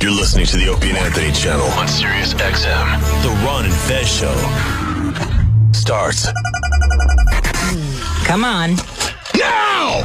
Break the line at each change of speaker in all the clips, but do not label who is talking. You're listening to the Opie and Anthony channel on Sirius XM. The Ron and Fez show starts
Come on.
now.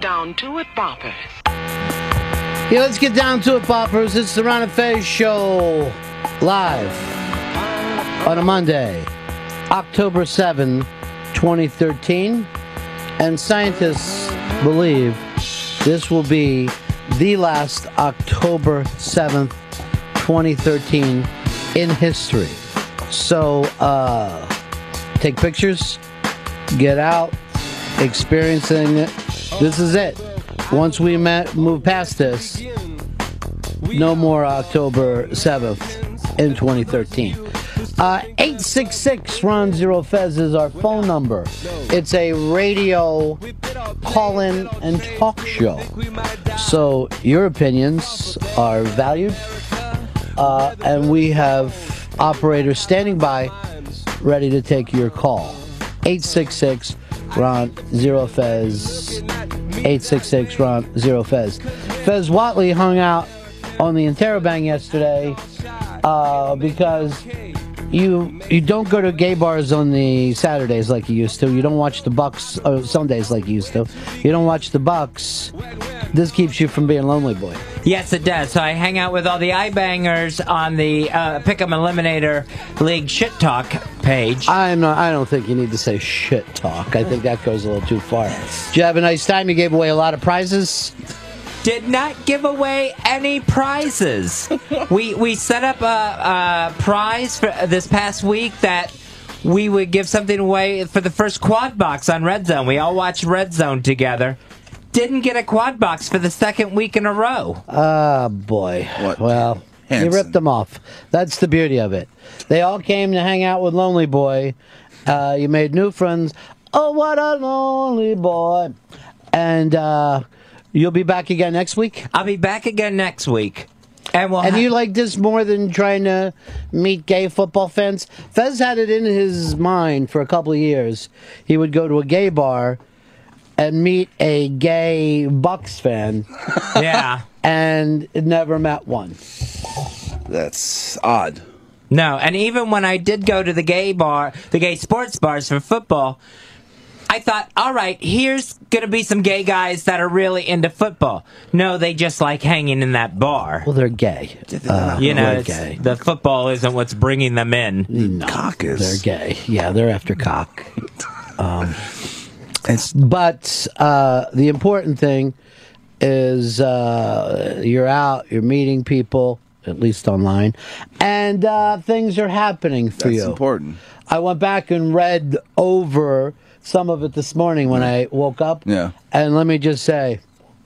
down to it, boppers.
Yeah, let's get down to it, poppers. It's the Ron and Fez show live on a Monday, October 7, 2013. And scientists believe this will be the last October 7th, 2013 in history. So, uh, take pictures, get out, experiencing it. This is it. Once we ma- move past this, no more October 7th in 2013. Uh, 866 Ron Zero Fez is our phone number. It's a radio call in and talk show. So your opinions are valued. Uh, and we have operators standing by ready to take your call. 866 Ron Zero Fez. 866 Ron Zero Fez. Fez Watley hung out on the Interrobang yesterday uh, because you you don't go to gay bars on the Saturdays like you used to. You don't watch the Bucks uh, Sundays like you used to. You don't watch the Bucks. This keeps you from being lonely, boy.
Yes, it does. So I hang out with all the eye bangers on the uh, Pick'em Eliminator League Shit Talk page.
I'm not, I don't think you need to say shit talk. I think that goes a little too far. Did you have a nice time? You gave away a lot of prizes.
Did not give away any prizes. we we set up a, a prize for this past week that we would give something away for the first quad box on Red Zone. We all watched Red Zone together. Didn't get a quad box for the second week in a row.
Ah, boy.
What?
Well,
Hanson.
you ripped them off. That's the beauty of it. They all came to hang out with Lonely Boy. Uh, you made new friends. Oh, what a lonely boy. And uh, you'll be back again next week.
I'll be back again next week, and we'll.
And
ha-
you like this more than trying to meet gay football fans? Fez had it in his mind for a couple of years. He would go to a gay bar and meet a gay Bucks fan
yeah.
and never met one.
That's odd.
No, and even when I did go to the gay bar, the gay sports bars for football, I thought, all right, here's going to be some gay guys that are really into football. No, they just like hanging in that bar.
Well, they're gay. Uh,
You know,
they're
it's-
gay.
the football isn't what's bringing them in.
Cock
They're
is.
gay. Yeah, they're after cock. Um,
It's
But uh, the important thing is uh, you're out, you're meeting people, at least online, and uh, things are happening for
that's
you.
important.
I went back and read over some of it this morning when I woke up.
Yeah.
And let me just say,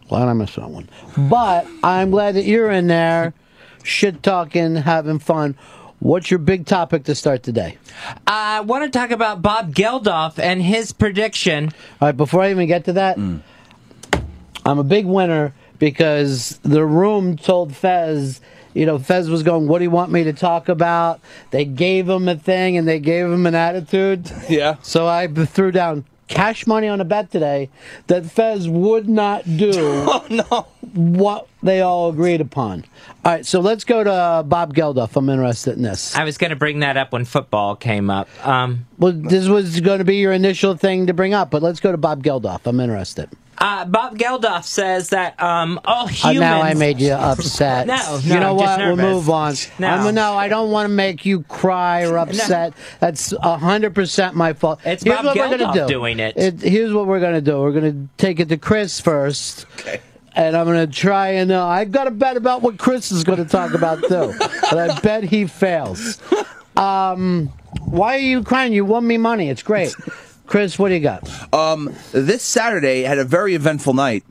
glad I missed that one. But I'm glad that you're in there, shit talking, having fun. What's your big topic to start today?
I want to talk about Bob Geldof and his prediction.
All right, before I even get to that, I'm a big winner because the room told Fez, you know, Fez was going, What do you want me to talk about? They gave him a thing and they gave him an attitude.
Yeah.
So I b- threw down cash money on a bet today that Fez would not do what they all agreed upon. All right, so let's go to Bob Geldof. I'm interested in this.
I was going to bring that up when football came up. Um,
Well, this was going to be your initial thing to bring up, but let's go to Bob Geldof. I'm interested.
uh, Bob Geldof says that um, all
Uh,
humans.
now I made you upset.
No, no,
you know
I'm
what?
just
We'll
nervous.
move on.
No.
I'm, no, I don't want to make you cry or upset. That's hundred percent my fault.
It's
here's
Bob
what we're
Geldof
gonna do.
doing it.
Here's what we're gonna do. We're gonna take it to Chris first.
Okay.
And I'm gonna try and uh, I got a bet about what Chris is gonna talk about too, but I bet he fails. Um, why are you crying? You won me money. It's great, Chris. What do you got?
Um, This Saturday had a very eventful night.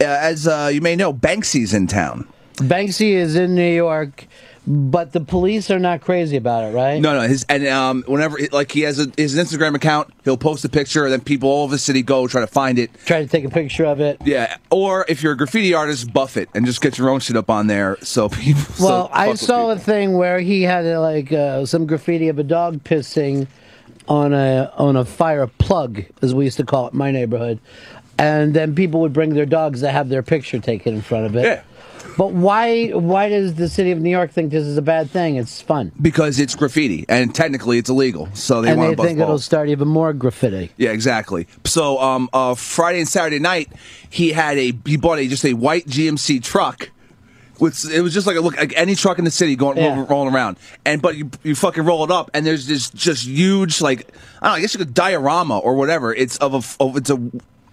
Uh, as uh, you may know, Banksy's in town.
Banksy is in New York, but the police are not crazy about it, right?
No, no, his and um, whenever like he has a, his Instagram account, he'll post a picture, and then people all over the city go try to find it.
Try to take a picture of it.
Yeah, or if you're a graffiti artist, buff it and just get your own shit up on there. So people. so
Well,
fuck
I
with
saw a
people.
thing where he had uh, like uh, some graffiti of a dog pissing on a on a fire plug, as we used to call it in my neighborhood, and then people would bring their dogs to have their picture taken in front of it.
Yeah.
But why? Why does the city of New York think this is a bad thing? It's fun,
because it's graffiti and technically it's illegal, so they
and
want
they
to bust
think it'll
balls.
start even more graffiti.
Yeah, exactly. So um, uh, Friday and Saturday night, he had a he bought a just a white GMC truck. With, it was just like a look like any truck in the city going
Yeah.
rolling, rolling around, and but you, you fucking roll it up, and there's this just huge like I don't know, I guess you could diorama or whatever. It's of a f- of, it's a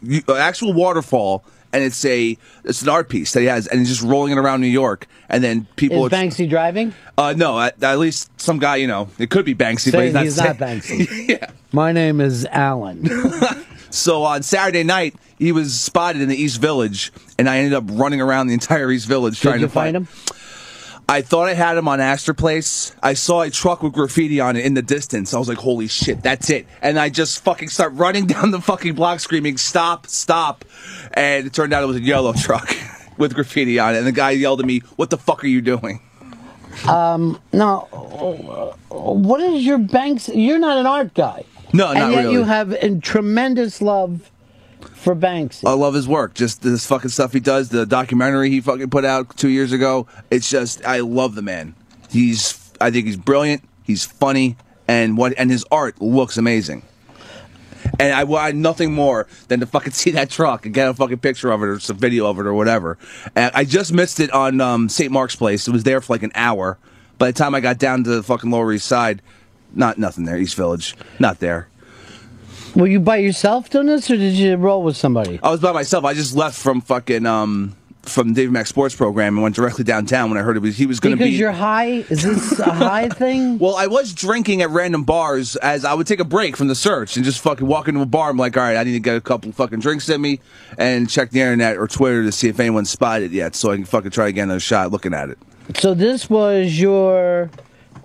you- a actual waterfall, and it's a it's an art piece that he has, and he's just rolling it around New York, and then people
Is Banksy driving?
uh, no, at, at least some guy you know it could be Banksy, but
Say
he's not
he's not
saying-
Banksy.
yeah.
My name is Alan.
So on Saturday night, he was spotted in the East Village, and I ended up running around the entire East Village
Did
trying
you
to find
find him?
I thought I had him on Astor Place. I saw a truck with graffiti on it in the distance. I was like, "Holy shit, that's it!" And I just fucking start running down the fucking block, screaming, "Stop! Stop!" And it turned out it was a yellow truck with graffiti on it. And the guy yelled at me, "What the fuck are you doing?"
No. Um, What is your Banks? You're not an art guy.
No, not
and yet
really.
you have a tremendous love for Banksy.
I love his work. Just this fucking stuff he does. The documentary he fucking put out two years ago. It's just I love the man. He's I think he's brilliant. He's funny and what and his art looks amazing. And I want nothing more than to fucking see that truck and get a fucking picture of it or some video of it or whatever. And I just missed it on um, St. Mark's Place. It was there for like an hour. By the time I got down to the fucking Lower East Side, not nothing there. East Village, not there.
Were you by yourself doing this, or did you roll with somebody?
I was by myself. I just left from fucking um from David Max Sports program and went directly downtown when I heard it was he was going to
Because
be.
you're high. Is this a high thing?
well, I was drinking at random bars as I would take a break from the search and just fucking walk into a bar. I'm like, all right, I need to get a couple fucking drinks in me and check the internet or Twitter to see if anyone's spotted it yet, so I can fucking try again another shot looking at it.
So this was your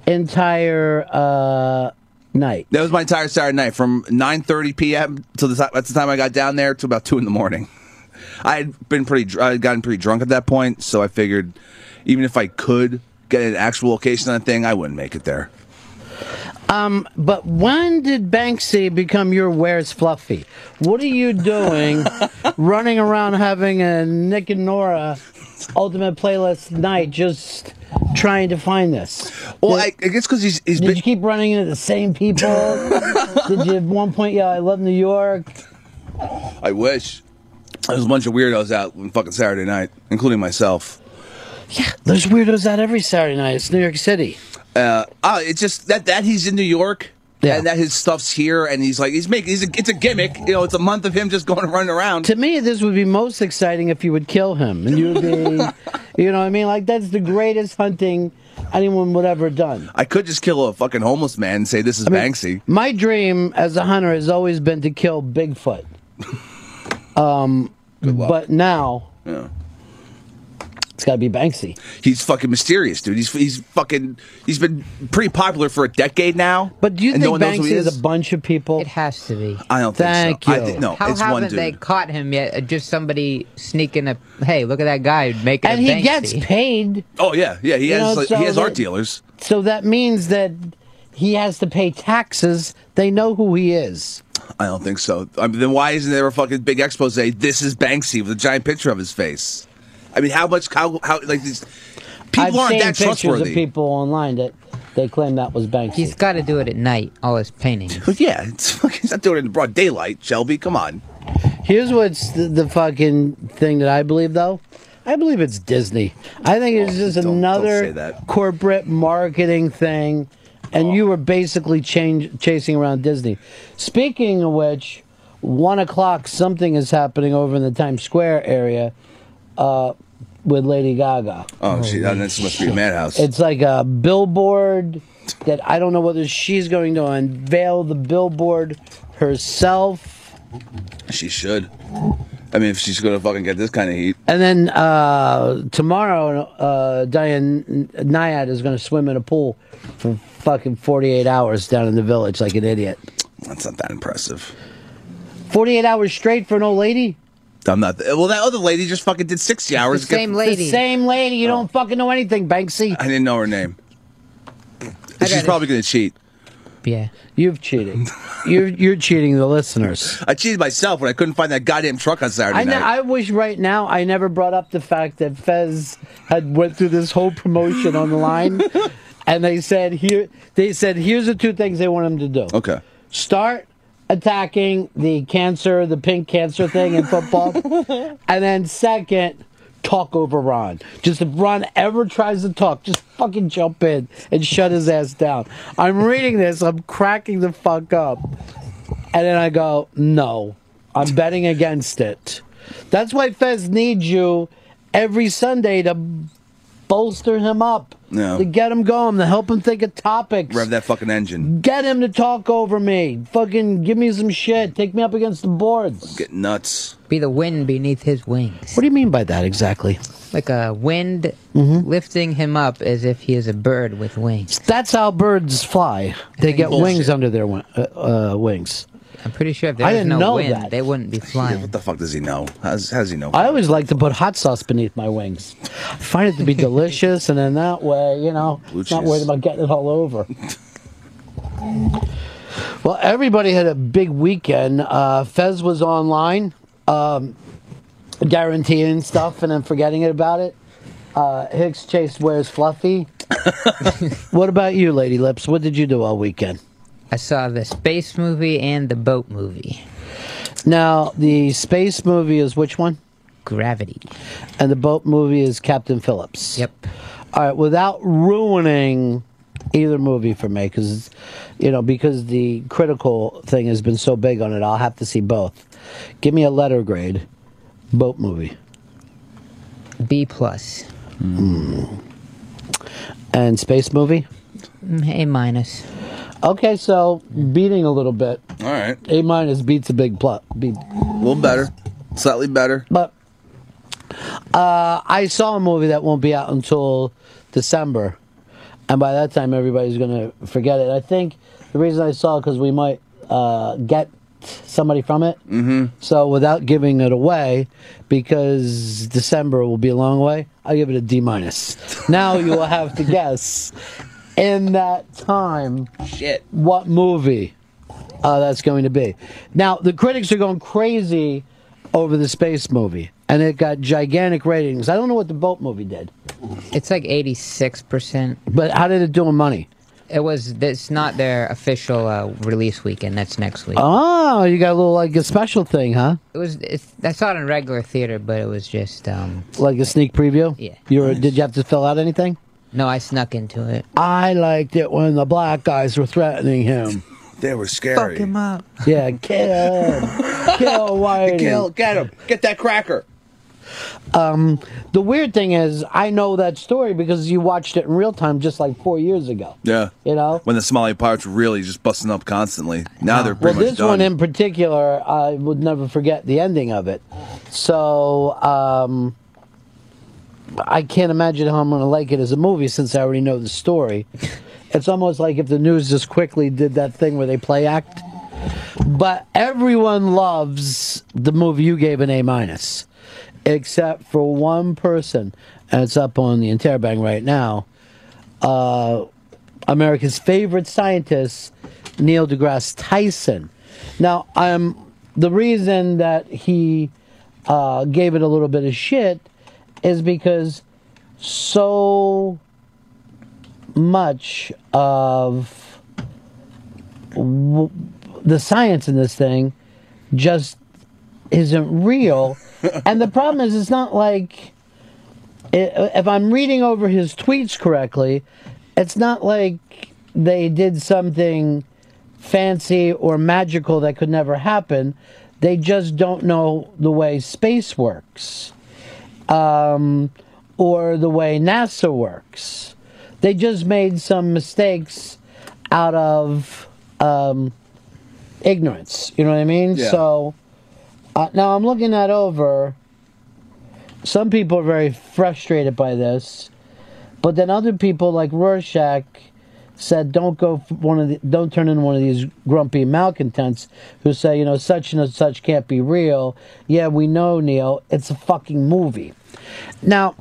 entire uh, night.
That was my entire Saturday night from 9:30 p.m. to the ti- that's the time I got down there to about two in the morning. I had been pretty, dr- I had gotten pretty drunk at that point, so I figured even if I could get an actual location on the thing, I wouldn't make it there.
Um, But when did Banksy become your where's Fluffy? What are you doing running around having a Nick and Nora ultimate playlist night just trying to find this?
Well, I, I guess because he's, he's
Did
been,
you keep running into the same people? did you at one point, yeah, I love New York?
I wish there was a bunch of weirdos out on fucking Saturday night, including myself.
There's weirdos out every Saturday night. It's New York City.
Uh, oh, it's just that that he's in New York.
Yeah.
And that his stuff's here, and he's like, he's making, he's a, it's a gimmick, you know, it's a month of him just going and running around.
To me, this would be most exciting if you would kill him. And you would be, you know what I mean? Like, that's the greatest hunting anyone would ever done.
I could just kill a fucking homeless man and say this is Banksy.
My dream as a hunter has always been to kill Bigfoot. Um, but now
Yeah.
it's got to be Banksy.
He's fucking mysterious, dude. He's he's fucking he's been pretty popular for a decade now.
But do you
and
think
no one knows who
Banksy
he
is? a bunch of people?
It has to be.
I don't
Thank
think so. I
you.
thi- no,
How
it's one
haven't
dude.
they caught him yet? Uh, Just somebody sneaking a hey, look at that guy making
and
a
he
Banksy.
gets paid,
oh yeah, yeah. He
You
has
know,
like,
so
he has art
that-
dealers.
so that means that he has to pay taxes. They know who he is.
I don't think so. I mean, then why isn't there a fucking big expose? This is Banksy with a giant picture of his face. I mean, how much? How how like these people
I've
aren't
seen
that
pictures
trustworthy.
of people online that they claim that was Banksy.
He's got to do it at night. All his paintings.
But yeah, it's fucking, he's not doing it in broad daylight. Shelby, come on.
Here's what's the, the fucking thing that I believe, though. I believe it's Disney. I think it's
Oh,
just
don't- don't say
another
that.
corporate marketing thing, and you were basically change, chasing around Disney. Speaking of which, one o'clock, something is happening over in the Times Square area uh, with Lady Gaga.
Oh, shit, this must be madhouse.
It's like a billboard that I don't know whether she's going to unveil the billboard herself.
She should. I mean, if she's gonna fucking get this kind of heat.
And then uh, tomorrow, uh, Diane Nyad is going to swim in a pool for fucking 48 hours down in the village like an idiot.
That's not that impressive.
48 hours straight for an old lady?
I'm not. Well, that other lady just fucking did 60
The
hours. Get-
same lady. Oh,
The same lady. You don't fucking know anything, Banksy.
I didn't know her name.
I
She's
got it.
probably going to cheat.
Yeah.
You've cheated. you're you're cheating the listeners.
I cheated myself when I couldn't find that goddamn truck on Saturday
I, know,
night.
I wish right now I never brought up the fact that Fez had went through this whole promotion on the line, and they said here they said here's the two things they want him to do.
okay.
Start attacking the cancer, the pink cancer thing in football, and then second. Talk over Ron. Just if Ron ever tries to talk, just fucking jump in and shut his ass down. I'm reading this, I'm cracking the fuck up. And then I go, no, I'm betting against it. That's why Fez needs you every Sunday to bolster him up,
Yeah.
to get him going, to help him think of topics.
Rev that fucking engine.
Get him to talk over me. Fucking give me some shit. Take me up against the boards.
Get nuts.
Be the wind beneath his wings.
What do you mean by that exactly? Mm-hmm.
Like a wind lifting him up as if he is a bird with wings.
That's how birds fly. They get
Bullshit.
wings under their wi- uh, uh, wings.
I'm pretty sure if there
I
was
didn't
no
know
wind,
that.
they wouldn't be
Yeah,
flying.
what the fuck does he know? How's, how does he know?
I always like to put hot sauce beneath my wings. I find it to be delicious, and then that way, you know,
Blue
not
cheese.
worried about getting it all over. well, everybody had a big weekend. Uh, Fez was online, um, guaranteeing stuff, and then forgetting it about it. Uh, Hicks Chase wears fluffy. what about you, Lady Lips? What did you do all weekend?
I saw the space movie and the boat movie.
Now, the space movie is which one?
Gravity.
And the boat movie is Captain Phillips.
Yep.
All right, without ruining either movie for me, because you know, because the critical thing has been so big on it, I'll have to see both. Give me a letter grade, boat movie,
B plus.
Hmm. and space movie.
Mm, A minus.
Okay, so beating a little bit.
All right.
A minus beats a big plus. Beat,
A little better. Slightly better.
but uh, I saw a movie that won't be out until December, and by that time everybody's gonna forget it. I think the reason I saw because we might uh, get somebody from it. Mm-hmm. So without giving it away, because December will be a long way, I'll give it a D minus. Now you will have to guess in that time
Shit.
what movie uh, that's going to be. Now, the critics are going crazy over the space movie, and it got gigantic ratings. I don't know what the boat movie did,
It's like 86%.
but how did it do in money?
It was, it's not their official uh, release weekend. That's next week.
Oh, you got a little like a special thing, huh?
It was, it's, I saw it in regular theater, but it was just, um,
Like a sneak preview?
Yeah.
You were, Did you have to fill out anything?
no, I snuck into it.
I liked it when the black guys were threatening him.
They were scary.
up.
Yeah, kill him. kill Whitey.
Kill. Get him. Get that cracker.
Um, The weird thing is, I know that story because you watched it in real time just like four years ago.
Yeah.
You know?
When the Somali pirates were really just busting up constantly. Now they're
Well,
pretty much
this
done.
one in particular, I would never forget the ending of it. So um, I can't imagine how I'm going to like it as a movie since I already know the story. It's almost like if the news just quickly did that thing where they play act. But everyone loves the movie you gave an A minus, except for one person, and it's up on the Interrobang right now. Uh, America's favorite scientist, Neil deGrasse Tyson. Now, um, the reason that he uh, gave it a little bit of shit is because so much of w- the science in this thing just isn't real. and the problem is, it's not like i- if I'm reading over his tweets correctly, it's not like they did something fancy or magical that could never happen. They just don't know the way space works um, or the way NASA works. They just made some mistakes out of um, ignorance. You know what I mean?
Yeah.
So uh, now I'm looking that over. Some people are very frustrated by this, but then other people like Rorschach said, "Don't go f- one of the, don't turn into one of these grumpy malcontents who say, you know, such and such can't be real." Yeah, we know, Neil. It's a fucking movie. Now,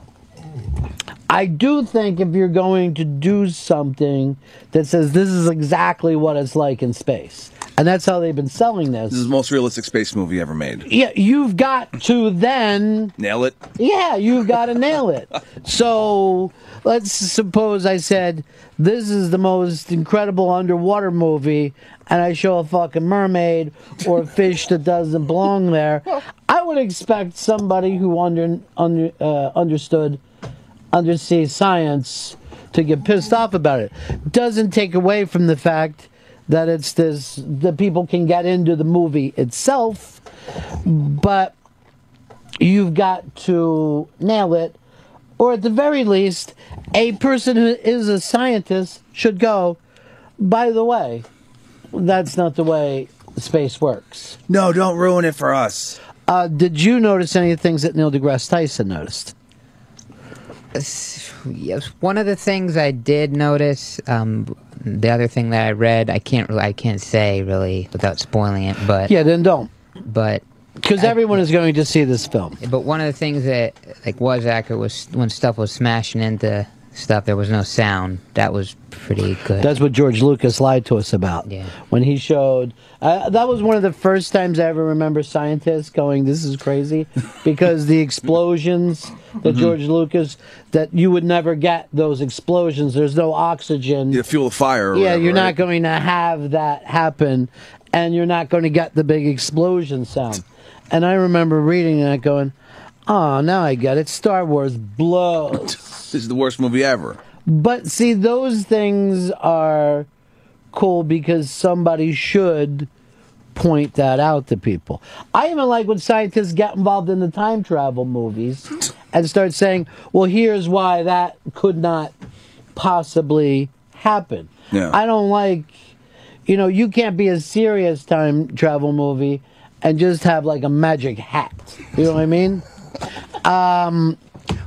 I do think if you're going to do something that says this is exactly what it's like in space, and that's how they've been selling
This is
this.
the most realistic space movie ever made.
Yeah, you've got to then
Nail it.
yeah, you've got to nail it. So let's suppose I said, This is the most incredible underwater movie, and I show a fucking mermaid or a fish that doesn't belong there. I would expect somebody who under, under, uh, understood undersea science to get pissed off about it. Doesn't take away from the fact that it's this, that people can get into the movie itself, but you've got to nail it, or at the very least, a person who is a scientist should go, by the way, that's not the way space works.
No, don't ruin it for us.
Uh, did you notice any things that Neil deGrasse Tyson noticed?
yes, one of the things I did notice, um, the other thing that I read, I can't really, I can't say really without spoiling it, but
Yeah, then don't.
but
Because everyone is going to see this film.
but one of the things that like was accurate was when stuff was smashing into stuff, there was no sound. That was pretty good.
That's what George Lucas lied to us about.
Yeah.
When he showed, uh, that was one of the first times I ever remember scientists going, "This is crazy," because the explosions that George Lucas that you would never get those explosions. There's no oxygen.
You fuel the fire. Or
Yeah,
whatever,
you're not
right?
going to have that happen, and you're not going to get the big explosion sound. And I remember reading that, going, "Oh, now I get it. Star Wars blows."
This is the worst movie ever.
But see, those things are cool because somebody should point that out to people. I even like when scientists get involved in the time travel movies and start saying, well, here's why that could not possibly happen.
Yeah.
I don't like, you know, you can't be a serious time travel movie and just have like a magic hat. You know what I mean? Um,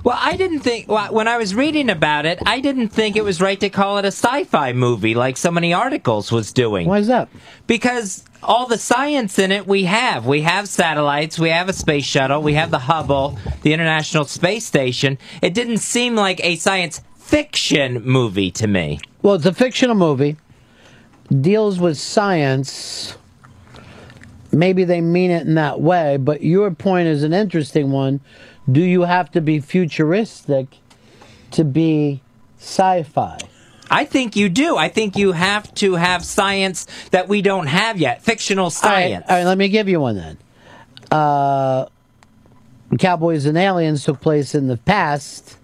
Well, I didn't think well, when I was reading about it, I didn't think it was right to call it a sci-fi movie like so many articles was doing.
Why is that?
Because all the science in it we have. We have satellites, we have a space shuttle, we have the Hubble, the International Space Station. It didn't seem like a science fiction movie to me.
Well, it's a fictional movie. Deals with science. Maybe they mean it in that way, but your point is an interesting one. Do you have to be futuristic to be sci-fi?
I think you do. I think you have to have science that we don't have yet. Fictional
All right,
science.
All right, let me give you one then. Uh, Cowboys and Aliens took place in the past.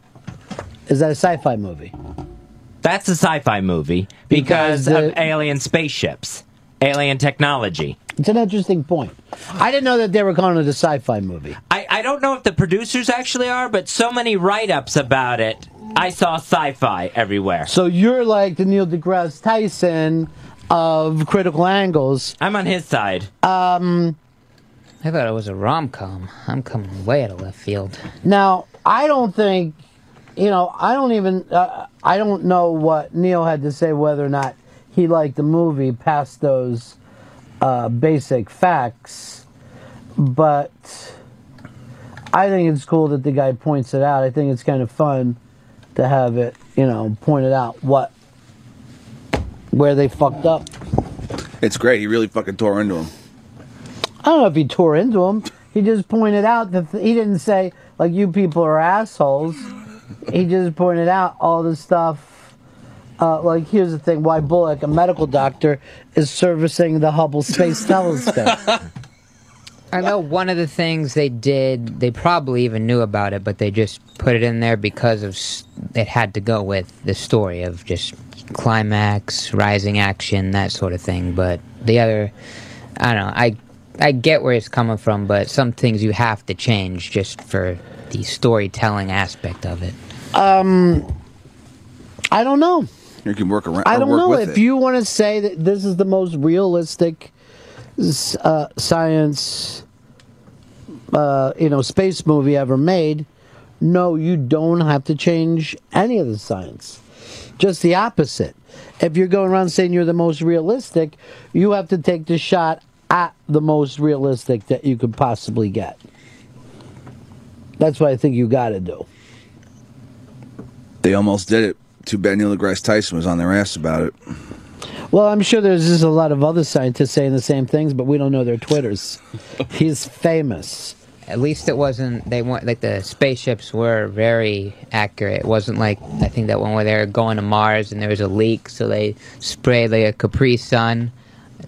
Is that a sci-fi movie?
That's a sci-fi movie
Because
because,
the-
of alien spaceships, alien technology.
It's an interesting point. I didn't know that they were calling it a sci-fi movie.
I, I don't know if the producers actually are, but so many write-ups about it. I saw sci-fi everywhere.
So you're like the Neil deGrasse Tyson of critical angles. Mm,
I'm on his side.
I thought it was a rom com. I'm coming way out of left field.
Now, I don't think, you know, I don't even, uh, I don't know what Neil had to say whether or not he liked the movie past those uh, basic facts, but I think it's cool that the guy points it out. I think it's kind of fun to have it, you know, pointed out what, where they fucked up.
It's great. He really fucking tore into him.
I don't know if he tore into him. He just pointed out that he didn't say like you people are assholes. He just pointed out all the stuff. Uh, like here's the thing: why Bullock, a medical doctor, is servicing the Hubble Space Telescope.
I know one of the things they did, they probably even knew about it, but they just put it in there because of s- it had to go with the story of just climax, rising action, that sort of thing. But the other, I don't know, I I get where it's coming from, but some things you have to change just for the storytelling aspect of it.
Um, I don't know.
You can work around.
I
or
don't
work
know
with
if
it.
you want to say that this is the most realistic s- uh, science, uh, you know, space movie ever made. No, you don't have to change any of the science. Just the opposite. If you're going around saying you're the most realistic, you have to take the shot at the most realistic that you could possibly get. That's what I think you got to do.
They almost did it. Too bad Neil deGrasse Tyson was on their ass about it.
Well, I'm sure there's just a lot of other scientists saying the same things, but we don't know their Twitters. He's famous.
At least it wasn't. They weren't like the spaceships were very accurate. It wasn't like I think that one where they were going to Mars and there was a leak, so they sprayed like a Capri Sun,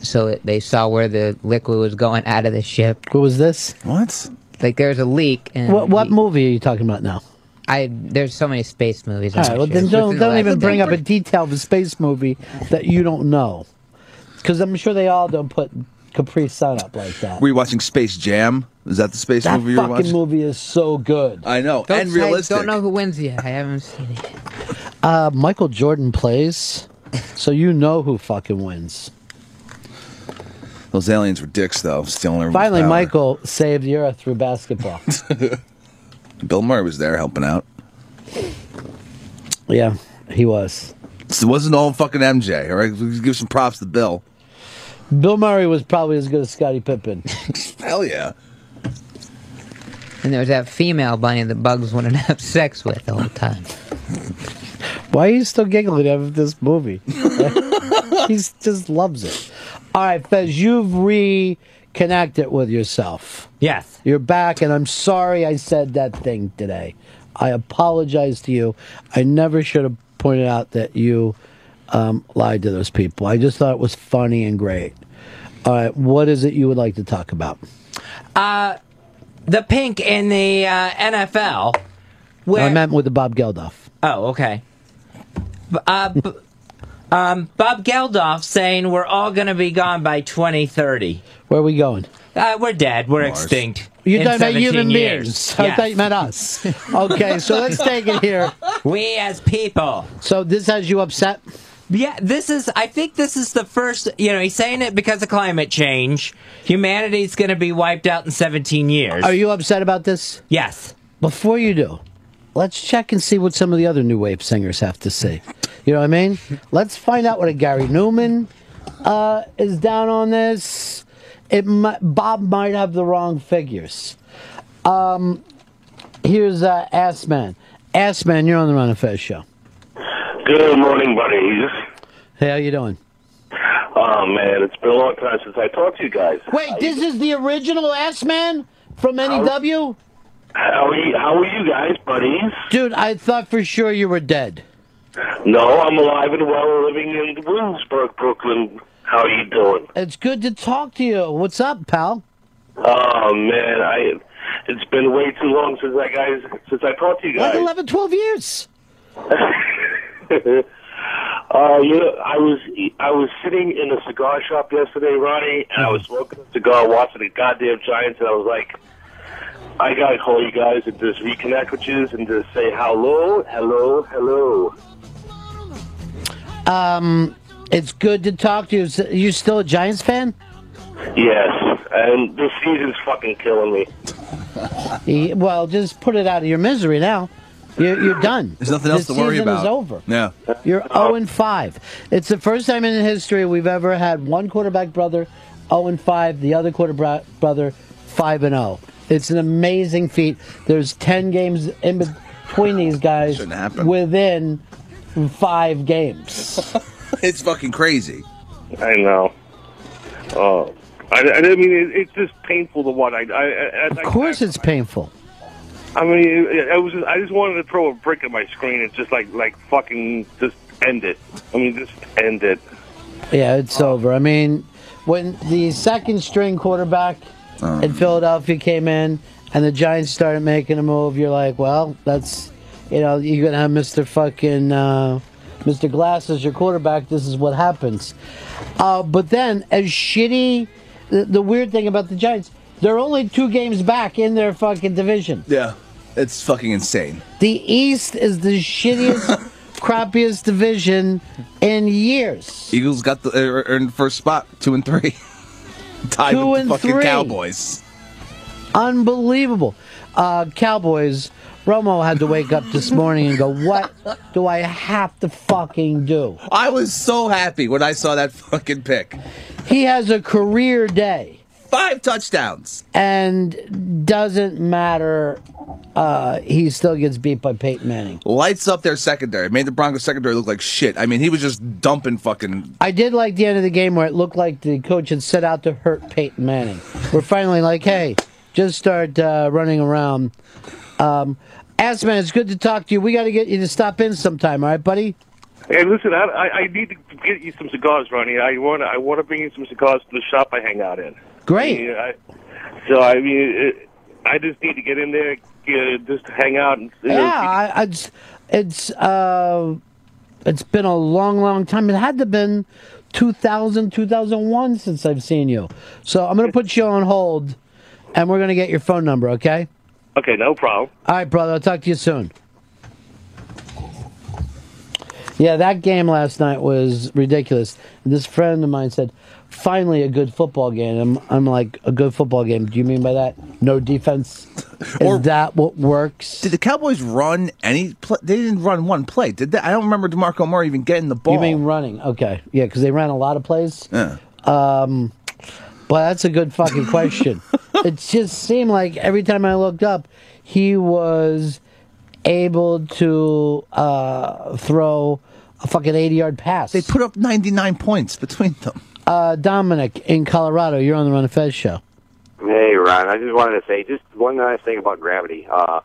so it, they saw where the liquid was going out of the ship.
What was this?
What?
Like there was a leak. And
What, what
the-
movie are you talking about now?
I there's so many space movies.
All right, well, then don't, don't even bring up a detail of a space movie that you don't know. Because I'm sure they all don't put Capri Sun up like that.
Were you watching Space Jam? Is that the space
that
movie you were
fucking
watching?
movie is so good.
I know.
Don't
and
say-
realistic.
don't know who wins yet. I haven't seen it. yet.
Uh, Michael Jordan plays, so you know who fucking wins.
Those aliens were dicks, though. Stealing everyone's
Finally,
power.
Michael saved the earth through basketball.
Bill Murray was there helping out.
yeah, he was.
So it wasn't all fucking MJ. All right, Let's give some props to Bill.
Bill Murray was probably as good as Scottie Pippen.
Hell yeah.
And there was that female bunny the bugs wanted to have sex with the whole time.
Why are you still giggling at this movie? he just loves it. All right, Fez, you've reconnected with yourself.
Yes.
You're back, and I'm sorry I said that thing today. I apologize to you. I never should have pointed out that you um, lied to those people. I just thought it was funny and great. All right, what is it you would like to talk about?
Uh, The pink in the uh, NFL.
I
Where,
meant with the Bob Geldof.
oh, okay. B- Uh, b- um, Bob Geldof saying we're all going to be gone by 2030.
Where are we going?
Uh, we're dead. We're
Mars.
extinct.
You're
in
talking about
17
human
years.
beings. I
Yeah.
thought you meant us. Okay, so let's take it here.
we as people.
So this has you upset?
Yeah, this is. I think this is the first. You know, he's saying it because of climate change. Humanity's going to be wiped out in 17 years.
Are you upset about this?
Yes.
Before you do, let's check and see what some of the other new wave singers have to say. You know what I mean? Let's find out what a Gary Newman uh, is down on this. It might, Bob might have the wrong figures. Um, here's uh, Ass Man. Ass Man, you're on the Run of Fez show.
Good morning, buddies.
Hey, how you doing?
Oh man, it's been a long time since I talked to you guys.
Wait, this is the original Ass Man from E NEW?
How are you, how are you guys, buddies?
Dude, I thought for sure you were dead.
No, I'm alive and well, living in Williamsburg, Brooklyn. How are you doing?
It's good to talk to you. What's up, pal?
Oh man, I it's been way too long since I guys since I talked to you
Like
guys.
11, 12 years.
Uh, you know, I was I was sitting in a cigar shop yesterday, Ronnie, and I was smoking a cigar, watching the goddamn Giants, and I was like, I gotta call you guys and just reconnect with you and just say hello, hello, hello.
Um, It's good to talk to you. S- You still a Giants fan?
Yes, and this season's fucking killing me.
Uh-huh.
Y- Well, just put it out of your misery now. You're, you're done.
There's nothing else
The
to worry
season
about.
is over.
Yeah.
You're 0 and 5. It's the first time in history we've ever had one quarterback brother 0 and 5, the other quarterback brother 5 and 0. It's an amazing feat. There's 10 games in between these guys
Shouldn't happen.
within 5 games.
It's fucking crazy.
I know. Oh, I, I mean, it, it's just painful to watch. I, I, I,
Of course it's painful.
I mean, I was I just wanted to throw a brick at my screen and just like like fucking just end it. I mean, just end it.
Yeah, it's over. I mean, when the second string quarterback in Philadelphia came in and the Giants started making a move, you're like, well, that's, you know, you're going to have Mr. fucking, uh, Mr. Glass as your quarterback. This is what happens. Uh, but then, as shitty, the, the weird thing about the Giants, they're only two games back in their fucking division.
Yeah. It's fucking insane.
The East is the shittiest, crappiest division in years.
Eagles got the er, earned first spot, two and three. Tied
Two
with
and
the fucking
three.
Cowboys.
unbelievable. Uh, Cowboys, Romo had to wake up this morning and go, What do I have to fucking do?
I was so happy when I saw that fucking pick.
He has a career day
Five touchdowns.
and doesn't matter uh, he still gets beat by Peyton Manning.
Lights up their secondary. Made the Broncos secondary look like shit. I mean, he was just dumping fucking.
I did like the end of the game where it looked like the coach had set out to hurt Peyton Manning. We're finally like, hey, just start uh, running around. Um, Asman, it's good to talk to you. We got to get you to stop in sometime, all right, buddy?
Hey, listen, I, I, I need to get you some cigars, Ronnie. I want to I want to bring you some cigars to the shop I hang out in.
Great.
I mean, I, so I mean, it, I just need to get in there, uh, just hang out and. you know,
Yeah, I, I just, it's uh, it's been a long, long time. It had to been 2000, 2001 since I've seen you. So I'm gonna put you on hold, and we're gonna get your phone number. Okay.
Okay, no problem.
All right, brother. I'll talk to you soon. Yeah, that game last night was ridiculous. This friend of mine said, "Finally, a good football game." I'm, I'm like, "A good football game? Do you mean by that? No defense? Is that what works?"
Did the Cowboys run any? Play? They didn't run one play. Did they? I don't remember Demarco Murray even getting the ball.
You mean running? Okay, yeah, because they ran a lot of plays.
Yeah.
Um, but that's a good fucking question. it just seemed like every time I looked up, he was able to uh, throw a fucking eighty-yard pass.
They put up 99 points between them.
uh, Dominic in Colorado. You're on the Run of Fez show.
Hey, Ron. I just wanted to say just one last thing about gravity. Uh,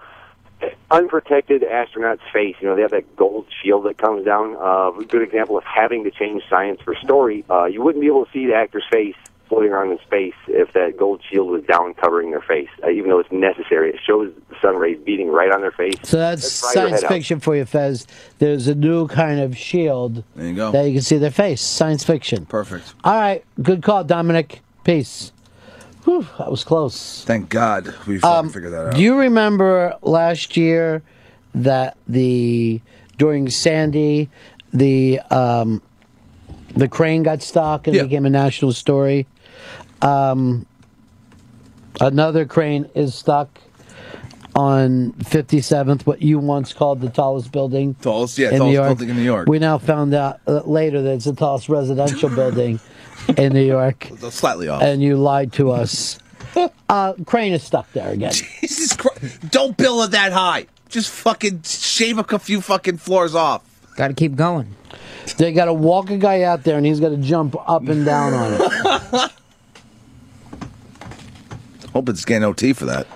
unprotected astronaut's face. You know, they have that gold shield that comes down. Uh, a good example of having to change science for story. Uh, you wouldn't be able to see the actor's face floating around in space if that gold shield was down covering their face. Uh, even though it's necessary, it shows the sun rays beating right on their face.
So that's
Let's fry your
science
head out.
fiction for you, Fez. There's a new kind of shield
There you go.
that you can see their face. Science fiction.
Perfect.
All right, good call, Dominic. Peace. Whew, that was close. Um,
Thank God we fucking figured that out.
Do you remember last year that the during Sandy the um, the crane got stuck and
Yeah.
became a national story? Um, another crane is stuck on 57th, what you once called the tallest building.
Tallest- yeah,
in
tallest
New York.
building in New York.
We now found out uh, later that it's the tallest residential building in New York,
Slightly off.
and you lied to us. Uh, crane is stuck there again.
Jesus Christ. Don't build it that high. Just fucking shave a few fucking floors off.
Gotta keep going.
They got to walk a guy out there, and he's got to jump up and down on it.
Hope it's getting OT for that.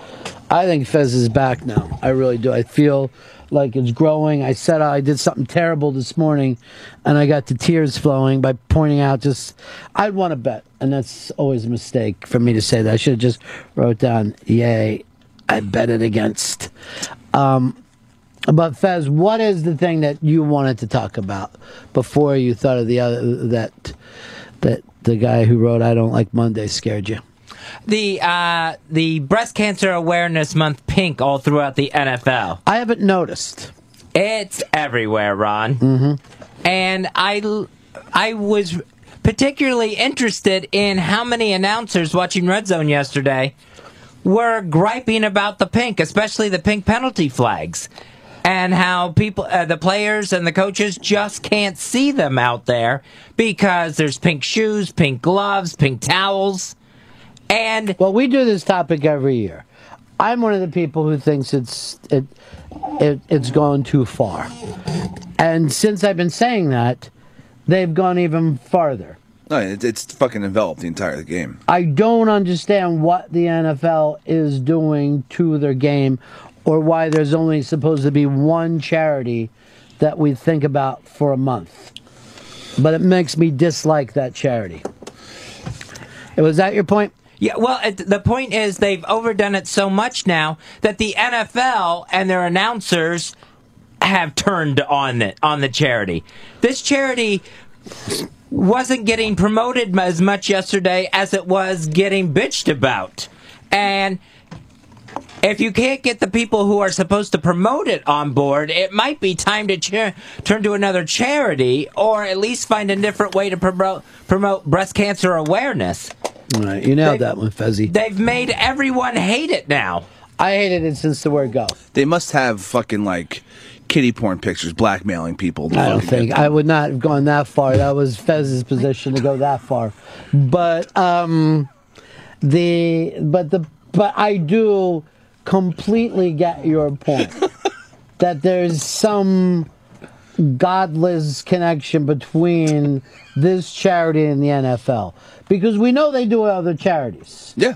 I think Fez is back now. I really do. I feel like it's growing. I said I did something terrible this morning, and I got the tears flowing by pointing out just I'd want to bet, and that's always a mistake for me to say that. I should have just wrote down, "Yay, I bet it against." Um, but Fez, what is the thing that you wanted to talk about before you thought of the other that that the guy who wrote "I don't like Monday" scared you?
The uh, the breast cancer awareness month pink all throughout the NFL.
I haven't noticed. Mm-hmm.
It's everywhere, Ron. And I, l- I was particularly interested in how many announcers watching Red Zone yesterday were griping about the pink, especially the pink penalty flags, and how people, uh, the players and the coaches just can't see them out there because there's pink shoes, pink gloves, pink towels, and
Well, we do this topic every year. I'm one of the people who thinks it's it, it it's gone too far, and since I've been saying that, they've gone even farther.
No, it, it's fucking enveloped the entire game.
I don't understand what the NFL is doing to their game, or why there's only supposed to be one charity that we think about for a month. But it makes me dislike that charity. Was that your point?
Yeah, well, it, the point is they've overdone it so much now that the NFL and their announcers have turned on it on the charity. This charity wasn't getting promoted m- as much yesterday as it was getting bitched about, and. If you can't get the people who are supposed to promote it on board, it might be time to cha- turn to another charity or at least find a different way to promote promote breast cancer awareness.
All right, you nailed that one, Fezzi.
They've made everyone hate it now.
I hated it since the word go.
They must have fucking like kitty porn pictures blackmailing people. to
I don't
fucking
think
get-
I would not have gone that far. That was Fez's position to go that far, but um, the but the but I do completely get your point that there's some godless connection between this charity and the NFL because we know they do other charities.
Yeah.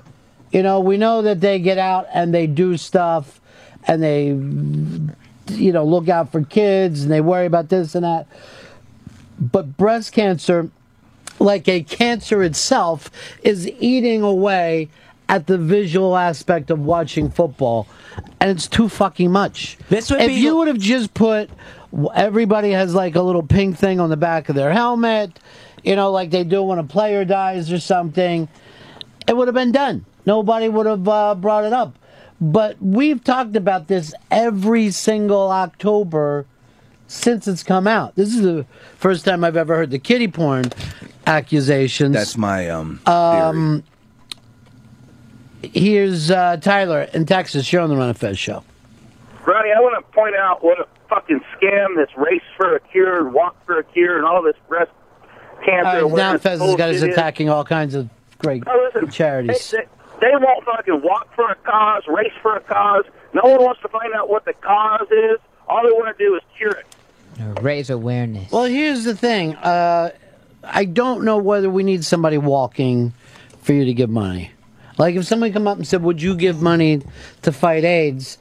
You know, we know that they get out and they do stuff and they you know, look out for kids and they worry about this and that. But breast cancer like a cancer itself is eating away at the visual aspect of watching football and it's too fucking much
This would
if
be-
you would have just put everybody has like a little pink thing on the back of their helmet you know like they do when a player dies or something it would have been done nobody would have uh, brought it up but we've talked about this every single october since it's come out this is the first time i've ever heard the kitty porn accusations
That's my um.
um, here's uh, Tyler in Texas. You're on the Run of Fez show.
Ronnie, I want to point out what a fucking scam this race for a cure and walk for a cure and all this breast cancer.
Uh, now
awareness
Fez has got
bullshit
us
is. Oh,
attacking all kinds of great charities.
They, they won't fucking walk for a cause, race for a cause. No one wants to find out what the cause is. All they want to do is cure it.
Raise awareness.
Well, here's the thing. Uh, I don't know whether we need somebody walking for you to give money. Like if somebody come up and said, "Would you give money to fight AIDS?"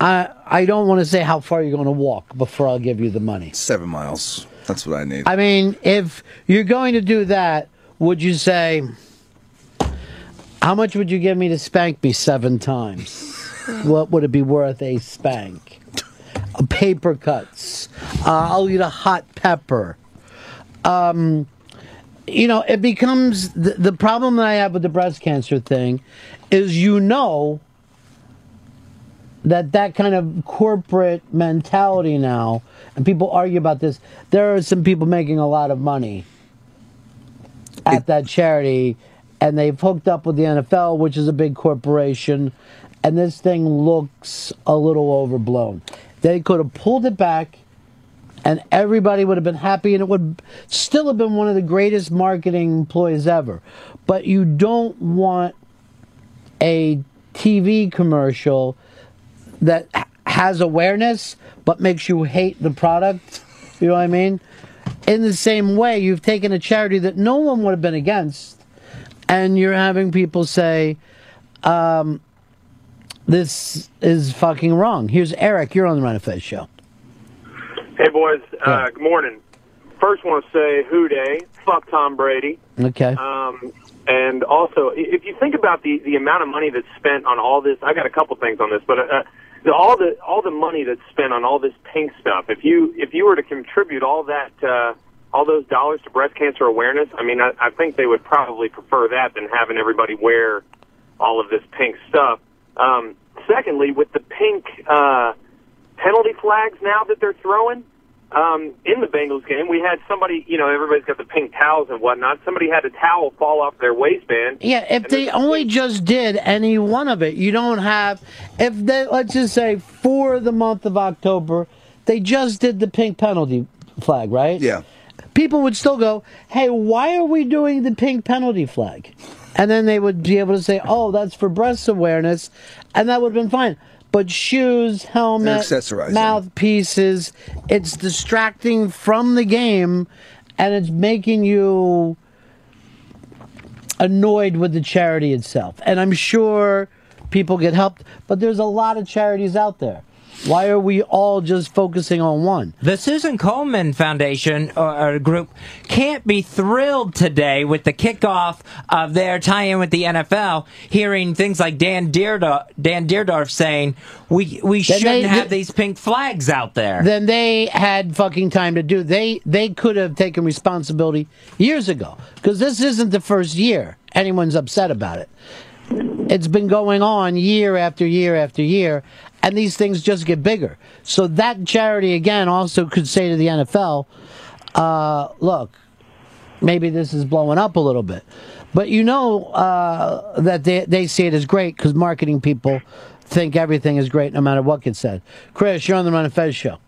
I I don't want to say how far you're going to walk before I'll give you the money.
Seven miles. That's what I need.
I mean, if you're going to do that, would you say, how much would you give me to spank me seven times? what would it be worth a spank? Uh, Paper cuts. Uh, I'll eat a hot pepper. Um, you know, it becomes the, the problem that I have with the breast cancer thing is you know that that kind of corporate mentality now, and people argue about this. There are some people making a lot of money at that charity, and they've hooked up with the NFL, which is a big corporation, and this thing looks a little overblown. They could have pulled it back, and everybody would have been happy, and it would still have been one of the greatest marketing employees ever. But you don't want a TV commercial that h- has awareness but makes you hate the product. You know what I mean? In the same way, you've taken a charity that no one would have been against, and you're having people say, um, "This is fucking wrong." Here's Eric. You're on the Run of Fez show.
Hey, boys. Uh, good morning. First, want to say who day. Fuck Tom Brady.
Okay.
Um, and also, i- if you think about the, the amount of money that's spent on all this, I got a couple things on this, but uh, the, all the all the money that's spent on all this pink stuff. If you if you were to contribute all that uh, all those dollars to breast cancer awareness, I mean, I, I think they would probably prefer that than having everybody wear all of this pink stuff. Um, secondly, with the pink uh, penalty flags now that they're throwing um, in the Bengals game, we had somebody, you know, everybody's got the pink towels and whatnot. Somebody had a towel fall off their waistband.
Yeah, if they only just did any one of it, you don't have. If they, let's just say for the month of October, they just did the pink penalty flag, right? Yeah. People would still go, hey, why are we doing the pink penalty flag? And then they would be able to say, oh, that's for breast awareness, and that would have been fine. But shoes, helmet,
They're accessorizing.
mouthpieces, it's distracting from the game, and it's making you annoyed with the charity itself. And I'm sure people get helped, but there's a lot of charities out there. Why are we all just focusing on one?
The Susan Coleman Foundation or, or group can't be thrilled today with the kickoff of their tie-in with the NFL. Hearing things like Dan Deerdorf, Dan Deerdorf saying we we
Then they-
shouldn't have these pink flags out there.
Then they had fucking time to do. They they could have taken responsibility years ago because this isn't the first year anyone's upset about it. It's been going on year after year after year, and these things just get bigger. So that charity again also could say to the NFL, uh, "Look, maybe this is blowing up a little bit. But you know uh, that they, they see it as great because marketing people think everything is great no matter what gets said. Chris, you're on the Run and Fez show.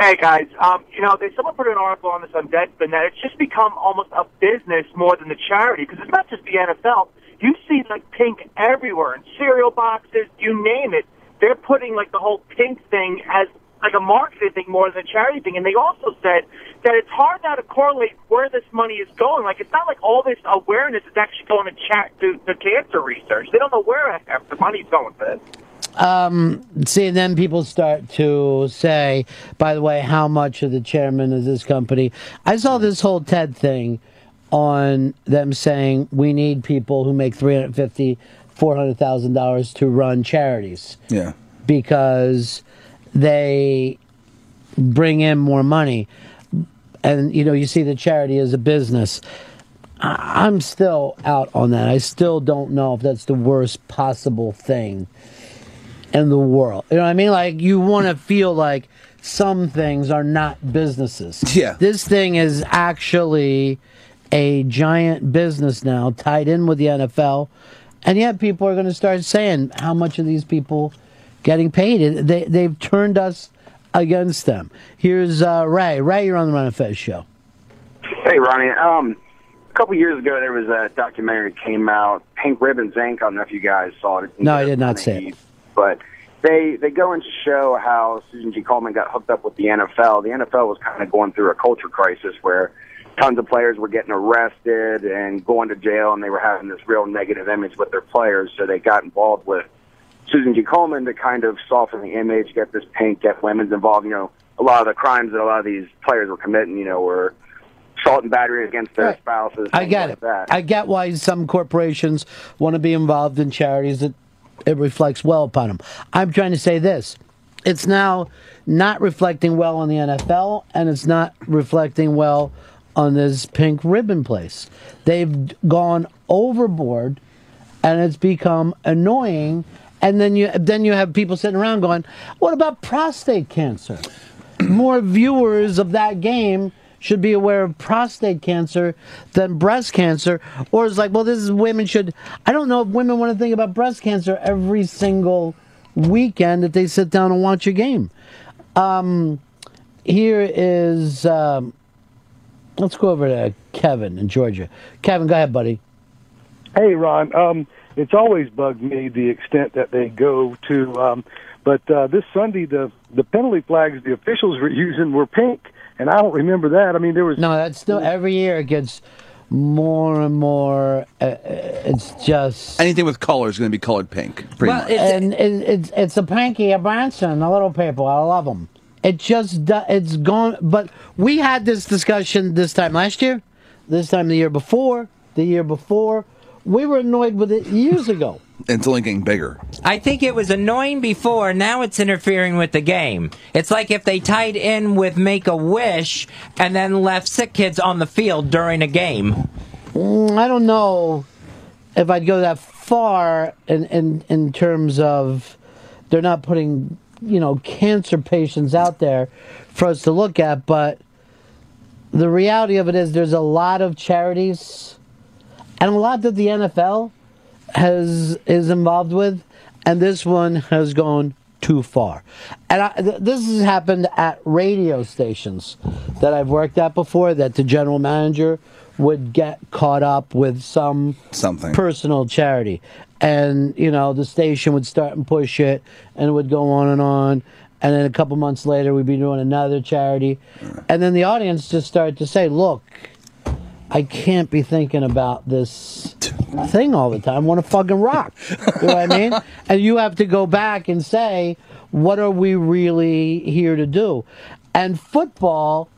Hey guys, um, you know, they, someone put an article on this on Deadspin that it's just become almost a business more than the charity because it's not just the NFL.
You see like pink everywhere in cereal boxes, you name it. They're putting like the whole pink thing as like a marketing thing more than a charity thing. And they also said that it's hard now to correlate where this money is going. Like it's not like all this awareness is actually going to chat to, to cancer research. They don't know where half the money's going for this.
Um, see, and then people start to say, by the way, how much of the chairman of this company? I saw this whole TED thing on them saying we need people who make three hundred fifty, four hundred thousand dollars to run charities
Yeah.
because they bring in more money. And you know, you see the charity as a business. I- I'm still out on that. I still don't know if that's the worst possible thing in the world. You know what I mean? Like you want to feel like some things are not businesses. Yeah. This thing is actually a giant business now, tied in with the NFL, and yet people are going to start saying how much are these people getting paid? And They they've turned us against them. Here's uh, Ray. Ray, you're on the Run and Fez show.
Hey, Ronnie. Um, a couple years ago, there was a documentary that came out, Pink Ribbons Inc. I don't know if you guys saw it,
No, I did not say it.
but they they go into show how Susan G. Coleman got hooked up with the NFL. The NFL was kind of going through a culture crisis where tons of players were getting arrested and going to jail, and they were having this real negative image with their players. So they got involved with Susan G. Coleman to kind of soften the image, get this pink, get women's involved. You know, a lot of the crimes that a lot of these players were committing, you know, were assault and battery against their spouses.
I
things
get
like
it.
That.
I get why some corporations want to be involved in charities that it reflects well upon them. I'm trying to say this. It's now not reflecting well on the NFL and it's not reflecting well on this pink ribbon place. They've gone overboard and it's become annoying and then you then you have people sitting around going, "What about prostate cancer?" More viewers of that game should be aware of prostate cancer than breast cancer or it's like, "Well, this is women should I don't know if women want to think about breast cancer every single weekend that they sit down and watch a game." Um here is um let's go over to Kevin in Georgia. Kevin, go ahead, buddy.
Hey, Ron. Um, it's always bugged me the extent that they go to. Um, but uh, this Sunday, the the penalty flags the officials were using were pink, and I don't remember that. I mean, there was
no. That's still every year it gets more and more. Uh, uh, it's just
Anything with color is going to be colored pink. Pretty much.
and it, it's it's a Panky, a Branson, a little people. I love them. It just do- it's gone. But we had this discussion this time last year, this time the year before, the year before. We were annoyed with it years ago.
And it's only getting bigger.
I think it was annoying before. Now it's interfering with the game. It's like if they tied in with Make a Wish and then left sick kids on the field during a game.
Mm, I don't know if I'd go that far in, in in terms of they're not putting you know cancer patients out there for us to look at, but the reality of it is there's a lot of charities and a lot that the NFL has is involved with, and this one has gone too far. And I, th- this has happened at radio stations that I've worked at before. That the general manager would get caught up with some
Something.
personal charity, and you know the station would start and push it, and it would go on and on. And then a couple months later, we'd be doing another charity, and then the audience just started to say, "Look, I can't be thinking about this thing all the time. I want to fucking rock. You know what I mean? And you have to go back and say, what are we really here to do? And football,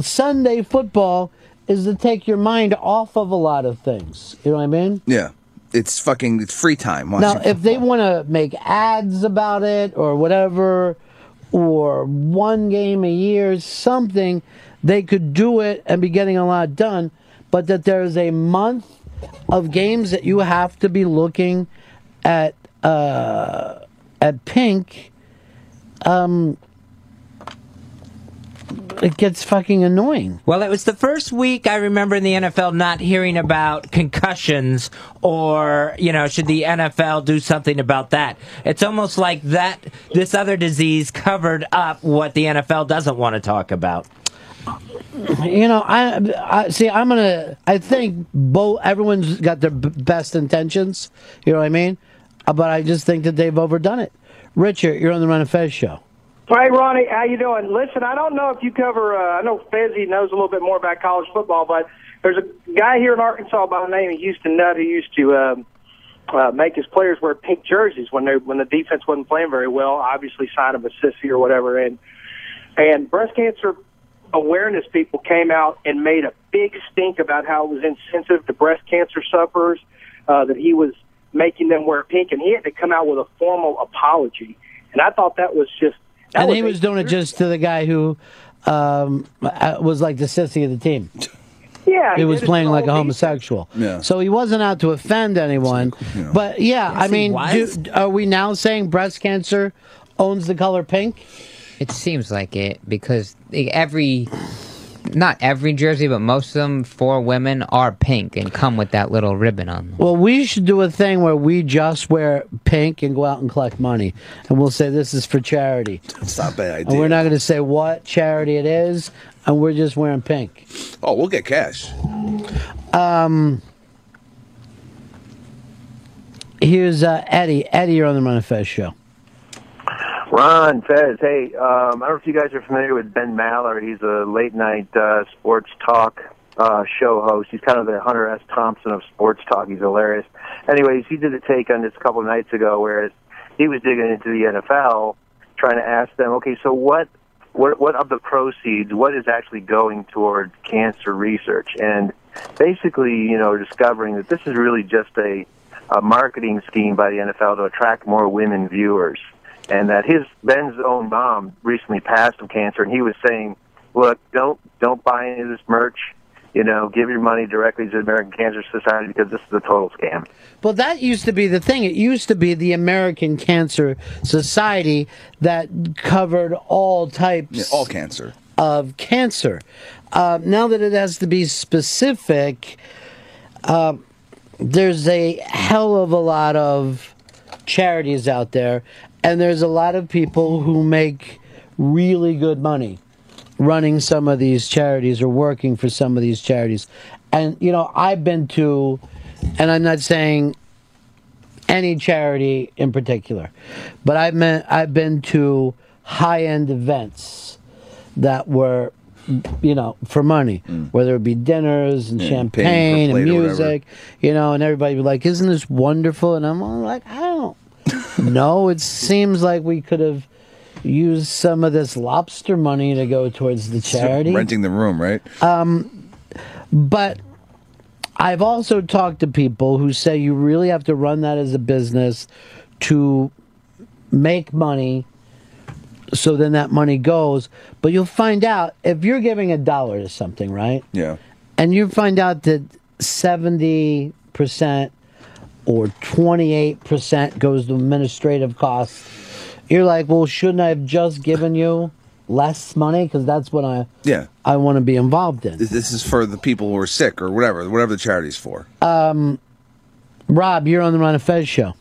Sunday football, is to take your mind off of a lot of things. You know what I mean?
Yeah. It's fucking, it's free time. Why
Now,
don't you-
if they want to make ads about it or whatever, or one game a year, something, they could do it and be getting a lot done. But that there is a month of games that you have to be looking at uh, at pink. Um, it gets fucking annoying.
Well, it was the first week I remember in the NFL not hearing about concussions or, you know, should the NFL do something about that? It's almost like that, this other disease covered up what the NFL doesn't want to talk about.
You know, I, I see. I'm gonna. I think both. Everyone's got their b- best intentions. You know what I mean? Uh, But I just think that they've overdone it. Richard, you're on the Run and Fez show.
Hey Ronnie, how you doing? Listen, I don't know if you cover. Uh, I know Fezzi knows a little bit more about college football, but there's a guy here in Arkansas by the name of Houston Nutt who used to um, uh, make his players wear pink jerseys when they when the defense wasn't playing very well. Obviously, sign of a sissy or whatever. And and breast cancer awareness people came out and made a big stink about how it was insensitive to breast cancer sufferers uh, that he was making them wear pink, and he had to come out with a formal apology. And I thought that was just that
and
was
he was doing it just to the guy who um, uh, was like the sissy of the team.
Yeah,
he was
did it
playing
to
like a
all
homosexual. Yeah. So he wasn't out to offend anyone. But yeah,
Yes,
I
he
mean,
was.
do, are we now saying breast cancer owns the color pink?
It seems like it because the- every, not every jersey, but most of them for women are pink and come with that little ribbon on them.
Well, we should do a thing where we just wear pink and go out and collect money, and we'll say this is for charity.
It's not a bad idea.
And we're not going to say what charity it is, and we're just wearing pink.
Oh, we'll get cash.
Um, here's uh, Eddie. Eddie, you're on the Run and Fez show.
Ron Fez, hey, um, I don't know if you guys are familiar with Ben Maller. He's a late night uh, sports talk uh, show host. He's kind of the Hunter S. Thompson of sports talk. He's hilarious. Anyways, he did a take on this a couple of nights ago, whereas he was digging into the NFL, trying to ask them, okay, so what, what, what of the proceeds, what is actually going toward cancer research? And basically, you know, discovering that this is really just a, a marketing scheme by the NFL to attract more women viewers and that his Ben's own mom recently passed of cancer, and he was saying, "Look, don't don't buy any of this merch. You know, give your money directly to the American Cancer Society because this is a total scam."
Well, that used to be the thing. It used to be the American Cancer Society that covered all types,
Yeah, all cancer.
of cancer. Uh, now that it has to be specific, uh, there's a hell of a lot of charities out there, and there's a lot of people who make really good money running some of these charities or working for some of these charities. And, you know, I've been to, and I'm not saying any charity in particular, but I've been, I've been to high end events that were, you know, for money, whether it be dinners and
Mm. Yeah, paying for
champagne and
plate or whatever.
music, you know, and everybody would be like, isn't this wonderful? And I'm all like, I don't know. It seems like we could have used some of this lobster money to go towards the charity.
Renting the room, right?
Um, but I've also talked to people who say you really have to run that as a business to make money. So then that money goes. But you'll find out if you're giving a dollar to something, right?
Yeah.
And you find out that 70% or 28% goes to administrative costs. You're like, well, shouldn't I have just given you less money? Because that's what I,
Yeah.
I want to be involved in.
This- This is for the people who are sick or whatever, whatever the charity's for.
Um, Rob, you're on the Ron and Fez show.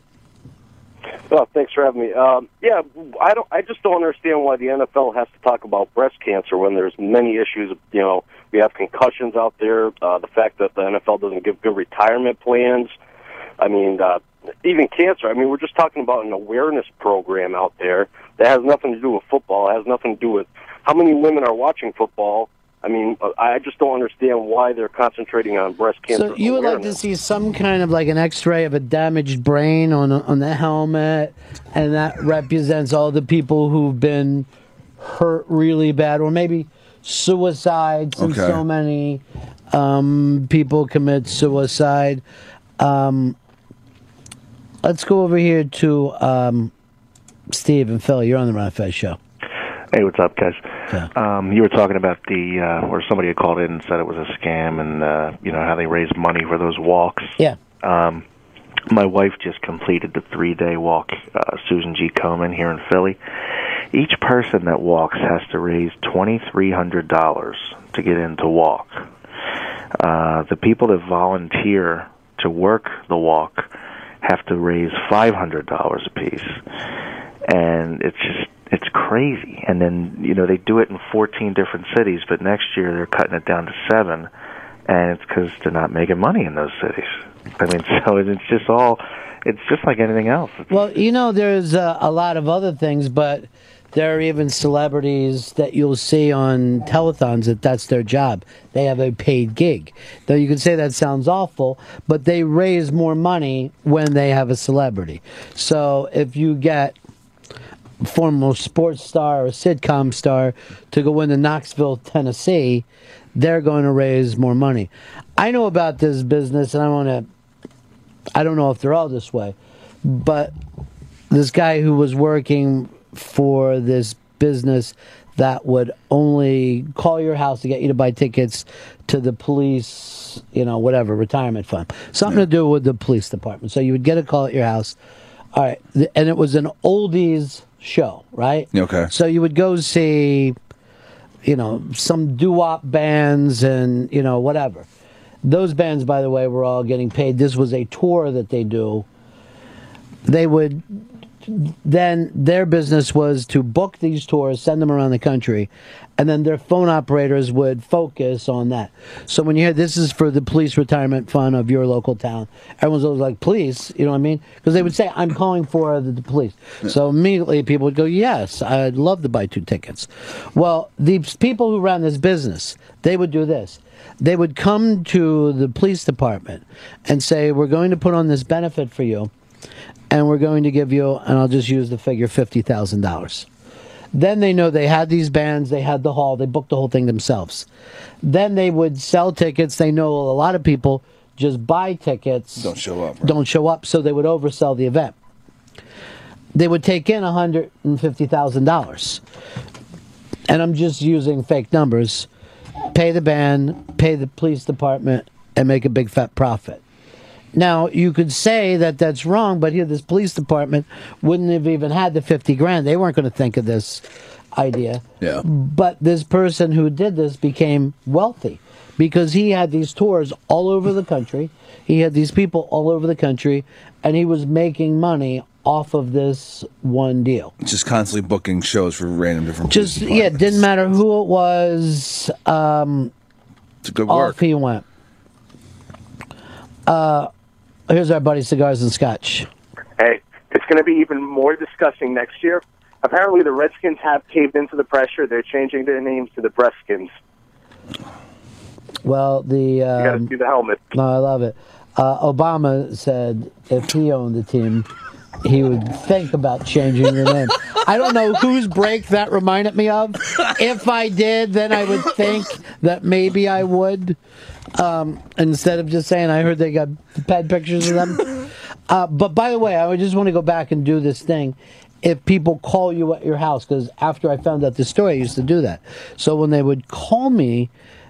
Oh, thanks for having me. Um, yeah, I don't. I just don't understand why the NFL has to talk about breast cancer when there's many issues. You know, we have concussions out there. Uh, the fact that the NFL doesn't give good retirement plans. I mean, uh, even cancer. I mean, we're just talking about an awareness program out there that has nothing to do with football. It has nothing to do with how many women are watching football. I mean, uh, I just don't understand why they're concentrating on breast cancer.
So you would like to
awareness.
see some kind of like an X-ray of a damaged brain on on the helmet, and that represents all the people who've been hurt really bad, or maybe suicides. And
Okay.
so many um, people commit suicide. Um, let's go over here to um, Steve and Phil. You're on the Ron and Fez show.
Hey, what's up, guys? Um, you were talking about the uh, where somebody had called in and said it was a scam, and uh, you know how they raise money for those walks.
Yeah.
Um, my wife just completed the three-day walk, uh, Susan G. Komen here in Philly. Each person that walks has to raise twenty-three hundred dollars to get in to walk. Uh, the people that volunteer to work the walk have to raise five hundred dollars apiece, and it's just
it's crazy. And then you know they do it in 14 different cities, but next year they're cutting it down to seven, and it's because they're not making money in those cities. I mean, so it's just all, it's just like anything else.
Well, you know, there's uh, a lot of other things, but there are even celebrities that you'll see on telethons that that's their job. They have a paid gig. Now, you could say that sounds awful, but they raise more money when they have a celebrity. So if you get a former sports star or sitcom star to go into Knoxville, Tennessee, they're going to raise more money. I know about this business, and I want to I don't know if they're all this way, but this guy who was working for this business that would only call your house to get you to buy tickets to the police, you know, whatever, retirement fund. Something to do with the police department. So you would get a call at your house. All right. th- And it was an oldies show, right?
Okay.
So you would go see, you know, some doo wop bands and, you know, whatever. Those bands, by the way, were all getting paid. This was a tour that they do. They would then their business was to book these tours, send them around the country, and then their phone operators would focus on that. So when you hear this is for the police retirement fund of your local town, everyone's always like, police, you know what I mean? Because they would say, I'm calling for the, the police. So immediately people would go, yes, I'd love to buy two tickets. Well, these people who ran this business, they would do this they would come to the police department and say, We're going to put on this benefit for you, and we're going to give you, and I'll just use the figure $50,000. Then they know they had these bands, they had the hall, they booked the whole thing themselves. Then they would sell tickets. They know a lot of people just buy tickets,
Don't show up.
don't show up, so they would oversell the event. They would take in $150,000 and I'm just using fake numbers, pay the band, pay the police department, and make a big fat profit. Now, you could say that that's wrong, but here, this police department wouldn't have even had the 50 grand. They weren't going to think of this idea.
Yeah.
But this person who did this became wealthy because he had these tours all over the country. He had these people all over the country, and he was making money off of this one deal.
Just constantly booking shows for random different.
Just yeah, it didn't matter who it was. Um,
It's good
Off he went. Uh, here's our buddy Cigars and Scotch.
Hey, it's going to be even more disgusting next year. Apparently, the Redskins have caved into the pressure. They're changing their names to the Breskins.
Well, the
You got to
um,
see the helmet.
no, I love it. Uh, Obama said if he owned the team, he would think about changing the name. I don't know whose break that reminded me of. If I did, then I would think that maybe I would. Um, instead of just saying, I heard they got pad pictures of them. Uh, but by the way, I would just want to go back and do this thing. If people call you at your house, because after I found out the story, I used to do that. So when they would call me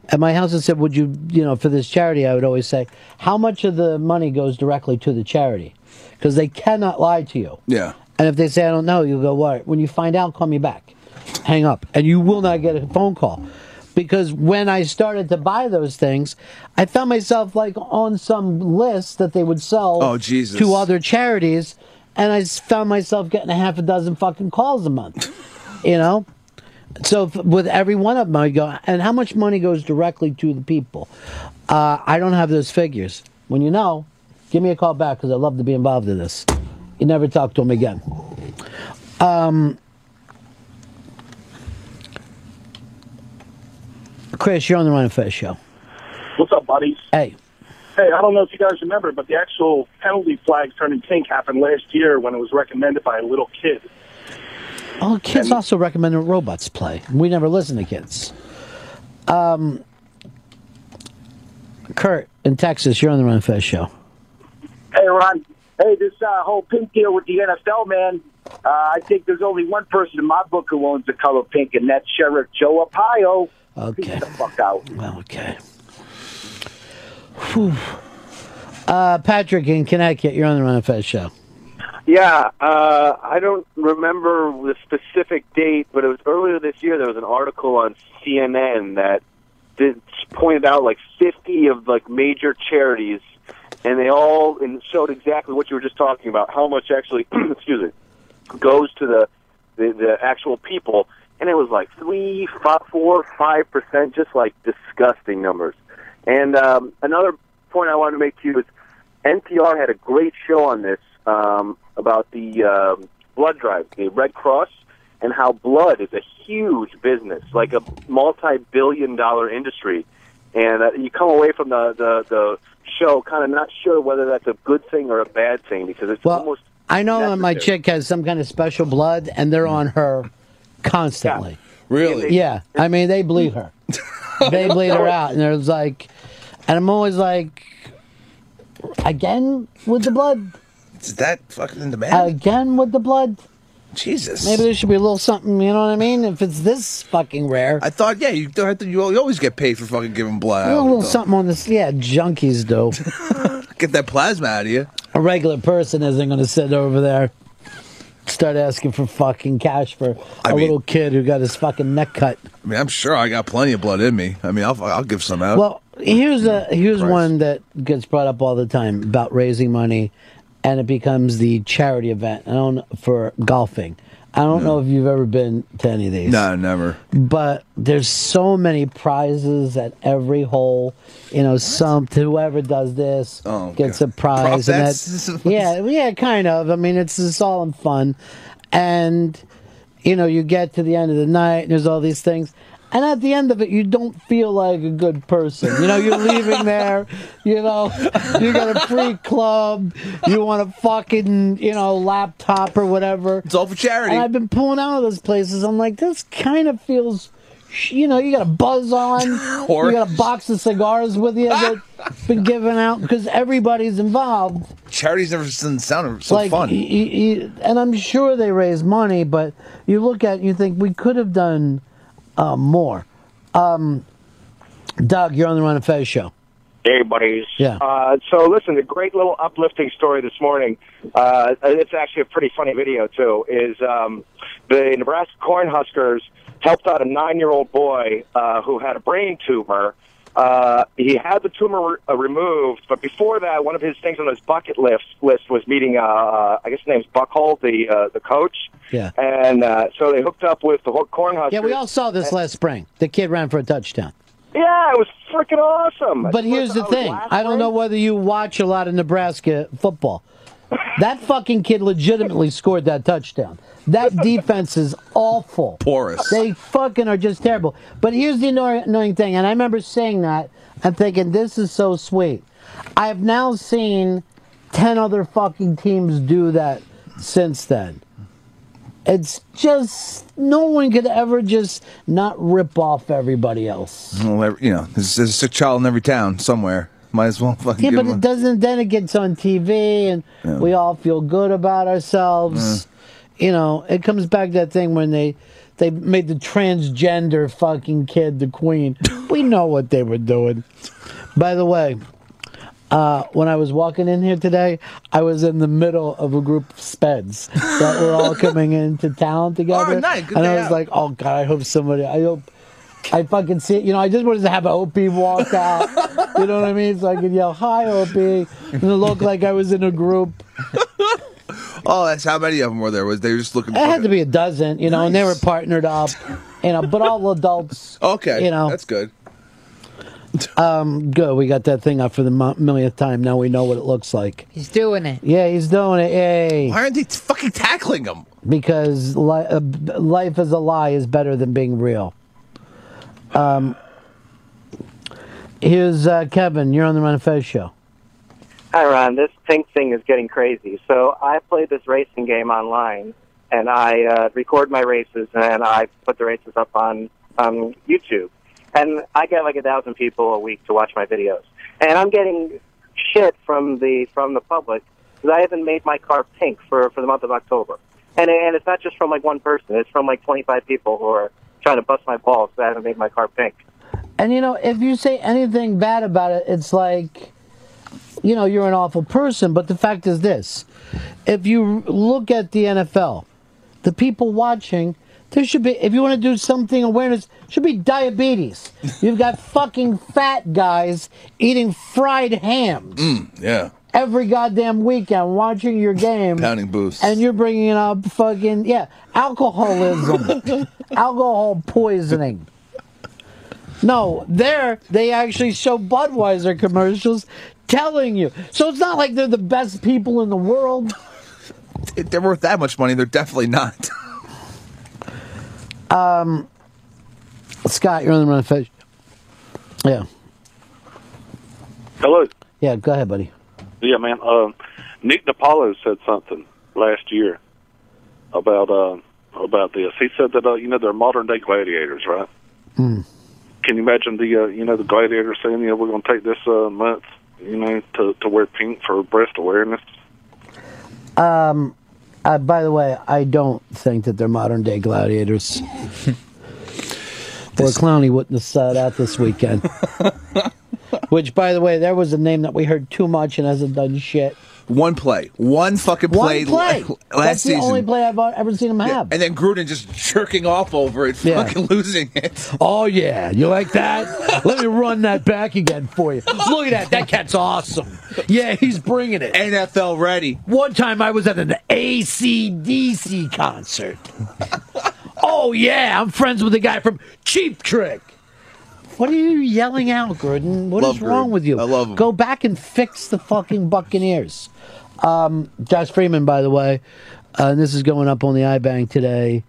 at my house and said, "Would you, you know, for this charity?" I would always say, "How much of the money goes directly to the charity?" Because they cannot lie to you.
Yeah.
And if they say, I don't know, you go, what? When you find out, call me back. Hang up. And you will not get a phone call. Because when I started to buy those things, I found myself like on some list that they would sell
Oh, Jesus.
to other charities. And I s- found myself getting a half a dozen fucking calls a month. you know? So if, with every one of them, I go, and how much money goes directly to the people? Uh, I don't have those figures. When you know, give me a call back because I'd love to be involved in this. You never talk to him again. Um, Chris, you're on the Run and Fez show.
What's up, buddies?
Hey.
Hey, I don't know if you guys remember, but the actual penalty flag turning pink happened last year when it was recommended by a little kid.
Oh, kids also recommend that robots play. We never listen to kids. Um, Kurt in Texas, you're on the Run and Fez show.
Hey, Ron. Hey, this uh, whole pink deal with the NFL, man. Uh, I think there's only one person in my book who owns the color pink, and that's Sheriff Joe Arpaio.
Okay.
Get the fuck out.
Well, okay. Whew. Uh, Patrick in Connecticut, you're on the Run and Fez show.
Yeah, uh, I don't remember the specific date, but it was earlier this year. There was an article on CNN that did, pointed out like 50 of like major charities, and they all and showed exactly what you were just talking about. How much actually, excuse me, goes to the the, the actual people,
and it was like three, five, four, five percent, just like disgusting numbers.
And um,
another point I wanted to make to you is NPR had a great show on this um, about the um blood drive, the Red Cross, and how blood is a huge business, like a multi-billion-dollar industry. And uh, you come away from the the, the show kind of not sure whether that's a good thing or a bad thing because it's almost
I know that my chick has some kind of special blood, and they're on her constantly.
Really?
Yeah. I mean, they bleed her. they bleed her out, and there's like, and I'm always like, again with the blood,
Is that fucking in demand?
again with the blood.
Jesus.
Maybe there should be a little something. You know what I mean? If it's this fucking rare,
I thought, yeah, you don't have to, you al- you always get paid for fucking giving blood.
a little something on this. Yeah, junkies do.
Get that plasma out of you.
a regular person isn't going to sit over there. Start asking for fucking cash for a little kid who got his fucking neck cut.
I mean, I'm sure I got plenty of blood in me. I mean, I'll, I'll give some out.
Well, here's a here's one that gets brought up all the time about raising money, and it becomes the charity event. I don't know- for golfing. I don't know if you've ever been to any of these.
no, never.
But there's so many prizes at every hole. You know, some whoever does this gets a prize, and
Oh, Profits?
that, yeah, yeah, kind of. I mean, it's it's all in fun, and you know, you get to the end of the night, and there's all these things. And at the end of it, you don't feel like a good person. You know, you're leaving there. You know, you got a free club. You want a fucking, you know, laptop or whatever. It's
all for charity.
And I've been pulling out of those places. I'm like, this kind of feels, sh- you know, you got a buzz on.
Or-
you got a box of cigars with you that's been given out because everybody's involved
Charity's never s- sounded so
like,
fun.
y- y- y- and I'm sure they raise money, but you look at it and you think we could have done uh, more. Um, Doug, you're on the Run and Fez show.
Hey, buddies.
Yeah.
Uh, so, listen, the great little uplifting story this morning, uh, it's actually a pretty funny video, too, is um, the Nebraska Cornhuskers helped out a nine year old boy uh, who had a brain tumor. Uh, he had the tumor uh, removed, but before that, one of his things on his bucket list, list was meeting, uh, uh, I guess his name's Buckhold, the, uh, the coach.
Yeah.
And uh, so they hooked up with the Cornhuskers.
Yeah, we all saw this last spring. The kid ran for a touchdown.
Uh, Yeah, it was freaking awesome.
But here's the thing I don't know whether you watch a lot of Nebraska football. That fucking kid legitimately scored that touchdown. That defense is awful.
Porous.
They fucking are just terrible. But here's the anno- annoying thing, and I remember saying that and thinking, this is so sweet. I have now seen 10 other fucking teams do that since then. It's just, no one could ever just not rip off everybody else.
Well, every- you know, there's, there's a sick child in every town somewhere. Might as well fucking
Yeah,
give
but
him
it doesn't. Then it gets on TV, and we all feel good about ourselves. You know, it comes back to that thing when they they made the transgender fucking kid the queen. we know what they were doing. By the way, uh, when I was walking in here today, I was in the middle of a group of speds that were all coming into town together.
Oh, nice. Good
and
day
I was
out.
like, oh god, I hope somebody. I hope. I fucking see it. You know, I just wanted to have OP walk out. you know what I mean? So I could yell, hi, OP. And it looked like I was in a group.
a- oh, that's how many of them were there? Was they were just looking?
It had to be a dozen, you know, and they were partnered up, you know, but all adults.
Okay,
You know,
that's good.
Um, good. We got that thing up for the mo- millionth time. Now we know what it looks like.
He's doing it.
Yeah, he's doing it. Yay.
Why aren't they fucking tackling them?
Because li- uh, b- life as a lie is better than being real. Um, here's uh, Kevin. You're on the Run and Fez show.
Hi, Ron. This pink thing is getting crazy. So I play this racing game online, and I uh, record my races, and I put the races up on on YouTube, and I get like a thousand people a week to watch my videos, and I'm getting shit from the from the public because I haven't made my car pink for for the month of October, and and it's not just from like one person; it's from like 25 people who are trying to bust my balls that I haven't made my car pink.
And you know, if you say anything bad about it, it's like, you know, you're an awful person. But the fact is this if you look at the NFL, the people watching, there should be, if you want to do something awareness, should be diabetes. You've got fucking fat guys eating fried hams.
Mm, yeah.
every goddamn weekend watching your game.
Pounding booths.
And you're bringing up fucking, yeah, alcoholism, alcohol poisoning. No, there they actually show Budweiser commercials telling you. So it's not like they're the best people in the world.
If they're worth that much money, they're definitely not.
Um, Scott, you're on the run of fish. Yeah.
Hello.
Yeah, go ahead, buddy.
Yeah, man. Um, Nick DiPaolo said something last year about uh, about this. He said that uh, you know they're modern day gladiators, right?
Mm.
Can you imagine the uh, you know the gladiators saying, "Yeah, we're going to take this uh, month, you know, to to wear pink for breast awareness."
Um, uh, by the way, I don't think that they're modern day gladiators. Or Clowney wouldn't have sat out this weekend. Which, by the way, there was a name that we heard too much and hasn't done shit.
One play, one fucking play,
One play.
la- last
That's
season.
the only play I've uh, ever seen him
Yeah,
have.
And then Gruden just jerking off over it,
Yeah.
fucking losing it.
Oh yeah, you like that? Let me run that back again for you. Look at that. That cat's awesome. Yeah, he's bringing it.
NFL ready.
One time I was at an ACDC concert. oh yeah, I'm friends with a guy from Cheap Trick. What are you yelling out, Gruden? What
Love
is wrong
Gruden.
with you?
I love him.
Go back and fix the fucking Buccaneers. Um, Josh Freeman, by the way, uh, and this is going up on the iBank today.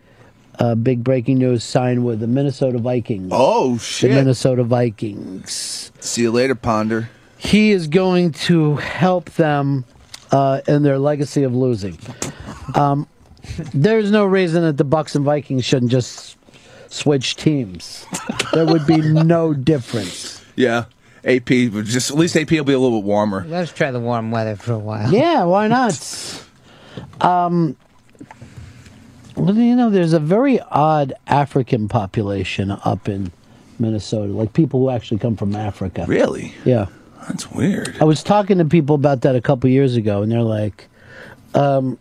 Uh, big breaking news: signed with the Minnesota Vikings.
Oh shit!
The Minnesota Vikings.
See you later, Ponder.
He is going to help them uh, in their legacy of losing. Um, there's no reason that the Bucks and Vikings shouldn't just switch teams. There would be no difference.
Yeah, AP would just at least AP will be a little bit warmer.
Let's try the warm weather for a while.
Yeah, why not? Um, well, you know, there's a very odd African population up in Minnesota, like people who actually come from Africa.
Really?
Yeah.
That's weird.
I was talking to people about that a couple years ago, and they're like, um,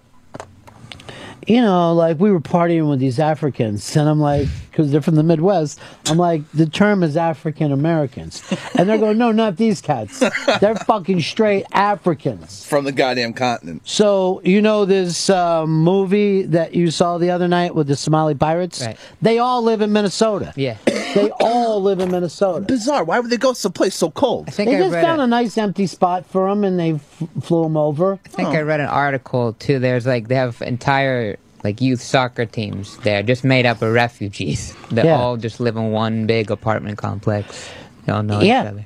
you know, like we were partying with these Africans, and I'm like, because they're from the Midwest, I'm like, the term is African Americans, and they're going, no, not these cats, they're fucking straight Africans.
From the goddamn continent.
So you know this uh, movie that you saw the other night with the Somali pirates?
Right.
They all live in Minnesota.
Yeah.
They all live in Minnesota.
Bizarre. Why would they go someplace so cold? I
think
they
I
just
read
found
it.
a nice empty spot for them, and they f- flew them over.
I think I read an article too. There's like they have entire like youth soccer teams there, just made up of refugees that
Yeah.
all just live in one big apartment complex. Don't know
Yeah.
each other.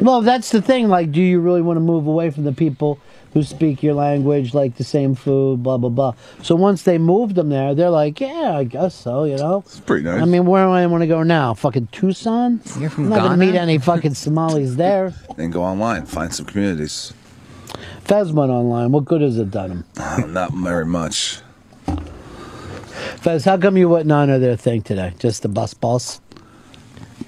Well, that's the thing. Like, do you really want to move away from the people who speak your language, like the same food, blah blah blah? So once they moved them there, they're like, yeah, I guess so. You know, it's
pretty nice.
I mean, where do I want to go now? Fucking Tucson? You're
from
I'm not gonna
Ghana?
meet any fucking Somalis there.
Then go online, find some communities.
Fez went online. What good has it done him?
Oh, not very much.
Fez, how come you wouldn't honor their thing today? Just the bus balls?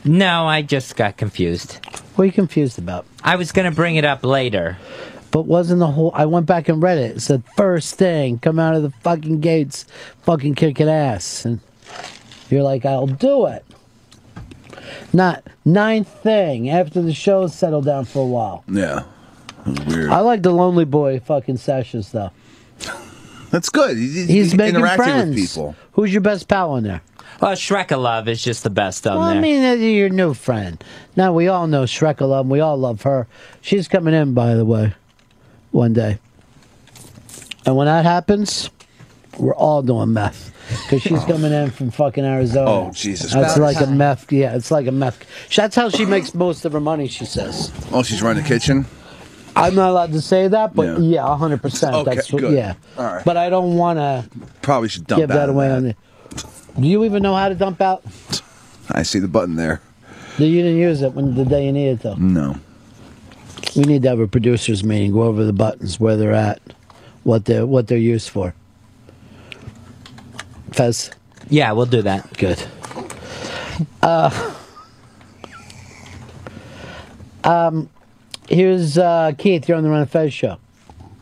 No, I just got confused.
What are you confused about?
I was going to bring it up later.
But wasn't the whole. I went back and read it. It said, first thing, come out of the fucking gates, fucking kicking ass. And you're like, I'll do it. Not ninth thing after the show's settled down for a while.
Yeah. It was weird.
I like the Lonely Boy fucking sessions though.
That's good. He's,
He's making
interacting with
friends.
people.
Who's your best pal on there?
Well, Shrek Love is just the best on
Well,
there.
I mean, uh, your new friend. Now we all know Shrek. I love. We all love her. She's coming in, by the way, one day. And when that happens, we're all doing meth because she's coming in from fucking Arizona.
Oh, Jesus
That's
Christ.
like a meth. Yeah, it's like a meth. That's how she makes most of her money. She says.
Oh, she's running the kitchen.
I'm not allowed to say that, but
Yeah.
yeah, hundred percent.
Okay,
That's what,
good.
yeah.
All right.
But I don't want to
Probably should dump
give that
out of
away on the. Do you even know how to dump out?
I see the button there.
No, You didn't use it when the day you needed it though.
No.
We need to have a producers meeting. Go over the buttons, where they're at, what they are what they're used for. Fez.
yeah, we'll do that.
Good. Uh, um, here's uh, Keith. You're on the Run of Fez show.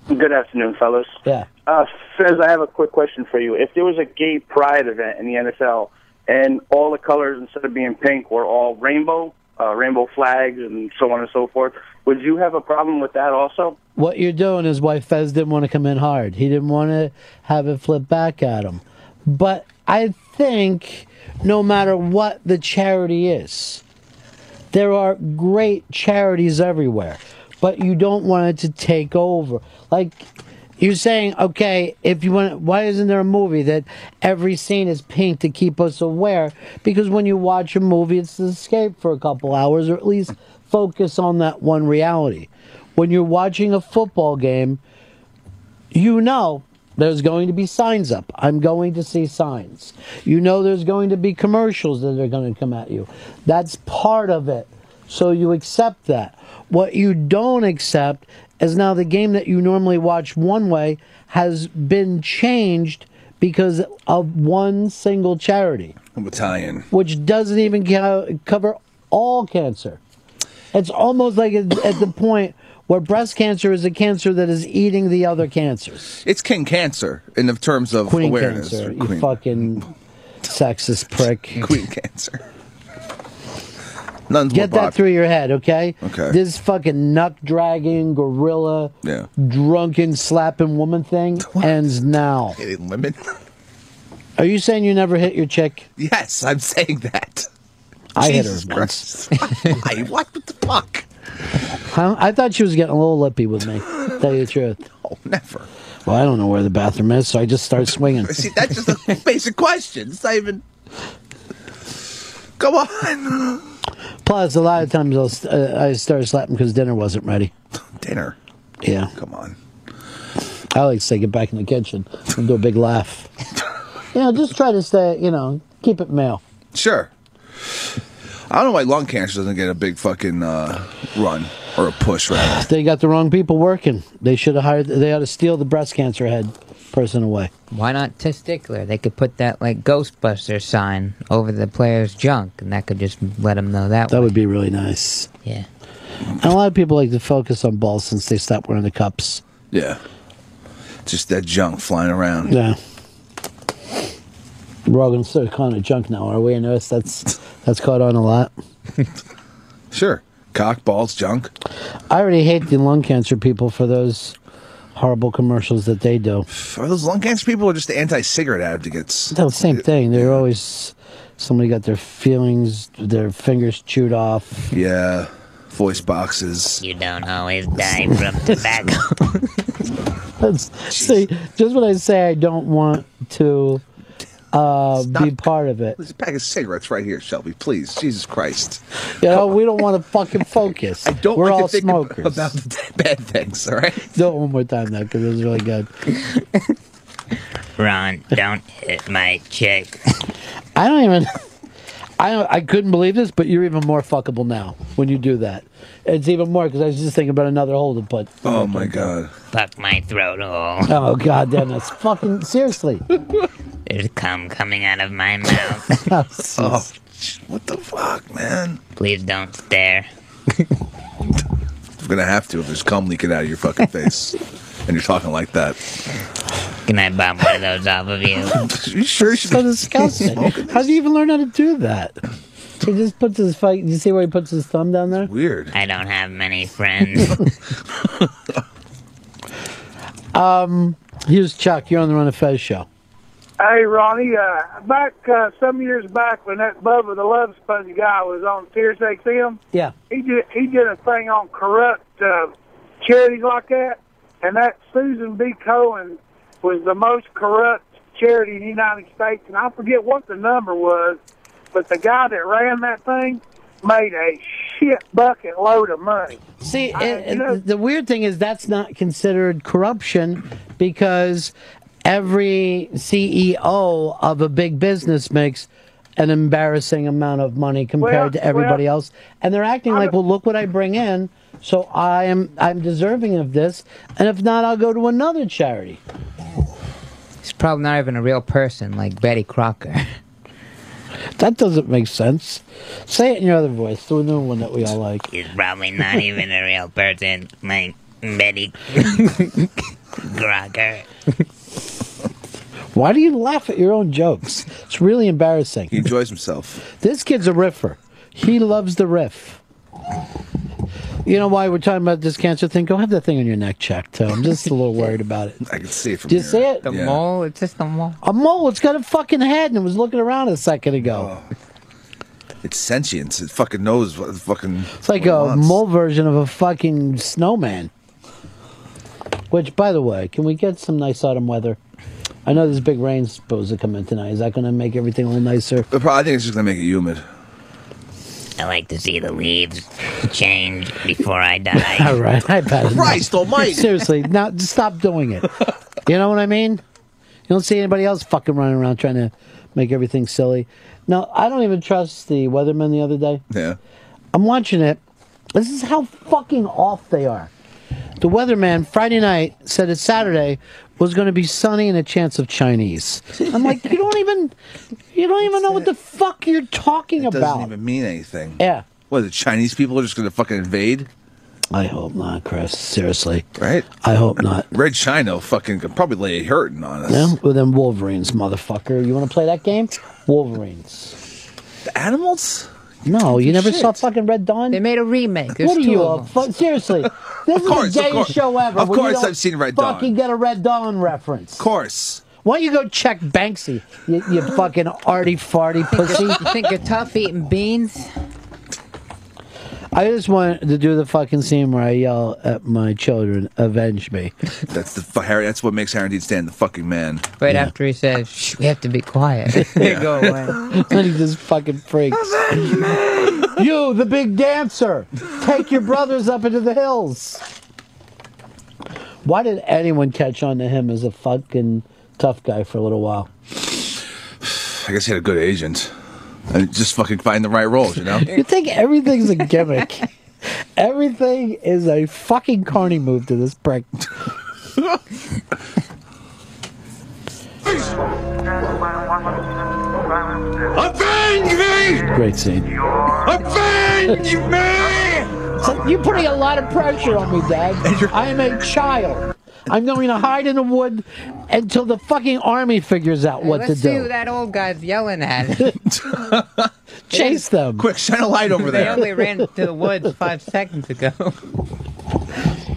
Good afternoon, fellas.
Yeah.
Uh, Fez, I have a quick question for you. If there was a gay pride event in the NFL and all the colors instead of being pink were all rainbow, uh, rainbow flags and so on and so forth. Would you have a problem with that also?
What you're doing is why Fez didn't want to come in hard. He didn't want to have it flip back at him. But I think no matter what the charity is, there are great charities everywhere, but you don't want it to take over. Like you're saying, okay, if you want, why isn't there a movie that every scene is pink to keep us aware? Because when you watch a movie, it's an escape for a couple hours, or at least focus on that one reality. When you're watching a football game, you know there's going to be signs up. I'm going to see signs. You know there's going to be commercials that are going to come at you. That's part of it. So you accept that. What you don't accept is now the game that you normally watch one way has been changed because of one single charity,
I'm Italian.
which doesn't even co- cover all cancer. It's almost like it's at the point where breast cancer is a cancer that is eating the other cancers.
It's King Cancer in the terms of
Queen
awareness.
cancer, you
Queen.
fucking sexist prick.
Queen cancer. None's
Get
more
that through your head, okay?
Okay.
This fucking knuck dragging, gorilla,
Yeah.
drunken, slapping woman thing ends now.
Hitting women?
Are you saying you never hit your chick?
Yes, I'm saying that.
I hit
Jesus
her
Christ. Why? What the fuck?
Huh? I thought she was getting a little lippy with me. to tell you the truth.
Oh, never.
Well, I don't know where the bathroom is, so I just start swinging.
See, that's just a basic question. It's not even. Come on.
Plus, a lot of times I'll, st- uh, I start slapping because dinner wasn't ready.
Dinner.
Yeah.
Come on.
I like to say get back in the kitchen and do a big laugh. you know, just try to stay, you know, keep it male.
Sure. I don't know why lung cancer doesn't get a big fucking uh, run or a push, rather.
They got the wrong people working. They should have hired, they ought to steal the breast cancer head person away.
Why not testicular? They could put that like Ghostbuster sign over the player's junk, and that could just let them know that.
That would be really nice.
Yeah.
And a lot of people like to focus on balls since they stopped wearing the cups.
Yeah. Just that junk flying around.
Yeah. We're all going to start calling it junk now, are we? I notice that's, that's caught on a lot.
Sure. Cock, balls, junk.
I already hate the lung cancer people for those horrible commercials that they do.
Are those lung cancer people or just the anti cigarette advocates?
No, same thing. They're always somebody got their feelings, their fingers chewed off.
Yeah. Voice boxes.
You don't always die from tobacco.
That's, see, just what I say, I don't want to uh, be part of it.
There's a pack of cigarettes right here, Shelby. Please, Jesus Christ.
You know, we don't want to fucking focus. I
don't
We're
like
all
to think ab-
smokers.
about the bad things. All right.
Do it one more time though, because it was really good.
Ron, don't hit my chick.
I don't even. I I couldn't believe this, but you're even more fuckable now when you do that. It's even more because I was just thinking about another hole to put.
Oh my God.
Fuck my throat hole.
Oh god damn, that's fucking seriously.
There's cum coming out of my mouth.
Oh, what the fuck, man?
Please don't stare.
You're gonna have to if there's cum leaking out of your fucking face, and you're talking like that.
Can I bomb one of those off of you?
you sure should
so disgusting. How do you even learn how to do that? He just puts his fight. You see where he puts his thumb down there?
Weird.
I don't have many friends.
Um, here's Chuck. You're on the Run of Fez show.
Hey, Ronnie, uh, back uh, some years back when that Bubba the Love Sponge guy was on Fierce XM,
Yeah.
he did he did a thing on corrupt uh, charities like that, and that Susan B. Cohen was the most corrupt charity in the United States, and I forget what the number was, but the guy that ran that thing made a shit bucket load of money.
See,
I,
And the weird thing is that's not considered corruption because every CEO of a big business makes an embarrassing amount of money compared
Well,
to everybody
well,
else, and they're acting like, well, look what I bring in, so I am I'm deserving of this, and if not, I'll go to another charity.
He's probably not even a real person, like Betty Crocker.
That doesn't make sense. Say it in your other voice, the new one that we all like.
He's probably not even a real person, like Betty Crocker.
Why do you laugh at your own jokes? It's really embarrassing.
He enjoys himself.
This kid's a riffer. He loves the riff. You know why we're talking about this cancer thing? Go have that thing on your neck checked. Though. I'm just a little worried about it.
I can see it from
Do you
here.
see it?
Yeah.
mole? It's just the mole.
A mole. It's got a fucking head and it was looking around a second ago.
Oh, It's sentience. It fucking knows what the fucking.
It's like a mole version of a fucking snowman. Which, by the way, can we get some nice autumn weather? I know this big rain's supposed to come in tonight. Is that going to make everything a little nicer?
But probably, I think it's just gonna make it humid.
I like to see the leaves change before I die.
All right, I bet.
Christ almighty.
Seriously, now just stop doing it. You know what I mean? You don't see anybody else fucking running around trying to make everything silly. No, I don't even trust the weatherman the other day.
Yeah.
I'm watching it. This is how fucking off they are. The weatherman Friday night said it's Saturday was going to be sunny and a chance of Chinese. I'm like, you don't even, you don't even know what the fuck you're talking
It doesn't
about.
even mean anything.
Yeah.
What the Chinese people are just gonna fucking invade?
I hope not, Chris. Seriously.
Right?
I hope not.
Red China fucking could probably lay a hurting on us.
Yeah, well then Wolverines, motherfucker. You want to play that game? Wolverines.
The animals?
No, you never saw. fucking Red Dawn.
They made a remake. There's
what are
two
you?
of
A,
them.
fu- seriously, this
Of course,
is
of
the gayest
course.
show ever.
Of
where you
course
don't
I've seen Red Dawn.
Fucking get a Red Dawn reference. Of
course.
Why don't you go check Banksy? You, you fucking arty farty pussy.
You think you're tough eating beans?
I just want to do the fucking scene where I yell at my children, "Avenge me!"
That's the fu- Harry. That's what makes Harry stand the fucking man.
Right after he says, Shh, we have to be quiet.
Yeah.
Go away.
and he just fucking freaks. you, the big dancer, take your brothers up into the hills. Why did anyone catch on to him as a fucking tough guy for a little while?
I guess he had a good agent. And just fucking find the right roles, you know.
You think everything's a gimmick? Everything is a fucking carny move to this prick.
Avenge me!
Great scene.
Avenge
So you're putting a lot of pressure on me, Dad. I am a child. I'm going to hide in the wood until the fucking army figures out what
Let's
to
see who
do.
that old guy's yelling at.
Chase them.
Quick, shine a light over
They
there.
only ran to the woods five seconds ago.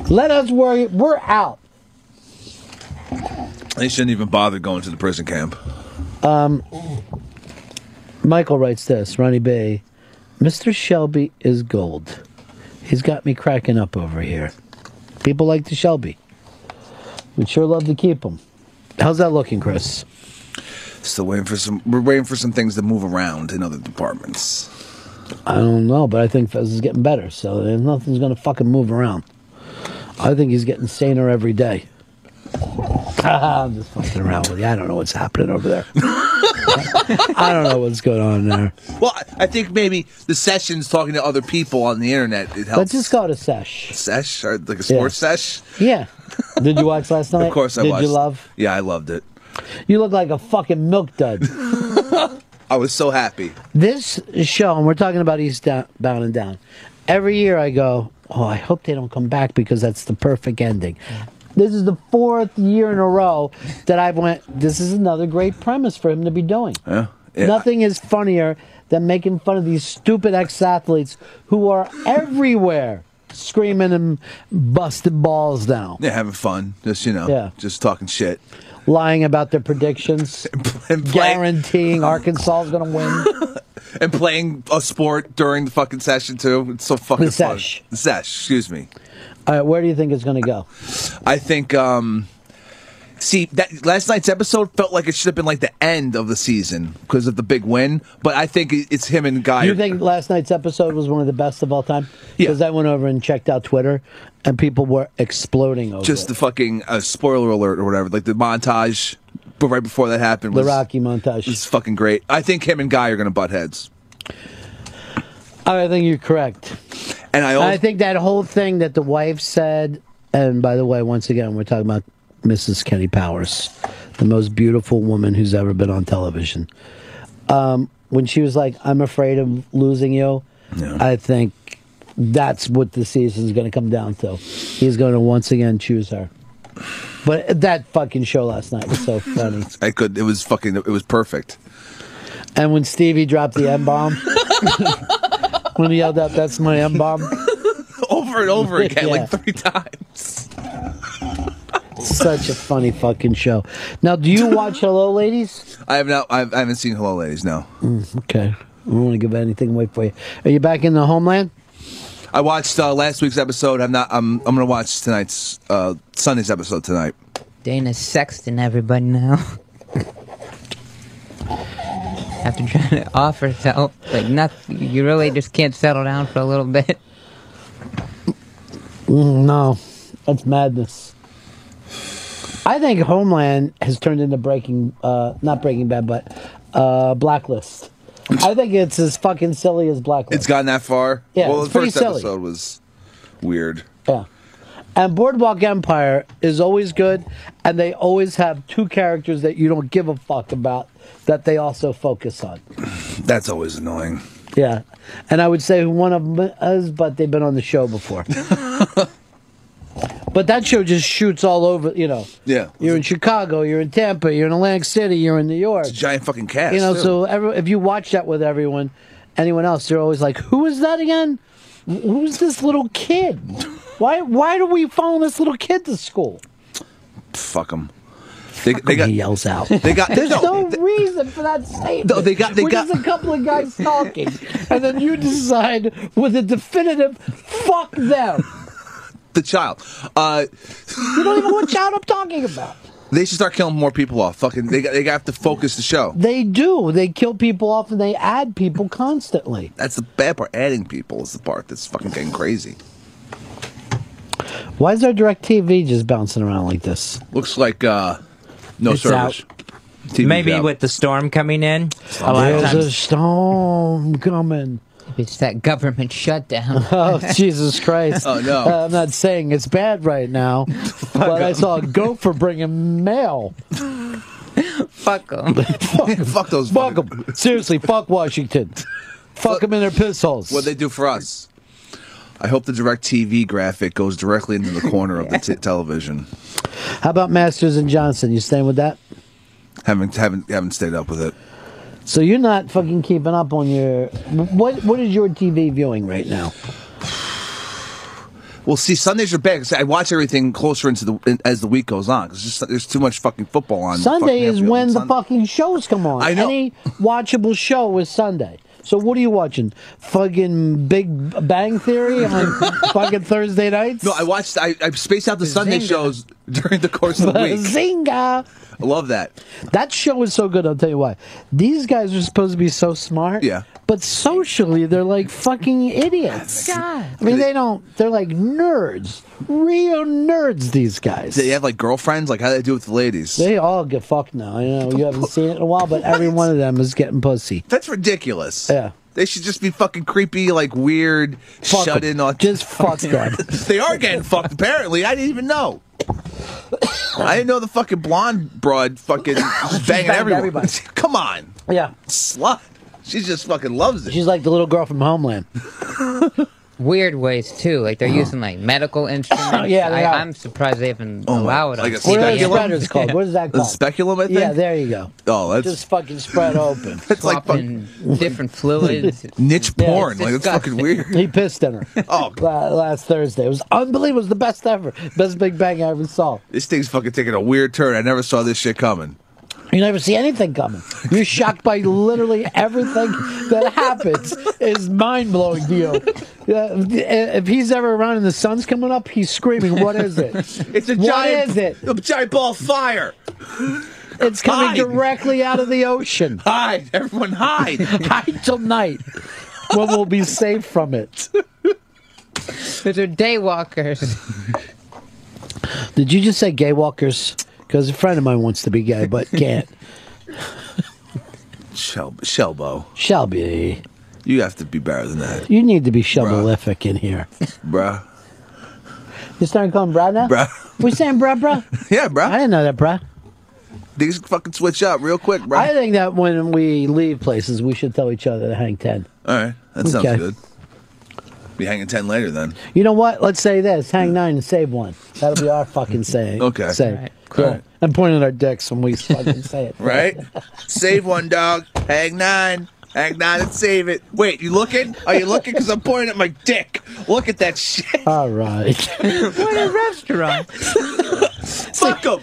Let us worry. We're out.
They shouldn't even bother going to the prison camp.
Um, Michael writes this Ronnie Bay, Mr. Shelby is gold. He's got me cracking up over here. People like the Shelby. We'd sure love to keep him. How's that looking, Chris?
Still waiting for some. We're waiting for some things to move around in other departments.
I don't know, but I think Fez is getting better, so there's nothing's going to fucking move around. I think he's getting saner every day. I'm just fucking around with you. I don't know what's happening over there. I don't know what's going on there.
Well, I- I think maybe the sessions talking to other people on the internet it
Let's
helps.
just call it a sesh.
sesh or like a sports sesh.
Yeah. Did you watch last night?
Of course, I
Did
watched.
you love?
Yeah, I loved it.
You look like a fucking milk dud.
I was so happy.
this show, and we're talking about East Down, Bound and Down. Every year I go, oh, I hope they don't come back because that's the perfect ending. This is the fourth year in a row that I've went. This is another great premise for him to be doing.
Yeah. Yeah.
Nothing is funnier than making fun of these stupid ex-athletes who are everywhere screaming and busting balls down,
Yeah, having fun. Just you know.
Yeah.
Just talking shit.
lying about their predictions, guaranteeing Arkansas is going to win.
and playing a sport during the fucking session too. It's so fucking
The
fun.
sesh.
The sesh, excuse me.
All right, where do you think it's going to go?
I think um see that last night's episode felt like it should have been like the end of the season because of the big win, but I think it- it's him and Guy.
You think last night's episode was one of the best of all time? Yeah. Because I went over and checked out Twitter, and people were exploding over
just
it.
the fucking uh, spoiler alert or whatever, like the montage but right before that happened
The
was
Rocky montage.
was fucking great. I think him and Guy are going to butt heads.
I think you're correct.
And I also
I think that whole thing that the wife said, and by the way, once again, we're talking about Mrs. Kenny Powers, the most beautiful woman who's ever been on television. Um, when she was like, "I'm afraid of losing you," I think that's what the season's going to come down to. He's going to once again choose her. But that fucking show last night was so funny.
I could it was fucking it was perfect.
And when Stevie dropped the M bomb, When he yelled out, "That's my M bomb,"
over and over again,
Yeah.
like three times.
such a funny fucking show. Now, do you watch Hello Ladies?
I have not. I've, I haven't seen Hello, ladies. No,
Mm, okay, I don't want to give anything away for you. Are you back in the homeland?
I watched uh, last week's episode. I'm not. I'm. I'm gonna watch tonight's uh, Sunday's episode tonight.
Dana's sexting everybody now. After trying to offer help, like nothing, you really just can't settle down for a little bit.
Mm, no, that's madness. I think Homeland has turned into Breaking, uh, not Breaking Bad, but uh, Blacklist. I think it's as fucking silly as Blacklist.
It's gotten that far.
Yeah,
Well,
it's
the
pretty
first
silly.
episode was weird.
Yeah. And Boardwalk Empire is always good, and they always have two characters that you don't give a fuck about that they also focus on.
That's always annoying.
Yeah. And I would say who one of them is, but they've been on the show before. but that show just shoots all over, you know.
Yeah.
You're in Chicago, you're in Tampa, you're in Atlantic City, you're in New York.
It's a giant fucking cast.
you know,
too.
so every, if you watch that with everyone, anyone else, they're always like, "Who is that again? Wh- Who's this little kid? Why why do we follow this little kid to school?"
fuck them. They, they got, he
yells out.
They got.
There's
no,
no reason for that statement.
No, they got- they
We're
got-
just a couple of guys talking, and then you decide with a definitive "fuck them."
the child. Uh,
You don't even know what child I'm talking about.
they should start killing more people off. Fucking. They got. They have to focus the show.
They do. They kill people off, and they add people constantly.
That's the bad part. Adding people is the part that's fucking getting crazy.
Why is our direct TV just bouncing around like this?
Looks like uh, no
It's
service. TV
Maybe
out.
with the storm coming in, a lot of
There's a
times.
storm coming.
It's that government shutdown.
Oh Jesus Christ!
Oh, no.
Uh, I'm not saying it's bad right now, but I saw a gopher bringing mail.
fuck them.
fuck, those.
Fuck them. Seriously, fuck Washington. Fuck them in their piss holes.
What they do for us? I hope the direct TV graphic goes directly into the corner of the t- television.
How about Masters and Johnson? You staying with that?
Haven't haven't haven't stayed up with it.
So you're not fucking keeping up on your what? What is your TV viewing right now?
Well, see, Sundays are bad. 'cause I watch everything closer into the in- as the week goes on because just there's too much fucking football on.
Sunday
fucking
is
every-
when the
Sun-
fucking shows come on.
I know.
Any watchable show is Sunday. So what are you watching? Fucking Big Bang Theory on fucking Thursday nights?
No, I watched. I, I spaced out the Sunday shows during the course of the week.
Zinga!
I love that.
That show is so good. I'll tell you why. These guys are supposed to be so smart.
Yeah.
But socially, they're like fucking idiots.
God.
I mean, they don't. They're like nerds, real nerds. These guys.
They have like girlfriends. Like how do they do with the ladies?
They all get fucked now. I know you haven't seen it in a while, but every one of them is getting pussy.
That's ridiculous.
Yeah.
They should just be fucking creepy, like weird,
Fuck
shut
'em.
in on.
Just fuck them.
they are getting fucked. Apparently, I didn't even know. I didn't know the fucking blonde broad fucking just banging
banged
everyone.
everybody.
Come on,
Yeah.
slut. She just fucking loves it.
She's like the little girl from Homeland. Uh-huh.
Weird ways too. Like they're using like medical instruments.
Yeah, they
I,
are.
I'm surprised they even
Oh my-
allow it.
like
on
a
What are those spreaders
CBS.
called? What is that
The
called?
speculum, I think.
Yeah, there you go.
Oh, that's
Just fucking spread open.
that's like fucking
different fluids.
niche
Yeah,
porn.
it's
like that's fucking weird.
He pissed in her.
Oh,
La- last Thursday. It was unbelievable. It was the best ever. Best Big Bang I ever saw.
This thing's fucking taking a weird turn. I never saw this shit coming.
You never see anything coming. You're shocked by literally everything that happens is mind blowing to you. Yeah, If he's ever around and the sun's coming up, he's screaming, "What is it?
It's a
What
giant.
is it?
A giant ball of fire.
It's coming
Hide.
directly out of the ocean.
Hide, everyone, hide.
Hide till night, when we'll be safe from it."
Those are daywalkers.
Did you just say gay walkers? Because a friend of mine wants to be gay but can't.
Shel- Shelbo,
Shelby,
you have to be better than that,
you need to be shelbolific in here.
bruh.
You starting calling Brad now?
Bruh.
We saying bruh, bruh?
Yeah, bruh.
I didn't know that, bruh.
These fucking switch up real quick, bruh.
I think that when we leave places, we should tell each other to hang 10.
All right, that sounds
Okay.
good. Be hanging ten later then.
You know what? Let's say this hang nine and save one. That'll be our fucking saying.
Okay.
Say.
Right.
Yeah.
Alright.
And point at our dicks when we fucking say it.
Right? Save one dog, hang nine. Hang on and save it. Wait, you looking? Are you looking? Because I'm pointing at my dick. Look at that shit.
All right.
what
a restaurant.
Fuck them.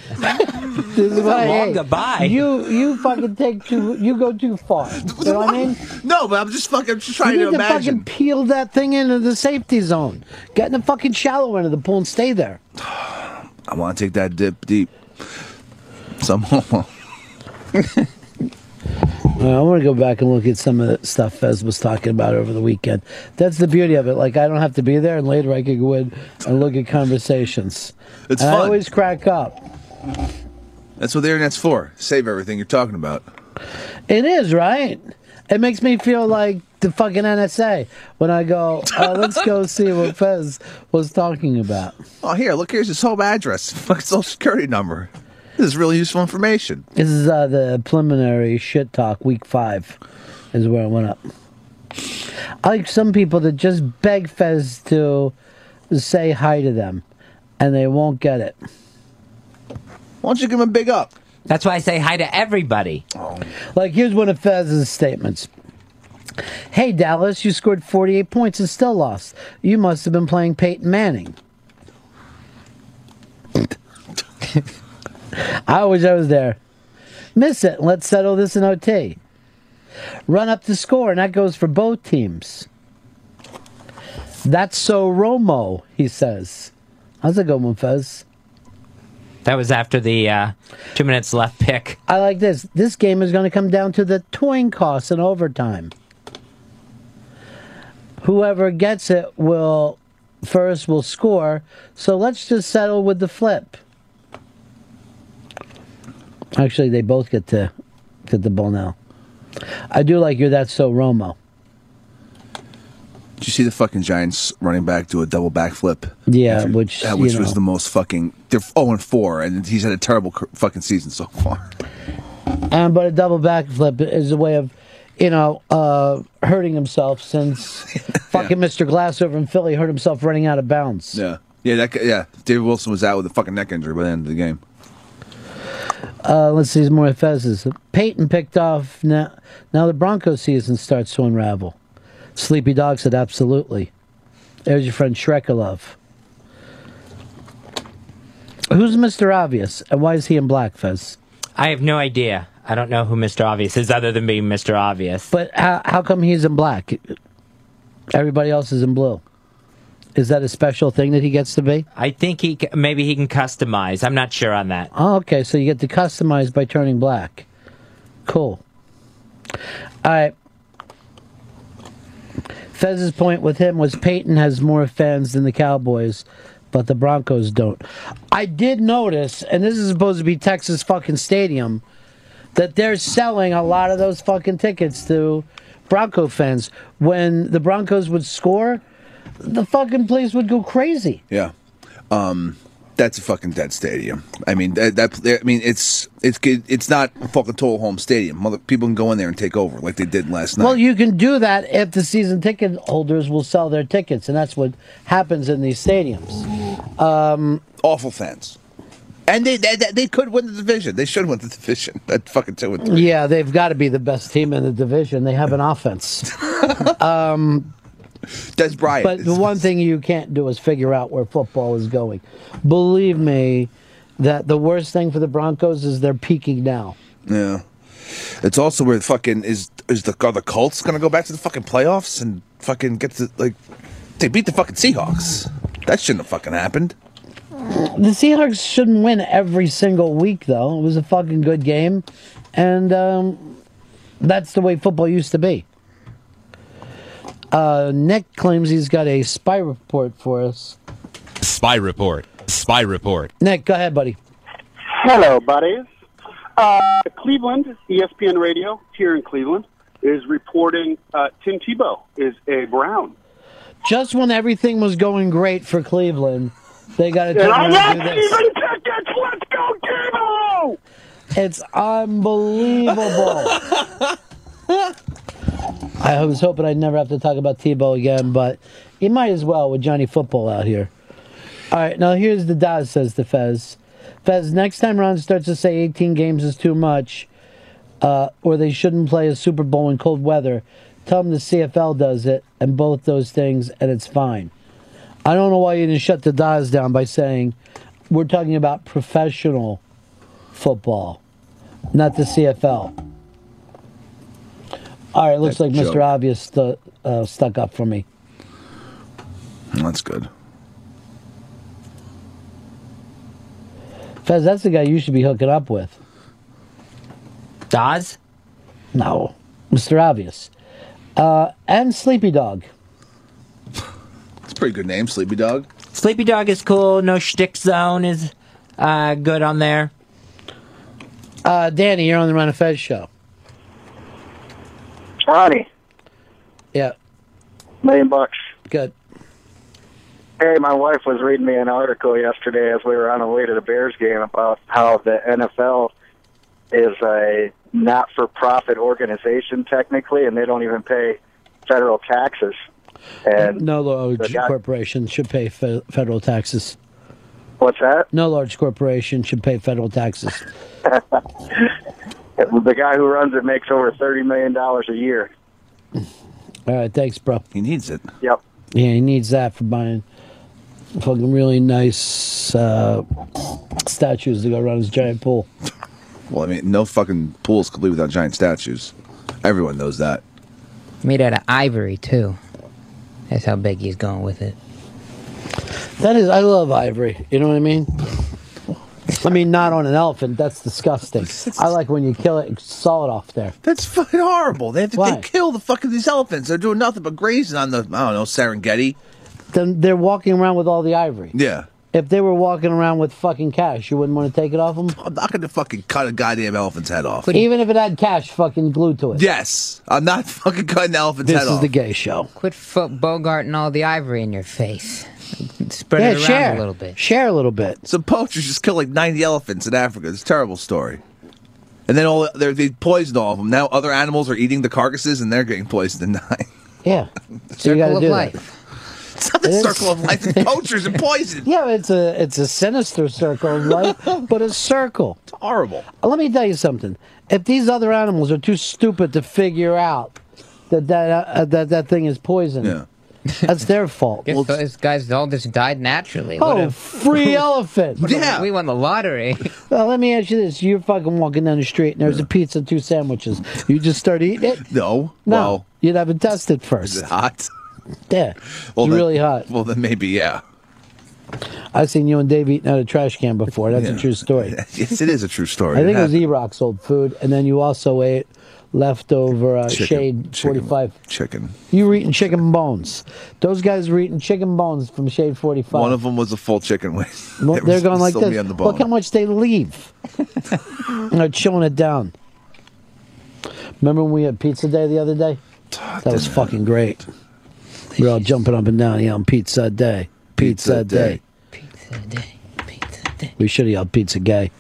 This is why,
long
hey,
goodbye.
You you fucking take too you go too far. You know what I mean?
No, but I'm just fucking I'm just trying
you
to
need
imagine.
fucking peel that thing into the safety zone. Get in the fucking shallow end of the pool and stay there.
I want to take that dip deep. Some homo.
Well, I want to go back and look at some of the stuff Fez was talking about over the weekend. That's the beauty of it. Like I don't have to be there, and later I could go in and look at conversations.
It's
and I
fun.
always crack up.
That's what the internet's for. Save everything you're talking about.
It is right. It makes me feel like the fucking NSA when I go. Uh, let's go see what Fez was talking about.
Oh, here, look, here's his home address, fucking social security number. This is really useful information.
This is uh, the preliminary shit talk, week five, is where I went up. I like some people that just beg Fez to say hi to them, and they won't get it.
Why don't you give him a big up? Oh.
That's why I say hi to everybody.
Like, here's one of Fez's statements. Hey, Dallas, you scored 48 points and still lost. You must have been playing Peyton Manning. I wish I was there. Miss it. Let's settle this in OT. Run up the score, and that goes for both teams. That's so Romo, he says. How's it going, Fez?
That was after the uh, two minutes left pick.
I like this. This game is going to come down to the toying costs in overtime. Whoever gets it will first will score. So let's just settle with the flip. Actually, they both get to get the ball now. I do like you're that so Romo.
Did you see the fucking Giants running back do a double backflip?
Yeah, which,
Uh, which
you
was
know.
the most fucking. They're 0 and 4, and he's had a terrible cur- fucking season so far.
And but a double backflip is a way of, you know, uh, hurting himself since fucking Mr. Glass over in Philly hurt himself running out of bounds.
Yeah. Yeah, that, guy- yeah. David Wilson was out with a fucking neck injury by the end of the game.
Uh, let's see some more Fez's. Peyton picked off. Now, now the Broncos season starts to unravel. Sleepy Dog said, absolutely. There's your friend Shrekalov. Who's Mr. Obvious, and why is he in black, Fez?
I have no idea. I don't know who Mr. Obvious is other than being Mr. Obvious.
But how, how come he's in black? Everybody else is in blue. Is that a special thing that he gets to be?
I think he c- maybe he can customize. I'm not sure on that.
Oh, okay. So you get to customize by turning black. Cool. All right. Fez's point with him was Peyton has more fans than the Cowboys, but the Broncos don't. I did notice, and this is supposed to be Texas fucking stadium, that they're selling a lot of those fucking tickets to Bronco fans. When the Broncos would score, the fucking place would go crazy.
Yeah. Um, that's a fucking dead stadium. I mean, that, that I mean, it's it's good. It's not a fucking total home stadium. Mother, people can go in there and take over like they did last night.
Well, you can do that if the season ticket holders will sell their tickets, and that's what happens in these stadiums. Um,
Awful fans. And they, they they could win the division. They should win the division. That fucking two and three.
yeah, they've got to be the best team in the division. They have an offense. um,
Des Bryant.
But the one thing you can't do is figure out where football is going. Believe me, that the worst thing for the Broncos is they're peaking now.
Yeah. It's also where the fucking is is the are the Colts gonna go back to the fucking playoffs and fucking get to like they beat the fucking Seahawks. That shouldn't have fucking happened.
The Seahawks shouldn't win every single week, though. It was a fucking good game, and um, that's the way football used to be. Uh, Nick claims he's got a spy report for us.
Spy report. Spy report.
Nick, go ahead, buddy.
Hello, buddies. Uh, Cleveland, ESPN Radio here in Cleveland is reporting uh, Tim Tebow is a Brown.
Just when everything was going great for Cleveland, they got to
And
turn
I
around and do
love
this.
Cleveland tickets. Let's go, Tebow!
It's unbelievable. I was hoping I'd never have to talk about Tebow again, but you might as well with Johnny Football out here. All right, now here's the Daz says to Fez. Fez, next time Ron starts to say 18 games is too much, uh, or they shouldn't play a Super Bowl in cold weather. Tell them the CFL does it and both those things, and it's fine. I don't know why you didn't shut the Dodgers down by saying we're talking about professional football, not the CFL. All right, looks like
joke.
Mr. Obvious stu- uh, stuck up for me.
Mm, That's good.
Fez, that's the guy you should be hooking up with. Dodds? No, Mr. Obvious. Uh, and Sleepy Dog.
It's a pretty good name, Sleepy Dog.
Sleepy Dog is cool. No shtick zone is uh, good on there.
Uh, Danny, you're on the Run of Fez show.
Ronnie.
Yeah.
Million bucks.
Good.
Hey, my wife was reading me an article yesterday as we were on the way to the Bears game about how the NFL is a not for profit organization technically and they don't even pay federal taxes. And
no oh, large
the guy-
corporation should pay fe- federal taxes.
What's that?
No large corporation should pay federal taxes.
the guy who runs it makes over $30 million a year.
All right, thanks, bro.
He needs it.
Yep.
Yeah, he needs that for buying fucking really nice uh, statues to go around his giant pool.
Well, I mean, no fucking pool's complete without giant statues. Everyone knows that.
Made out of ivory too. That's how big he's going with it.
That is, I love ivory. You know what I mean? I mean, not on an elephant. That's disgusting. I like when you kill it and saw it off there.
That's fucking horrible. They have to
Why?
they kill the fucking these elephants. They're doing nothing but grazing on the I don't know Serengeti.
Then they're walking around with all the ivory.
Yeah,
If they were walking around with fucking cash, you wouldn't want to take it off them.
I'm not going to fucking cut a goddamn elephant's head off.
Even if it had cash, fucking glued to it.
Yes, I'm not fucking cutting the elephant's
This
head
is
off.
the gay show.
Quit fo- bogarting all the ivory in your face. Spread
Yeah,
it around
share.
a little bit.
Share a little bit.
Some poachers just killed like 90 elephants in Africa. It's a terrible story. And then all they're, they poisoned all of them. Now other animals are eating the carcasses and they're getting poisoned and dying.
Yeah. So you got to do that.
It's not the circle of life. It's poachers and poison.
Yeah, it's a it's a sinister circle of life, but a circle. It's
horrible.
Let me tell you something. If these other animals are too stupid to figure out that that uh, that, that thing is poison, that's their fault.
Guess those guys all just died naturally.
Oh,
What a-
free elephant.
What a- We won the lottery.
Well, let me ask you this: You're fucking walking down the street, and there's a pizza, and two sandwiches. You just start eating it?
No.
No.
Well,
You'd have it tested
is
first.
it hot?
Yeah,
Well, then-
it's really hot.
Well, then maybe yeah.
I've seen you and Dave eating out of trash can before. That's a
Yeah.
true story.
Yes, it is a true story.
I think it was
happened.
E-Rock sold food, and then you also ate leftover uh,
Chicken-
Shade 45.
chicken.
You were eating chicken bones. Those guys were eating chicken bones from Shade 45.
One of them was a full chicken wing.
Well,
It
they're
was
going like
still me
this.
on the
Look how
bone.
much they leave. And they're chilling it down. Remember when we had pizza day the other day? That was fucking great. We were all jumping up and down yelling pizza day, pizza,
Pizza
day.
day.
We should have yelled pizza gay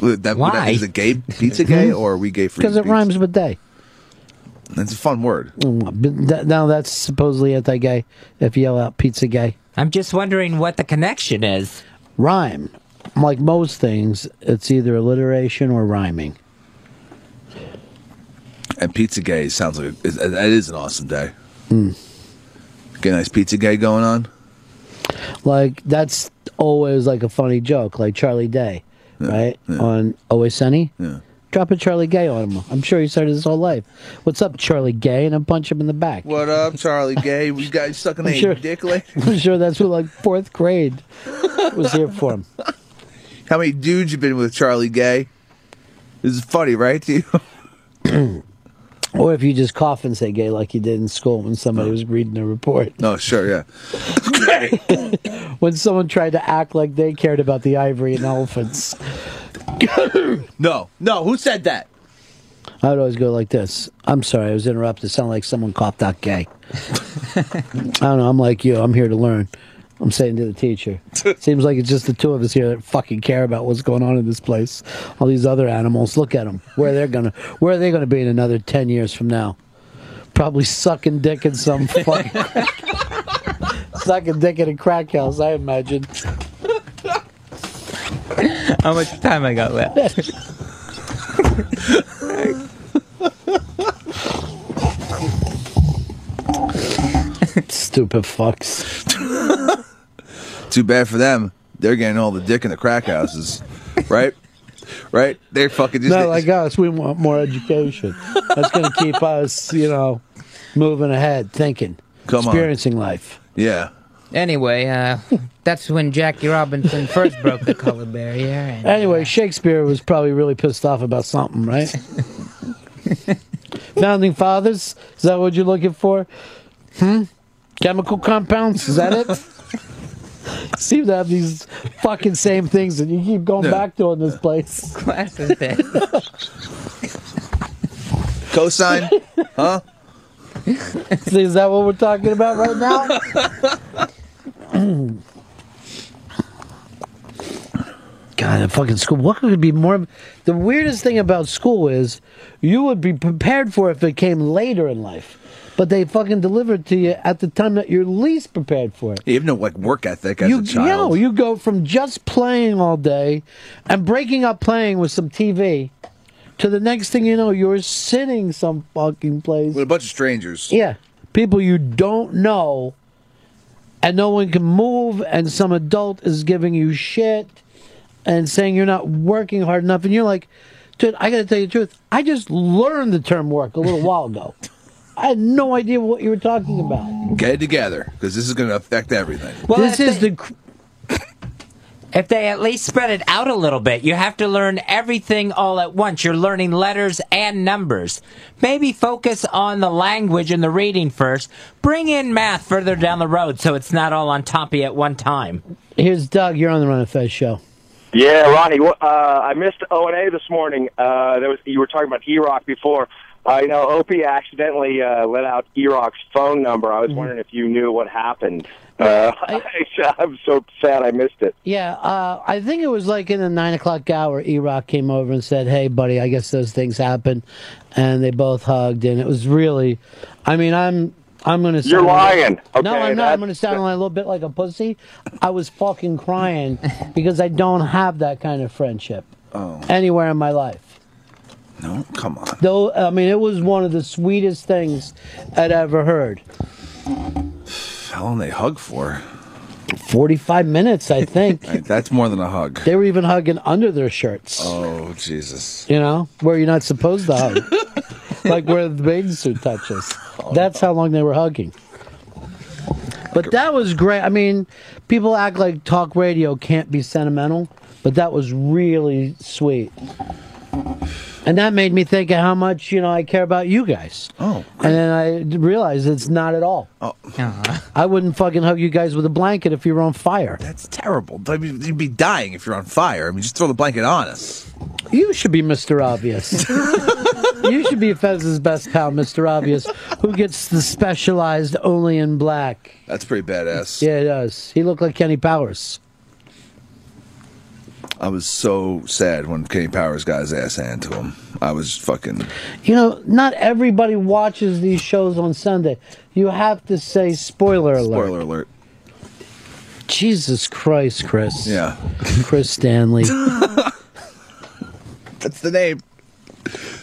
Would that- would that-
Why? Hmm?
Is it gay pizza gay or are we gay for
because it
eating
rhymes with day.
pizza? It's a fun word.
Mm, but that- Now that's supposedly anti-gay. If you yell out pizza gay,
I'm just wondering what the connection is.
rhyme. Like most things, it's either alliteration or rhyming.
And pizza gay sounds like a, is, that is an awesome day.
Mm.
Get a nice pizza gay going on.
Like that's always like a funny joke, like Charlie Day, right? On Always Sunny.
Yeah.
Drop a Charlie Gay on him. I'm sure he's heard it his whole life. What's up, Charlie Gay? And I punch him in the back.
What up, Charlie Gay? We got you sucking
I'm
a
sure-
dick later.
I'm sure that's what like fourth grade was here for him.
How many dudes you been with, Charlie Gay? This is funny, right? To you?
Or if you just cough and say gay like you did in school when somebody was reading a report.
no, sure, yeah.
when someone tried to act like they cared about the ivory and elephants.
No, no. Who said that?
I would always go like this. I'm sorry, I was interrupted. It sounded like someone coughed out gay. I don't know. I'm like you. I'm here to learn. I'm saying to the teacher. Seems like it's just the two of us here that fucking care about what's going on in this place. All these other animals. Look at them. Where they're gonna. Where are they gonna be in another ten years from now? Probably sucking dick in some fucking sucking dick in a crack house. I imagine.
How much time I got left?
Stupid fucks.
Too bad for them. They're getting all the dick in the crack houses, right? Right? They're fucking just.
no, like us, we want more education. That's going to keep us, you know, moving ahead, thinking,
Come on.
experiencing life.
yeah.
Anyway, uh, that's when Jackie Robinson first broke the color barrier. And
Anyway, Shakespeare was probably really pissed off about something, right? Founding fathers? Is that what you're looking for? Hmm? Chemical compounds? Is that it? Seem to have these fucking same things, and you keep going
Yeah.
back to in this place.
Classes day.
Cosine? huh?
Is that what we're talking about right now? God, the fucking school. What could be more? The weirdest thing about school is you would be prepared for it if it came later in life, but they fucking deliver it to you at the time that you're least prepared for it.
You have no like work ethic as
you,
a child.
you know, you go from just playing all day and breaking up playing with some TV to the next thing you know, you're sitting some fucking place
With a bunch of strangers.
yeah. People you don't know and no one can move and some adult is giving you shit and saying you're not working hard enough and you're like, dude, I gotta tell you the truth. I just learned the term work a little while ago. I had no idea what you were talking about.
Get it together because this is going to affect everything.
this is the
If they at least spread it out a little bit, you have to learn everything all at once. You're learning letters and numbers. Maybe focus on the language and the reading first. Bring in math further down the road so it's not all on toppy at one time.
Here's Doug, you're on the Run of Fez show.
Yeah, Ronnie, wh- uh, I missed O and A this morning. Uh, there was you were talking about E Rock before. I know Opie accidentally uh, let out E Rock's phone number. I was wondering if you knew what happened. Uh, I, I'm so sad I missed it.
Yeah, uh, I think it was like in the nine o'clock hour. E Rock came over and said, "Hey, buddy, I guess those things happen," and they both hugged, and it was really. I mean, I'm I'm gonna.
You're
sound like-
lying. Okay,
no, I'm not. I'm
that's-
gonna sound like a little bit like a pussy. I was fucking crying because I don't have that kind of friendship
Oh.
anywhere in my life.
No, come on.
Though I mean, it was one of the sweetest things I'd ever heard.
How long they hug for?
Forty-five minutes, I think.
Right, that's more than a hug.
They were even hugging under their shirts.
Oh Jesus!
You know, where you're not supposed to hug. like where the bathing suit touches.
Oh,
That's how long they were hugging. But that was great. I mean, people act like talk radio can't be sentimental, but that was really sweet. And that made me think of how much, you know, I care about you guys.
Oh.
And then I d- realized it's not at all.
Oh.
I wouldn't fucking hug you guys with a blanket if you were on fire.
That's terrible. I mean, you'd be dying if you're on fire. I mean, just throw the blanket on us.
You should be Mr. Obvious. you should be Fez's best pal, Mr. Obvious, who gets the specialized only in black.
That's pretty badass.
Yeah, he does. He looked like Kenny Powers.
I was so sad when Kenny Powers got his ass handed to him. I was fucking.
You know, not everybody watches these shows on Sunday. You have to say spoiler alert.
Spoiler alert.
Jesus Christ, Chris.
Yeah.
Chris Stanley.
That's the name.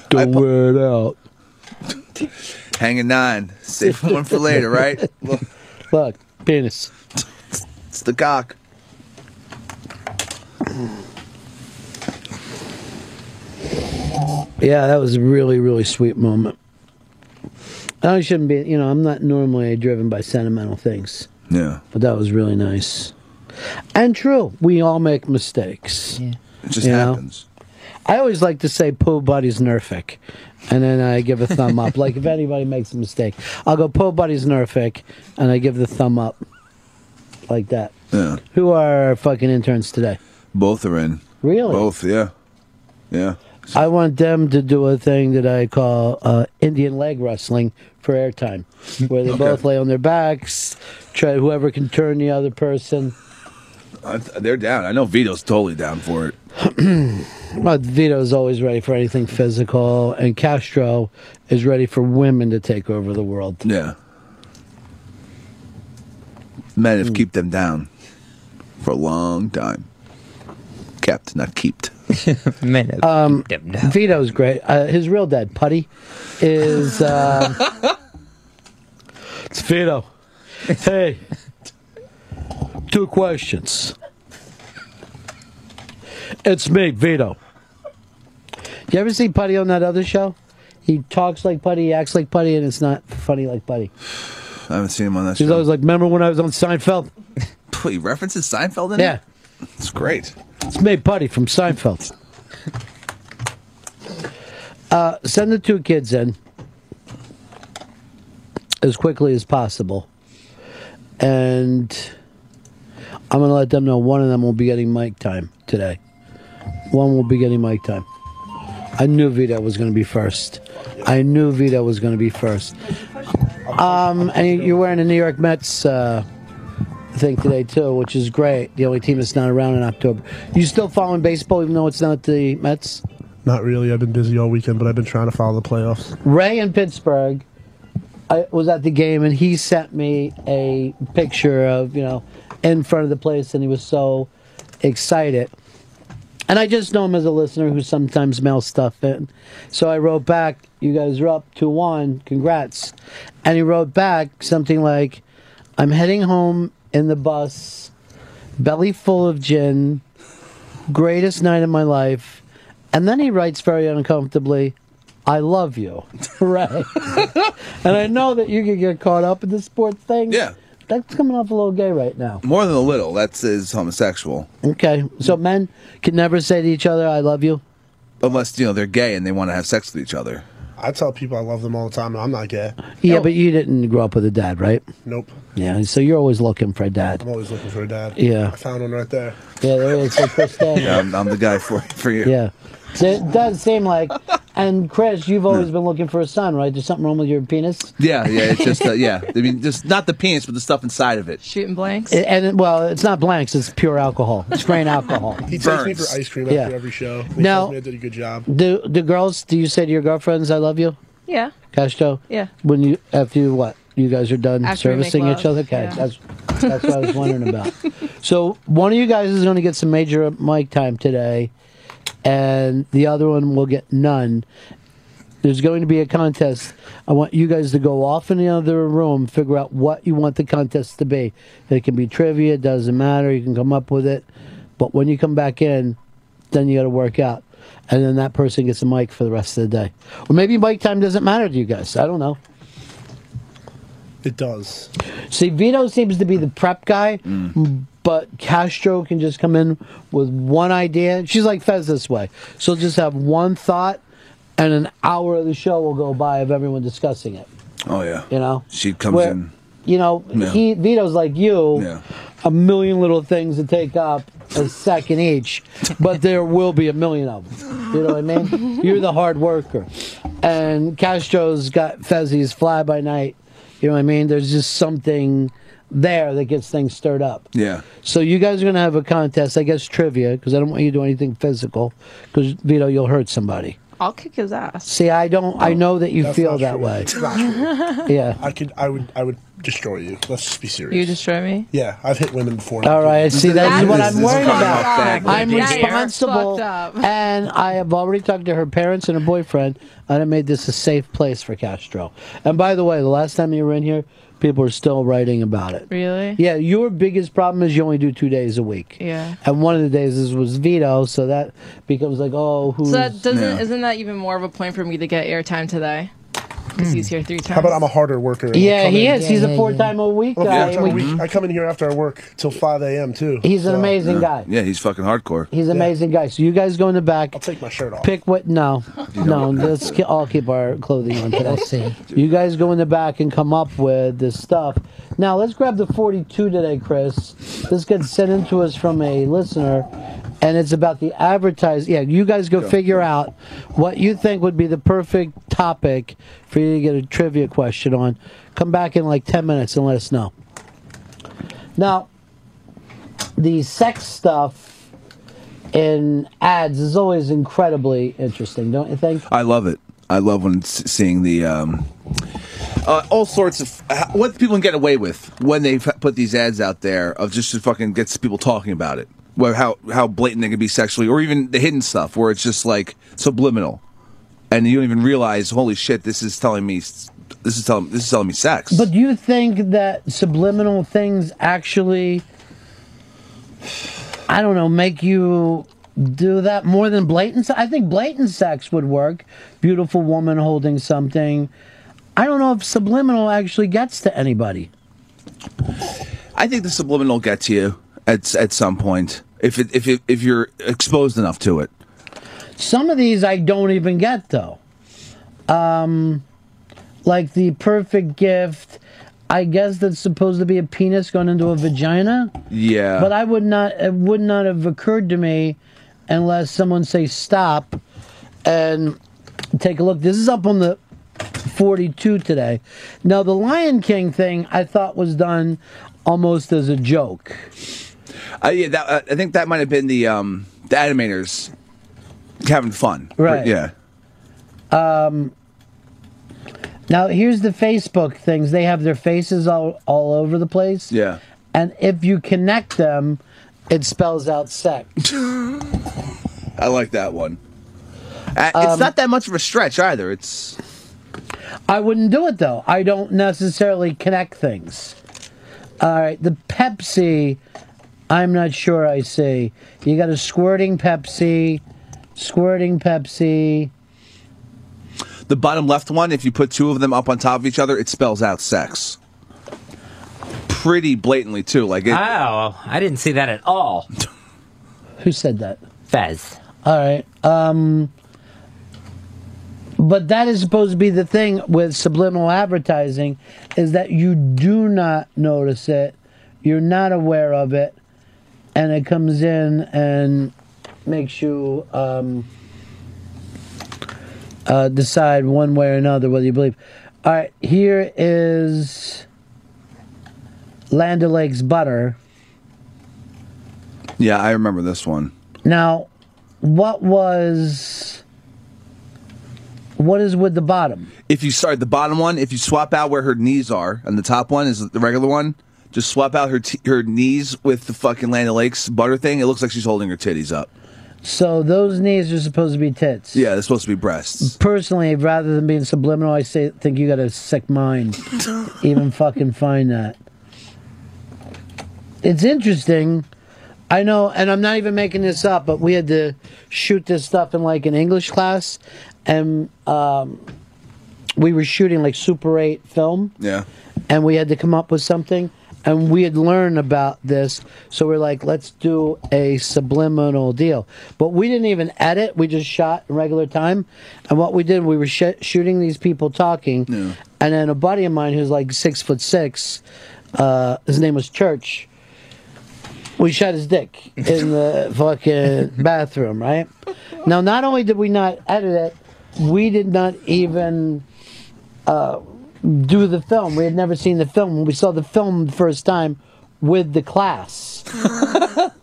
Don't wear it out.
Hanging nine. Save one for later, right? Look,
Look, penis.
it's the cock.
Yeah, that was a really, really sweet moment. I shouldn't be, you know, I'm not normally driven by sentimental things.
Yeah.
But that was really nice. And true, we all make mistakes. Yeah.
It just happens.
I always like to say Poe Buddy's nerfic. And then I give a thumb up. Like if anybody makes a mistake, I'll go Poe Buddy's nerfic and I give the thumb up. Like that.
Yeah.
Who are our fucking interns today?
Both are in.
Really?
Both. Yeah. Yeah.
I want them to do a thing that I call uh, Indian leg wrestling for airtime, where they
Okay.
both lay on their backs, try whoever can turn the other person.
I, they're down. I know Vito's totally down for it.
Well, Vito's always ready for anything physical, and Castro is ready for women to take over the world.
Yeah. Men
Hmm.
have kept them down for a long time. Kept, not kept.
minute.
Um, Vito's great. Uh, his real dad, Putty, is. Uh, it's Vito. Hey, two questions. It's me, Vito. You ever see Putty on that other show? He talks like Putty, he acts like Putty, and it's not funny like Putty.
I haven't seen him on that
He's
show.
always like, "Remember when I was on Seinfeld?"
He references Seinfeld in
Yeah,
it? It's great.
it's me, Putty from Seinfeld. Uh, send the two kids in as quickly as possible, and I'm going to let them know one of them will be getting mic time today. One will be getting mic time. I knew Vito was going to be first. I knew Vito was going to be first. Um, and you're wearing a New York Mets uh, thing today too, which is great. The only team that's not around in October. You still following baseball, even though it's not the Mets?
Not really. I've been busy all weekend, but I've been trying to follow the playoffs.
Ray in Pittsburgh I was at the game and he sent me a picture of, you know, in front of the place and he was so excited. And I just know him as a listener who sometimes mails stuff in. So I wrote back, you guys are up 2 1, congrats. And he wrote back something like, I'm heading home in the bus, belly full of gin, greatest night of my life. And then he writes very uncomfortably, I love you. right. and I know that you can get caught up in the sports thing. Yeah. That's coming off a little gay right now.
More than a little. That's is homosexual.
Okay. So men can never say to each other, I love you.
Unless, you know, they're gay and they want to have sex with each other.
I tell people I love them all the time, and I'm not gay.
Yeah, but you didn't grow up with a dad, right?
Nope.
Yeah. So you're always looking for a dad.
I'm always looking for a dad.
Yeah.
I found one right there.
Yeah, there is. Like Chris
Yeah,
Stanley.
I'm, I'm the guy for for you.
Yeah. So it does seem like, and Chris, you've always been looking for a son, right? There's something wrong with your penis?
Yeah, yeah, it's just, uh, yeah. I mean, just not the penis, but the stuff inside of it.
Shooting blanks? and it- well, it's not blanks, it's pure alcohol. It's grain alcohol.
He takes me for ice cream after
Yeah.
every show. He
Now-
tells me I did a good job.
Do do girls? Do you say to your girlfriends, "I love you,"
Yeah.
Castro?
Yeah.
When you after you what you guys are done
After we make
servicing each
love,
other? Okay,
yeah.
that's that's what I was wondering about. So one of you guys is going to get some major mic time today, and the other one will get none. There's going to be a contest. I want you guys to go off in the other room, figure out what you want the contest to be. It can be trivia, it doesn't matter. You can come up with it. But when you come back in, then you got to work out. And then that person gets a mic for the rest of the day. Or maybe mic time doesn't matter to you guys. I don't know.
It does.
See, Vito seems to be the prep guy, but Castro can just come in with one idea. She's like Fez this way. She'll just have one thought, and an hour of the show will go by of everyone discussing it.
Oh, yeah.
You know?
She comes
Where-
in.
You know,
Yeah.
he Vito's like you, a million little things to take up a second each, but there will be a million of them. You know what I mean? You're the hard worker, and Castro's got Fezzi's fly by night. You know what I mean? There's just something there that gets things stirred up.
Yeah.
So you guys are gonna have a contest, I guess trivia, because I don't want you to do anything physical, because Vito, you'll hurt somebody.
I'll kick his ass.
See, I don't. I know that you
That's
feel
not
that
true.
way.
It's not true.
Yeah.
I could. I would. I would destroy you. Let's just be serious.
You destroy me?
Yeah, I've hit women before.
All right, see, that's what I'm worried about.
backwards.
I'm
Yeah, you're fucked
responsible, and I have already talked to her parents and her boyfriend, and I made this a safe place for Castro. And by the way, the last time you were in here, people are still writing about it.
Really?
Yeah, your biggest problem is you only do two days a week,
Yeah.
and one of the days is, was veto, so that becomes like, oh, who's
So that doesn't isn't that even more of a point for me to get airtime today? Because
Mm.
he's here three times.
How about I'm a harder worker? and I
Yeah,
come
he
in-
is. He's a four-time a week
I'm a
guy.
four-time a
We-
week. I come in here after I work till 5 a.m. too.
He's an
so-
amazing guy.
Yeah, he's fucking hardcore.
He's an amazing guy. So you guys go in the back. I'll
take my shirt off.
Pick what? No, no. Let's ke- all keep our clothing on today.
Let's see.
You guys go in the back and come up with this stuff. Now let's grab the 42 today, Chris. This gets sent in to us from a listener, and it's about the advertise. Yeah, you guys go
Go.
figure out what you think would be the perfect topic for you to get a trivia question on. Come back in like 10 minutes and let us know. Now, the sex stuff in ads is always incredibly interesting, don't you think?
I love it. I love when s- seeing the um, uh, all sorts of h- what people can get away with when they f- put these ads out there of just to fucking gets people talking about it. where how how blatant they can be sexually, or even the hidden stuff where it's just like subliminal, and you don't even realize. Holy shit! This is telling me. s- This is telling. This is telling me sex.
But do you think that subliminal things actually, I don't know, make you do that more than blatant? se- I think blatant sex would work. Beautiful woman holding something. I don't know if subliminal actually gets to anybody.
I think the subliminal gets you at at some point if it, if it, if you're exposed enough to it.
Some of these I don't even get though. Um, like the perfect gift. I guess that's supposed to be a penis going into a vagina.
Yeah.
But I would not. It would not have occurred to me unless someone say stop and take a look. This is up on the 42 today. Now the Lion King thing I thought was done almost as a joke.
I yeah, that, uh, I think that might have been the um the animators having fun.
Right.
Yeah.
Um, now here's the Facebook things. They have their faces all all over the place.
Yeah.
And if you connect them, it spells out sex.
I like that one. Uh, it's
Um,
not that much of a stretch either. It's
I wouldn't do it though. I don't necessarily connect things. All right, the Pepsi, I'm not sure I see. You got a squirting Pepsi, squirting Pepsi.
the bottom left one. If you put two of them up on top of each other, it spells out sex. Pretty blatantly too. Like it,
oh, I didn't see that at all.
Who said that?
Fez.
All right. Um, but that is supposed to be the thing with subliminal advertising is that you do not notice it, you're not aware of it, and it comes in and makes you um, uh, decide one way or another whether you believe. All right, here is Land O'Lakes butter.
yeah, I remember this one.
Now, what was what is with the bottom?
If you start the bottom one, if you swap out where her knees are, and the top one is the regular one, just swap out her t- her knees with the fucking Land of Lakes butter thing. It looks like she's holding her titties up.
So those knees are supposed to be tits.
Yeah, they're supposed to be breasts.
Personally, rather than being subliminal, I say think you got a sick mind. even fucking find that. It's interesting. I know, and I'm not even making this up, but we had to shoot this stuff in like an English class, and um, we were shooting like Super 8 film.
Yeah.
and we had to come up with something and we had learned about this so we're like let's do a subliminal deal but we didn't even edit we just shot in regular time and what we did we were sh- shooting these people talking and then a buddy of mine who's like six foot six uh, his name was church we shot his dick in the fucking bathroom, right? Now, not only did we not edit it, we did not even uh, do the film. We had never seen the film. We saw the film the first time with the class.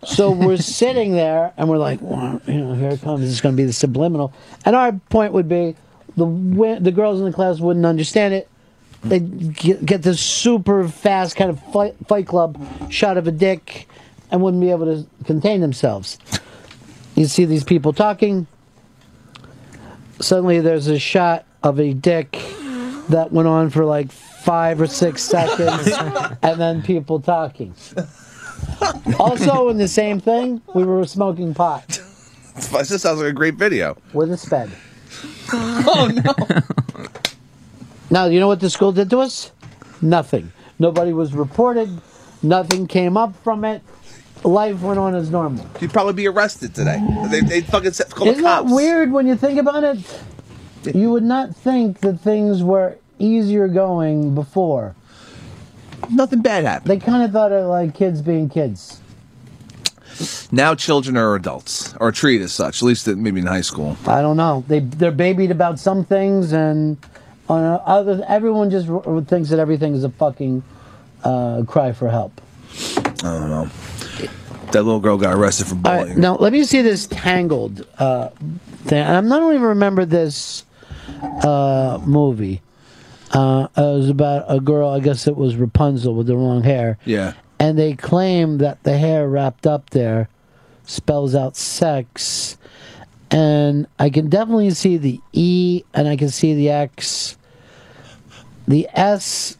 so we're sitting there and we're like, well, you know, here it comes. It's going to be the subliminal. And our point would be the wi- the girls in the class wouldn't understand it. They get, get this super fast kind of fight, fight club shot of a dick and wouldn't be able to contain themselves. You see these people talking. Suddenly there's a shot of a dick that went on for like five or six seconds and then people talking. Also, in the same thing, we were smoking pot
This sounds like a great video.
with a sped. Oh no! now you know what the school did to us? Nothing. Nobody was reported. Nothing came up from it. Life went on as normal.
You'd probably be arrested today. They, they fucking set, call the
Isn't that
cops.
weird when you think about it? You would not think that things were easier going before.
Nothing bad happened.
They kind of thought of like kids being kids.
Now children are adults, or treated as such, at least in- maybe in high school.
I don't know. They they're babied about some things, and on other, everyone just r- thinks that everything is a fucking uh, cry for help.
I don't know. That little girl got arrested for
All right,
bullying.
Uh, now let me see this Tangled uh, thing. And I'm not only remember this uh, movie. Uh, it was about a girl. I guess it was Rapunzel with the wrong hair.
Yeah.
And they claim that the hair wrapped up there spells out sex. And I can definitely see the E and I can see the X. The S.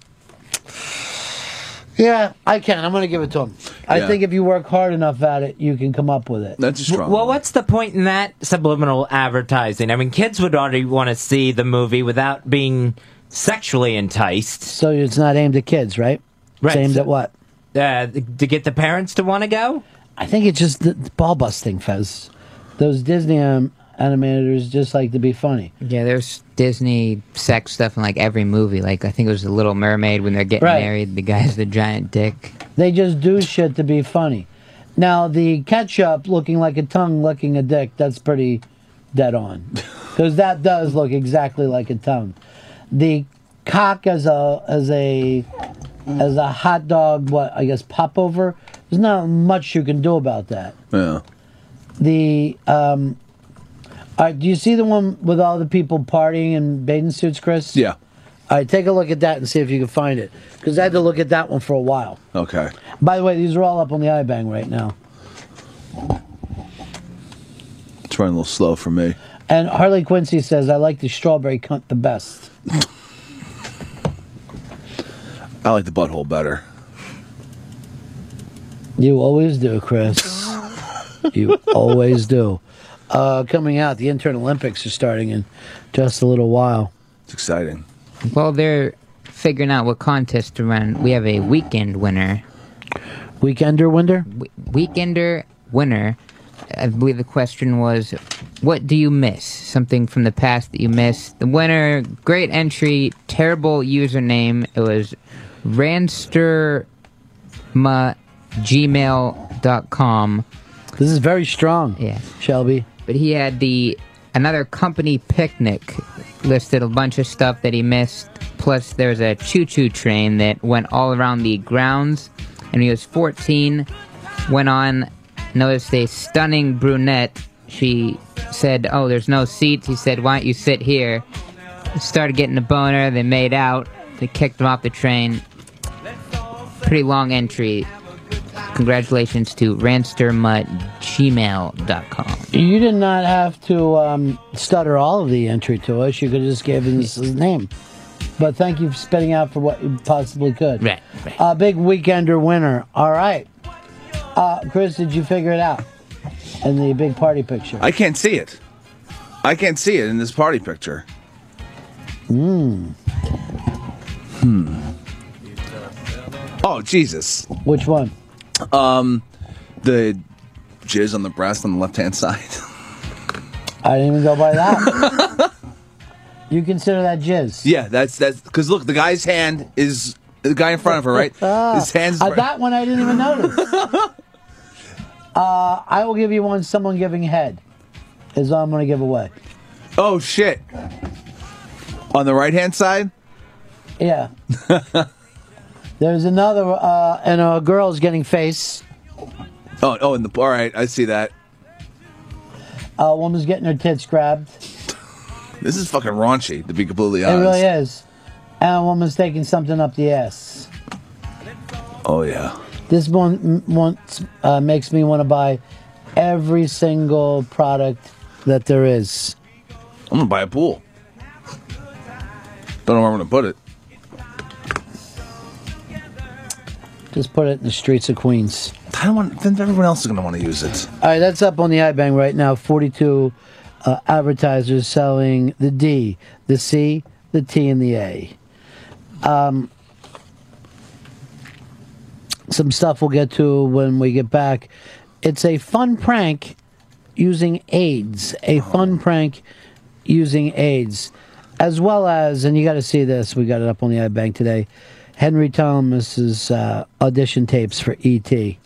Yeah, I can. I'm going to give it to him. I
Yeah.
think if you work hard enough at it, you can come up with it.
That's
Well, what's the point in that subliminal advertising? I mean, kids would already want to see the movie without being sexually enticed.
So it's not aimed at kids, right?
Right.
It's aimed at what?
Uh, to get the parents to want to go?
I think it's just the, the ball busting, Fez. Those Disney um, animators just like to be funny.
Yeah, there's Disney sex stuff in like every movie. Like I think it was The Little Mermaid when they're getting
Right.
married. The guy's the giant dick.
They just do shit to be funny. Now the ketchup looking like a tongue licking a dick, that's pretty dead on. Because that does look exactly like a tongue. The cock as a as a as a hot dog what I guess popover, there's not much you can do about that.
Yeah.
The um all right, do you see the one with all the people partying in bathing suits, Chris?
Yeah.
All right, take a look at that and see if you can find it. Because I had to look at that one for a while.
Okay.
By the way, these are all up on the iBang right now.
It's running a little slow for me.
And Harley Quincy says, I like the strawberry cunt the best.
I like the butthole better.
You always do, Chris. you always do. Uh, coming out, the intern Olympics are starting in just a little while.
It's exciting.
Well, they're figuring out what contest to run. We have a weekend winner.
Weekender winner?
weekender winner. I believe the question was, what do you miss? Something from the past that you missed. The winner, great entry, terrible username. It was ranstermagmail.com.
This is very strong.
Yeah.
Shelby.
But he had the another company picnic listed a bunch of stuff that he missed. Plus there's a choo-choo train that went all around the grounds and he was 14 went on noticed a stunning brunette. She said, "Oh, there's no seats." He said, "Why don't you sit here?" Started getting a boner. They made out. They kicked him off the train. Pretty long entry. Congratulations to ranstermudgmail.com.
You did not have to um, stutter all of the entry to us. You could have just given us his name. But thank you for spitting out for what you possibly could.
Right,
Uh, big weekender winner. All right. Uh, Chris, did you figure it out? In the big party picture.
I can't see it. I can't see it in this party picture.
Mm.
Hmm. Oh Jesus.
Which one?
Um, the jizz on the breast on the left hand side.
I didn't even go by that. you consider that jizz?
yeah, that's that's because look, the guy's hand is the guy in front of her, right?
Ah,
His hands.
uh, that one I didn't even notice. uh, I will give you one. Someone giving head is all I'm going to give away.
Oh shit! On the right hand side.
Yeah. There's another, uh, and a girl's getting face.
Oh, oh, in the all right, I see that.
A woman's getting her tits grabbed.
This is fucking raunchy, to be completely
It
honest.
really is. And a woman's taking something up the ass.
Oh yeah.
This one m- once uh, makes me want to buy every single product that there is.
I'm gonna buy a pool. Don't know where I'm gonna put it.
Just put it in the streets of Queens.
I don't want. Then everyone else is gonna want to use it.
All right, that's up on the iBang right now. 42 uh, advertisers selling the D, the C, the T, and the A. Um, some stuff we'll get to when we get back. It's a fun prank using AIDS. A fun prank using AIDS. As well as, and you got to see this, we got it up on the iBank today. Henry Thomas's uh, audition tapes for E E.T.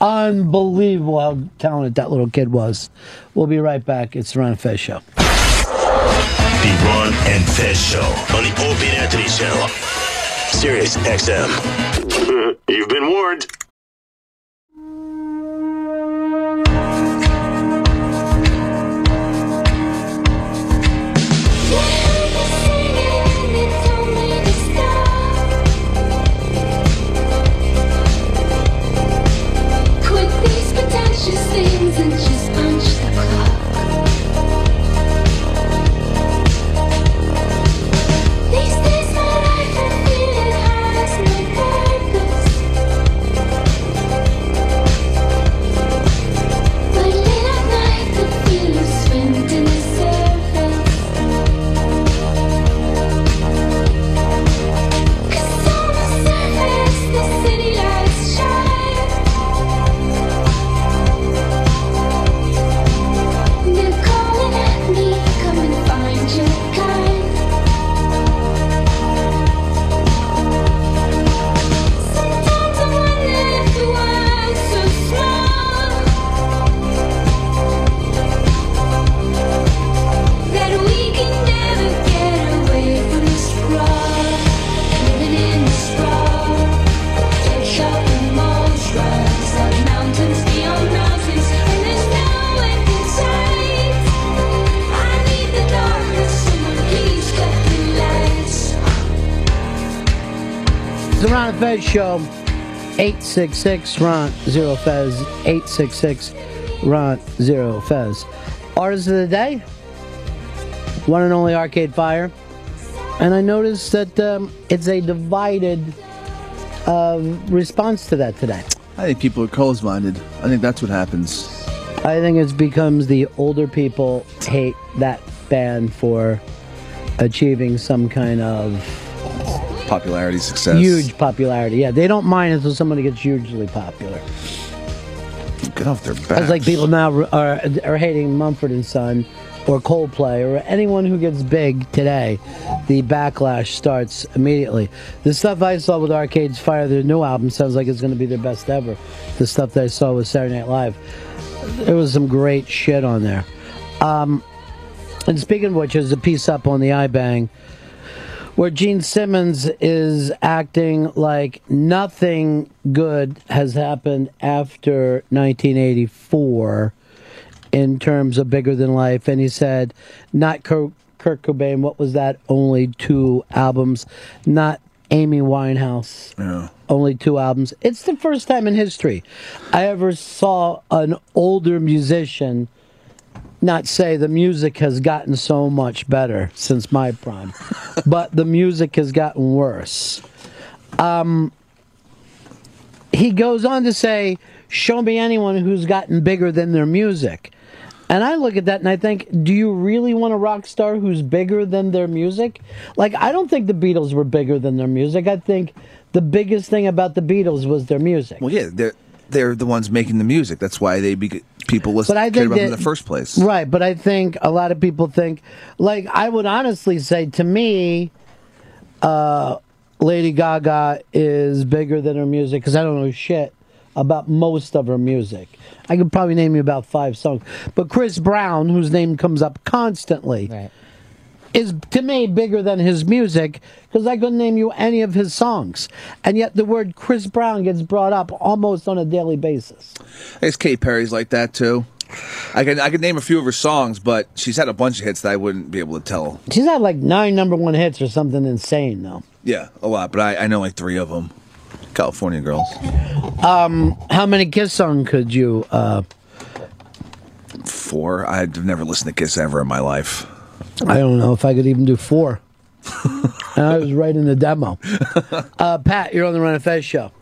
Unbelievable how talented that little kid was. We'll be right back. It's the Ron and Fez Show.
The Ron and Fez Show on the Opie and Anthony Channel. Sirius XM. You've been warned.
Quit these pretentious things.
Ron and Fez Show. 866 Ron Zero Fez. 866 Ron Zero Fez. Artist of the day, one and only Arcade Fire. And I noticed that um, it's a divided uh, response to that today.
I think people are closed minded. I think that's what happens.
I think it becomes the older people hate that band for achieving some kind of
Popularity, success.
huge popularity. Yeah, they don't mind until somebody gets hugely popular.
Get off their back.
It's like people now are, are hating Mumford and Son or Coldplay or anyone who gets big today. The backlash starts immediately. The stuff I saw with Arcade's Fire, their new album, sounds like it's going to be their best ever. The stuff that I saw with Saturday Night Live, there was some great shit on there. Um, and speaking of which, there's a piece up on the iBang where Gene Simmons is acting like nothing good has happened after 1984 in terms of bigger than life. And he said, not Kurt, Kurt Cobain, what was that? Only two albums. Not Amy Winehouse. Only two albums. It's the first time in history I ever saw an older musician not say the music has gotten so much better since my prime, but the music has gotten worse. Um, he goes on to say, Show me anyone who's gotten bigger than their music. And I look at that and I think, do you really want a rock star who's bigger than their music? Like, I don't think the Beatles were bigger than their music. I think the biggest thing about the Beatles was their music.
Well, yeah, they're they're the ones making the music. That's why they be, people listen.
But I
care
think
about them in
that-
the first place.
Right, but I think a lot of people think, like, I would honestly say to me, uh, Lady Gaga is bigger than her music because I don't know shit about most of her music. I could probably name you about five songs. But Chris Brown, whose name comes up constantly, is to me bigger than his music because I couldn't name you any of his songs. And yet the word Chris Brown gets brought up almost on a daily basis.
I guess Katy Perry's like that too. I can I can name a few of her songs, but she's had a bunch of hits that I wouldn't be able to tell.
She's had like nine number one hits or something insane, though.
Yeah, a lot, but I, I know like three of them. California Girls.
Um, how many Kiss songs could you? Uh,
Four. I've never listened to Kiss ever in my life.
I don't know if I could even do four. and I was right in the demo. Uh, Pat, you're on the Run of Fez show.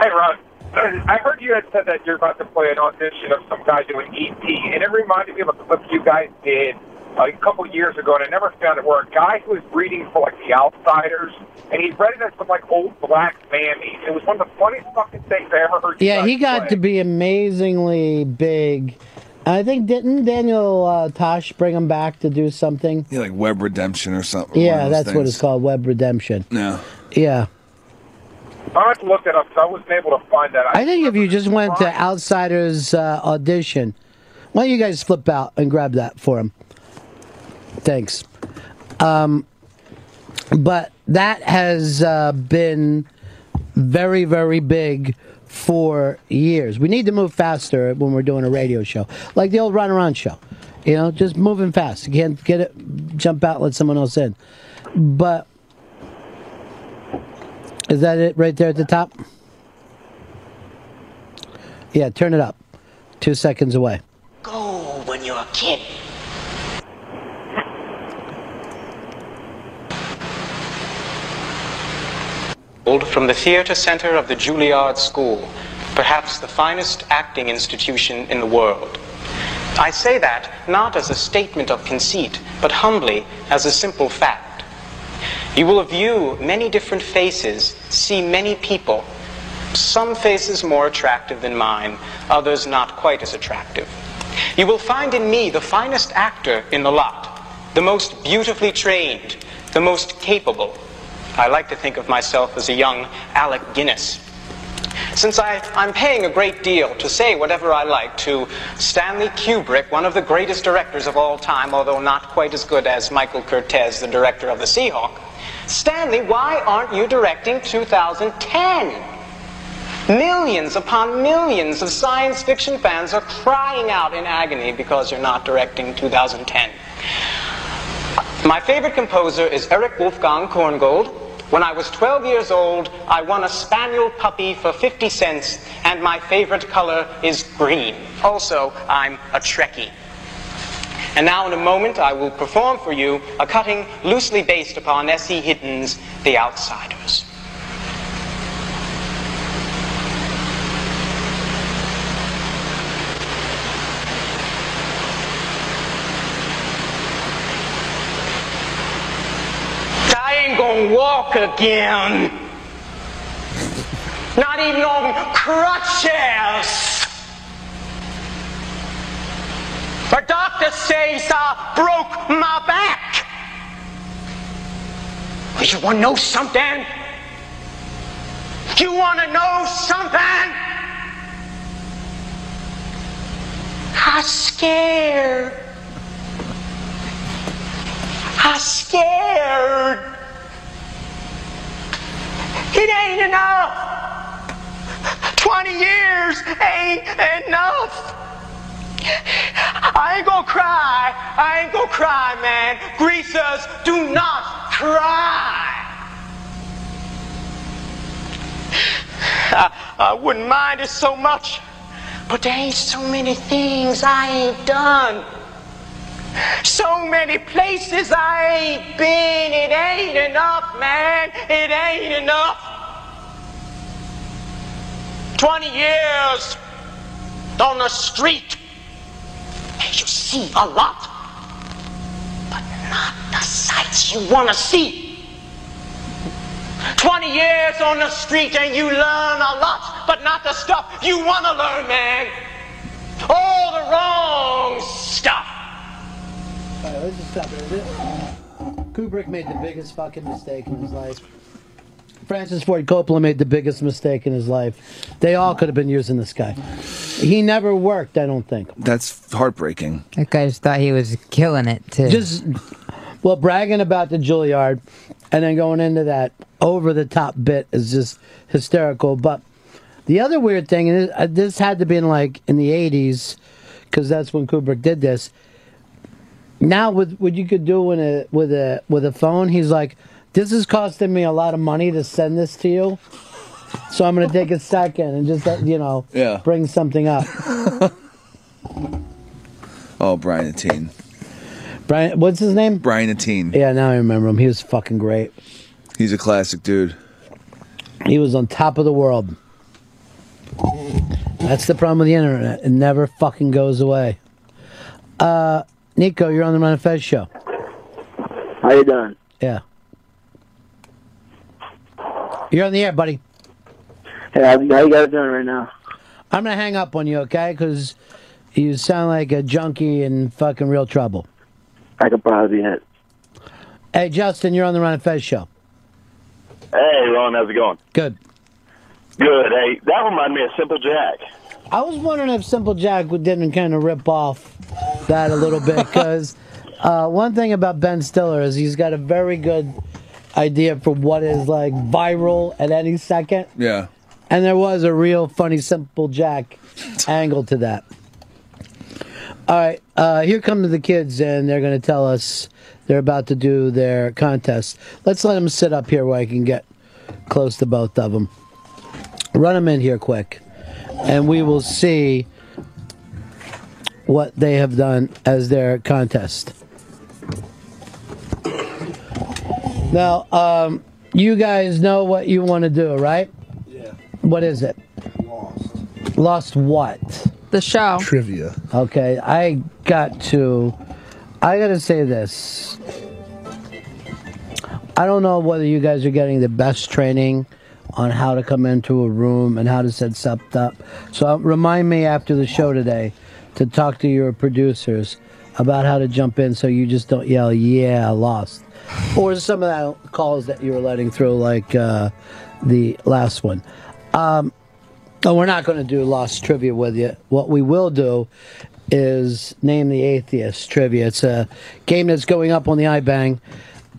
Hey, Ron. I heard you had said that you're about to play an audition of some guy doing ET, and it reminded me of a clip you guys did a couple years ago, and I never found it, where a guy who was reading for, like, The Outsiders, and he's read it as some, like, old black mammy. It was one of the funniest fucking things I ever heard you
Yeah,
guys
he got
play.
to be amazingly big. I think didn't Daniel uh, Tosh bring him back to do something?
Yeah, like Web Redemption or something. one
Yeah,
of those
that's what
things.
it's called, Web Redemption.
No.
Yeah.
I have to look that up, because I wasn't able to find that.
I think if you just went to Outsiders uh, audition, why don't you guys flip out and grab that for him? Thanks. Um, but that has uh, been very, very big for years. We need to move faster when we're doing a radio show, like the old run around show. You know, just moving fast. You can't get it, jump out, let someone else in. But is that it right there at the top? Yeah, turn it up. Two seconds away.
Go when you're a kid.
Old From the theater center of the Juilliard School, perhaps the finest acting institution in the world. I say that not as a statement of conceit, but humbly as a simple fact. You will view many different faces, see many people, some faces more attractive than mine, others not quite as attractive. You will find in me the finest actor in the lot, the most beautifully trained, the most capable. I like to think of myself as a young Alec Guinness. Since I, I'm paying a great deal to say whatever I like to Stanley Kubrick, one of the greatest directors of all time, although not quite as good as Michael Curtiz, the director of The Seahawk, Stanley, why aren't you directing 2010? Millions upon millions of science fiction fans are crying out in agony because you're not directing 2010. My favorite composer is Eric Wolfgang Korngold. When I was 12 years old, I won a spaniel puppy for 50 cents, and my favorite color is green. Also, I'm a Trekkie. And now, in a moment, I will perform for you a cutting loosely based upon S.E. Hitton's The Outsiders. I ain't gonna walk again. Not even on crutches. The doctor says I broke my back. Well, You wanna know something? You wanna know something? I scared. I scared. It ain't enough. 20 years ain't enough. I ain't gonna cry. I ain't gonna cry, man. Greasers, do not cry. I, I wouldn't mind it so much, but there ain't so many things I ain't done. So many places I ain't been. It ain't enough, man. It ain't enough. 20 years on the street. And you see a lot, but not the sights you want to see. 20 years on the street and you learn a lot, but not the stuff you want to learn, man. All the wrong stuff.
All right, let's just stop it. Kubrick made the biggest fucking mistake in his life. Francis Ford Coppola made the biggest mistake in his life. They all could have been using this guy. He never worked, I don't think.
That's heartbreaking.
That guy just thought he was killing it too.
Just well, bragging about the Juilliard and then going into that over the top bit is just hysterical. But the other weird thing, and it- uh, this had to be in like in the '80s, because that's when Kubrick did this. Now with what you could do in a with a with a phone, he's like, "This is costing me a lot of money to send this to you." So I'm gonna take a second and just uh, you know
Yeah.
bring something up.
Oh, Brian Atteen.
Brian, what's his name?
Brian Atteen.
Yeah, now I remember him. He was fucking great.
He's a classic dude.
He was on top of the world. That's the problem with the internet. It never fucking goes away. Uh, Nico, you're on the Run of Fez show.
How you doing?
Yeah. You're on the air, buddy.
Hey, how, how you guys doing right now?
I'm going to hang up on you, okay? Because you sound like a junkie in fucking real trouble.
I could probably be hit.
Hey, Justin, you're on the Run of Fez show.
Hey, Ron, how's it going?
Good.
Good. Hey, that reminded me of Simple Jack.
I was wondering if Simple Jack would- didn't kind of rip off that a little bit because uh, one thing about Ben Stiller is he's got a very good idea for what is like viral at any second,
Yeah.
and there was a real funny Simple Jack angle to that. All right, uh, here come the kids, and they're going to tell us they're about to do their contest. Let's let them sit up here where I can get close to both of them. Run them in here quick, and we will see what they have done as their contest. Now, um, you guys know what you want to do, right? Yeah. What is it? Lost. Lost what?
The show.
Trivia. Okay, I got to. I gotta say this. I don't know whether you guys are getting the best training on how to come into a room and how to set stuff up. So uh, remind me after the show today to talk to your producers about how to jump in so you just don't yell, yeah, lost. Or some of the calls that you were letting through, like uh, the last one. Um, no, we're not going to do Lost Trivia with you. What we will do is Name the Atheist Trivia. It's a game that's going up on the iBang.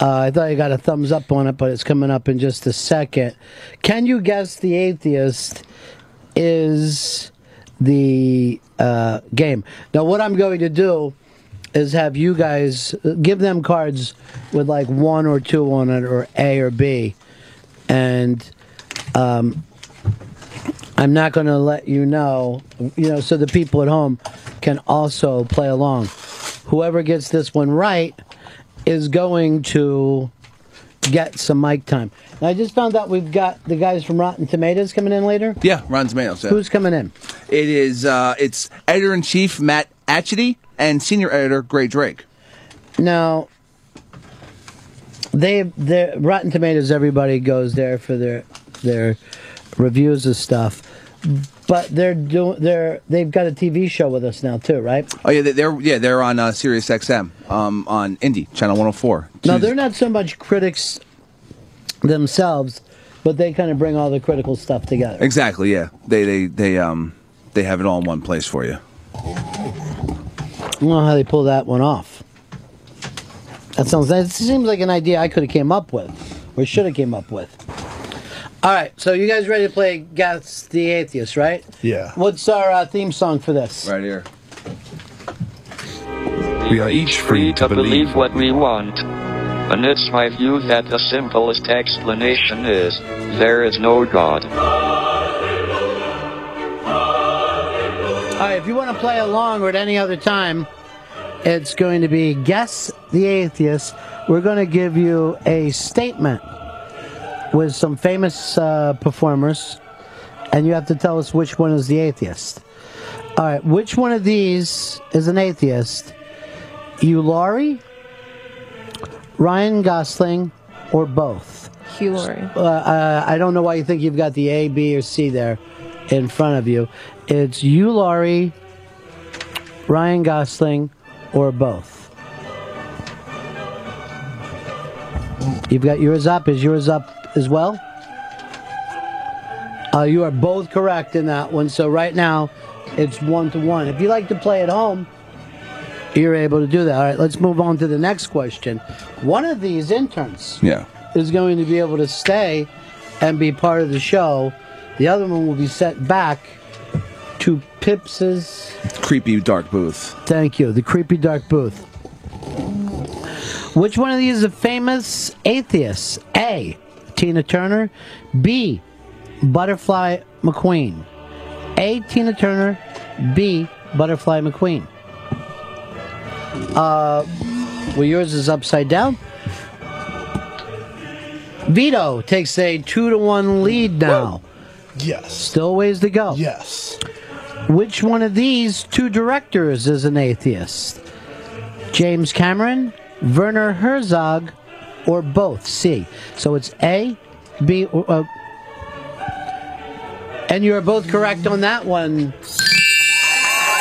Uh, I thought you got a thumbs up on it, but it's coming up in just a second. Can you guess the atheist is the uh, game? Now, what I'm going to do is have you guys give them cards with like one or two on it, or A or B and um, I'm not going to let you know, you know, so the people at home can also play along. Whoever gets this one right is going to get some mic time. And I just found out we've got the guys from Rotten Tomatoes coming in later.
Yeah, Ron Tomatoes. yeah.
Who's coming in?
It is. Uh, it's editor in chief Matt Atchity and senior editor Gray Drake.
Now, they they Rotten Tomatoes. Everybody goes there for their their reviews of stuff. But they're doing they're they've got a TV show with us now too, right?
Oh yeah, they- they're yeah they're on uh, Sirius XM um, on Indie Channel 104.
No, they're not so much critics themselves, but they kind of bring all the critical stuff together.
Exactly. Yeah, they they they um they have it all in one place for you.
I don't know how they pull that one off. That sounds. That seems like an idea I could have came up with, or should have came up with. All right, so you guys ready to play Guess the Atheist, right?
Yeah.
What's our uh, theme song for this?
Right here.
We are E- each free to believe what we want. And it's my view that the simplest explanation is there is no God.
All right, if you want to play along or at any other time, it's going to be Guess the Atheist. We're going to give you a statement with some famous uh, performers, and you have to tell us which one is the atheist. All right, which one of these is an atheist? You, Laurie, Ryan Gosling, or both?
Hugh Laurie.
Uh, uh, I don't know why you think you've got the A, B, or C there in front of you. It's you, Laurie, Ryan Gosling, or both. You've got yours up. Is yours up as well? Uh, you are both correct in that one. So right now, it's one to one. If you like to play at home, you're able to do that. All right, let's move on to the next question. One of these interns
Yeah.
is going to be able to stay and be part of the show. The other one will be sent back to Pips's.
Creepy dark booth.
Thank you. The creepy dark booth. Which one of these is a famous atheist? A. Tina Turner. B. Butterfly McQueen. A. Tina Turner. B. Butterfly McQueen. Uh, well, yours is upside down. Vito takes a two to one lead now.
Yes.
Still ways to go.
Yes.
Which one of these two directors is an atheist? James Cameron, Werner Herzog, or both? C. So it's A, B, or, uh, and you are both correct on that one.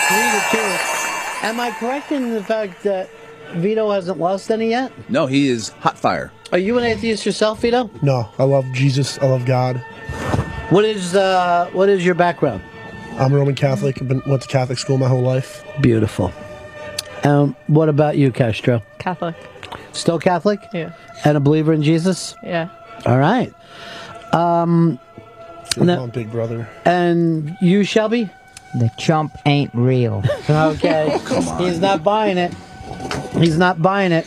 Three to two. Am I correct in the fact that Vito hasn't lost any yet?
No, he is hot fire.
Are you an atheist yourself, Vito?
No, I love Jesus. I love God.
What is uh, what is your background?
I'm a Roman Catholic. I've been went to Catholic school my whole life.
Beautiful. Um, what about you, Castro?
Catholic.
Still Catholic?
Yeah.
And a believer in Jesus?
Yeah.
All right. Um,
Your
no-
mom, big brother.
and you, Shelby?
The chump ain't real.
Okay. He's not buying it. He's not buying it.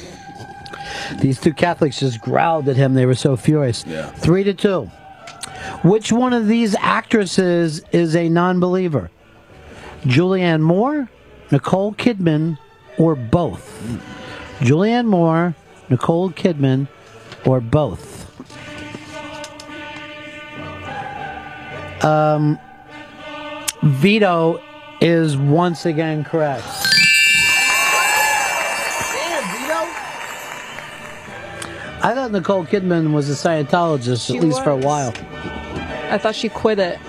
These two Catholics just growled at him. They were so furious.
Yeah.
Three to two. Which one of these actresses is a non believer? Julianne Moore, Nicole Kidman, or both? Julianne Moore, Nicole Kidman, or both? Um, Vito is once again correct.
Damn, Vito.
I thought Nicole Kidman was a Scientologist,
She
at least for a
was.
while.
I thought she quit it.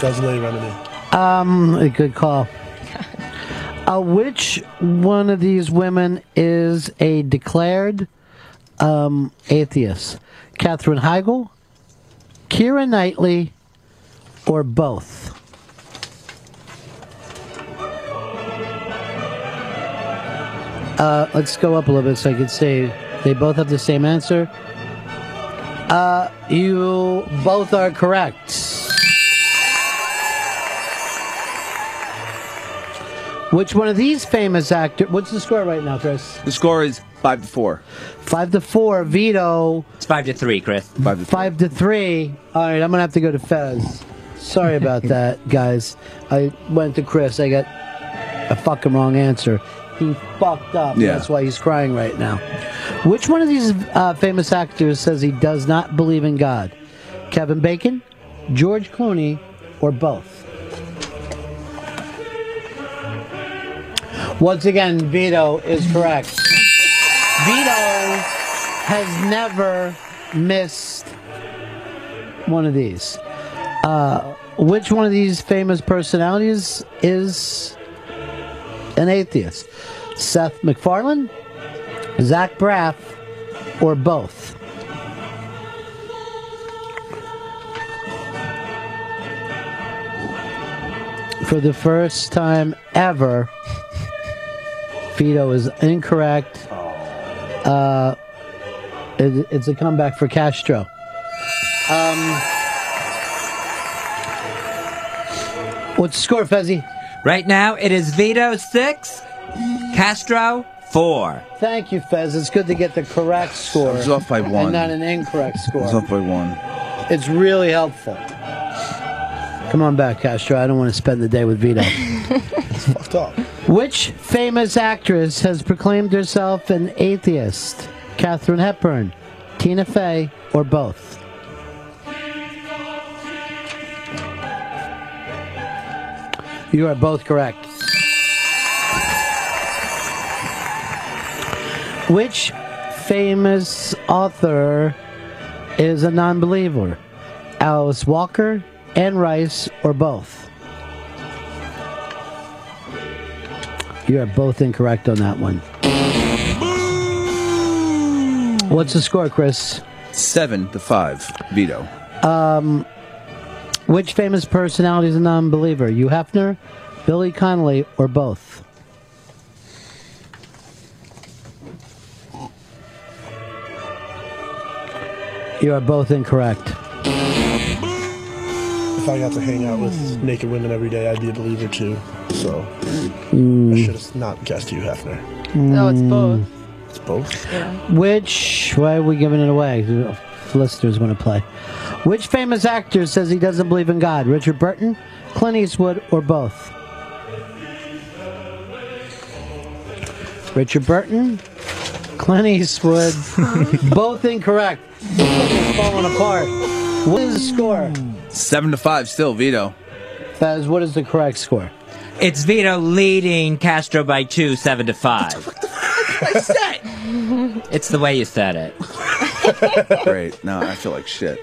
That's Lady Remedy.
Um, a good call. Uh, which one of these women is a declared um, atheist? Katherine Heigl, Kira Knightley, or both? Uh, let's go up a little bit so I can see. They both have the same answer. Uh, you both are correct. Which one of these famous actors? What's the score right now, Chris?
The score is five to four.
Five to four. Vito.
It's five to three, Chris.
Five to
Five to three. All right, I'm gonna have to go to Fez. Sorry about that, guys. I went to Chris. I got a fucking wrong answer. He fucked up.
Yeah.
That's why he's crying right now. Which one of these uh, famous actors says he does not believe in God? Kevin Bacon, George Clooney, or both? Once again, Vito is correct. Vito has never missed one of these. Uh, which one of these famous personalities is an atheist? Seth MacFarlane, Zach Braff, or both? For the first time ever, Vito is incorrect. Uh, it- it's a comeback for Castro. Um, what's the score, Fezzi?
Right now, it is Vito six, Castro four.
Thank you, Fez. It's good to get the correct score.
I was off by one.
And not an incorrect score.
It's up by one.
It's really helpful. Come on back, Castro. I don't want to spend the day with Vito. it's fucked up. Which famous actress has proclaimed herself an atheist? Katherine Hepburn, Tina Fey, or both? You are both correct. Which famous author is a non believer? Alice Walker, Anne Rice, or both? You are both incorrect on that one. What's the score, Chris?
Seven to five. Vito.
Um, which famous personality is a non believer? Hugh Hefner, Billy Connolly, or both? You are both incorrect.
If I got to hang out with naked women every day, I'd be a believer too. So I
Mm.
should have not guessed you, Hefner.
No, Oh, it's both.
It's both.
Which, why are we giving it away? If Listeners want to play. Which famous actor says he doesn't believe in God? Richard Burton, Clint Eastwood, or both? Richard Burton, Clint Eastwood, both incorrect. It's falling apart. What is the score?
Seven to five. Still Vito.
Fez, what is the correct score?
It's Vito leading Castro by two, seven to five.
I said.
It's the way you said it.
Great. No, I feel like shit.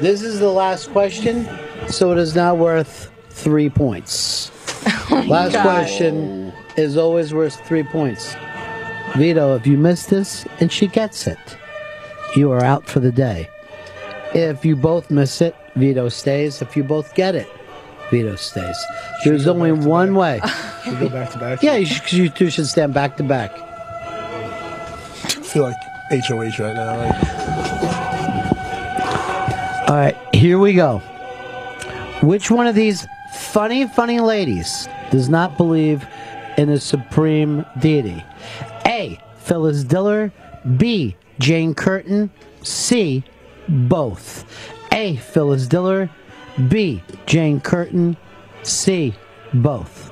This is the last question, so it is now worth three points. last
God.
question is always worth three points. Vito, if you miss this and she gets it, you are out for the day. If you both miss it, Vito stays. If you both get it, Vito stays. There's only one way.
Should we go back to back?
Yeah, you, should, you two should stand back to back.
I feel like HOH right now. Like,
All right, here we go. Which one of these funny, funny ladies does not believe in a supreme deity? A. Phyllis Diller. B. Jane Curtin. C. Both. A. Phyllis Diller. B. Jane Curtin. C. Both.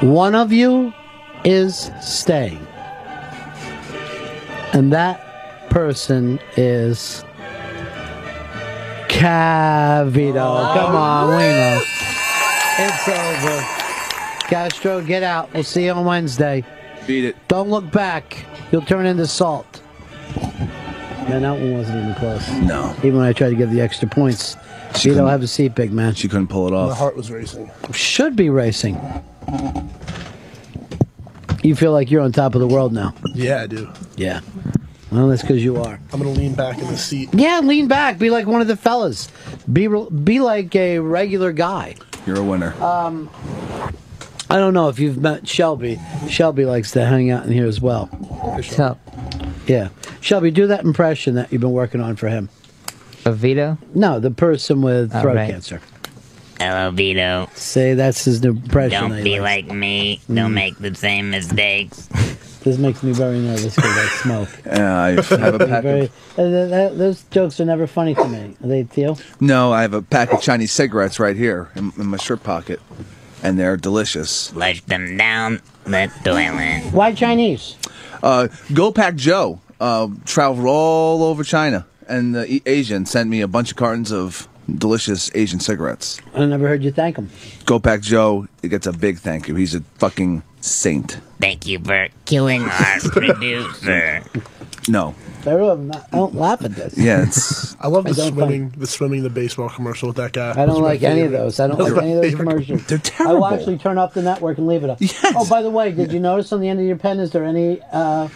One of you is staying. And that person is Cavito.
Oh.
Come on, we know. It's over. Castro, get out. We'll see you on Wednesday.
Beat it.
Don't look back. You'll turn into salt. Man, that one wasn't even close.
No.
Even when I tried to give the extra points.
She
Vito,
couldn't-
have a seat, big man.
She couldn't pull it
my
off.
heart was racing.
Should be racing. You feel like you're on top of the world now.
Yeah, I do.
Yeah. Well, that's because you are.
I'm gonna lean back in the seat.
Yeah, lean back. Be like one of the fellas. Be re- be like a regular guy.
You're a winner.
Um, I don't know if you've met Shelby. Shelby likes to hang out in here as well. Yeah, Shelby, do that impression that you've been working on for him.
Of Vito?
No, the person with
Oh,
throat
right.
cancer.
Hello, Vito.
Say that's his impression. that
Don't
he
be
likes.
like me.
Mm.
Don't make the same mistakes.
This makes me very nervous because I smoke.
Yeah, Uh, I
This
have a
makes me
pack of-
very- uh, th- th- those jokes are never funny to me. Are they, Theo?
No, I have a pack of Chinese cigarettes right here in, in my shirt pocket, and they're delicious.
Flush them down the toilet.
Why Chinese?
Uh, Go Pack Joe uh, traveled all over China, and the Asia and sent me a bunch of cartons of delicious Asian cigarettes.
I never heard you thank him.
Go Pack Joe it gets a big thank you. He's a fucking saint.
Thank you for killing our producer.
No.
I don't, I don't laugh at this.
Yeah, it's.
I love the
don't
swimming, the swimming, the baseball commercial with that guy.
I don't like any of those. I don't like any of those commercials. They're I
terrible.
will actually turn off the network and leave it up. Oh, by the way, did you notice on the end of your pen, is there any uh,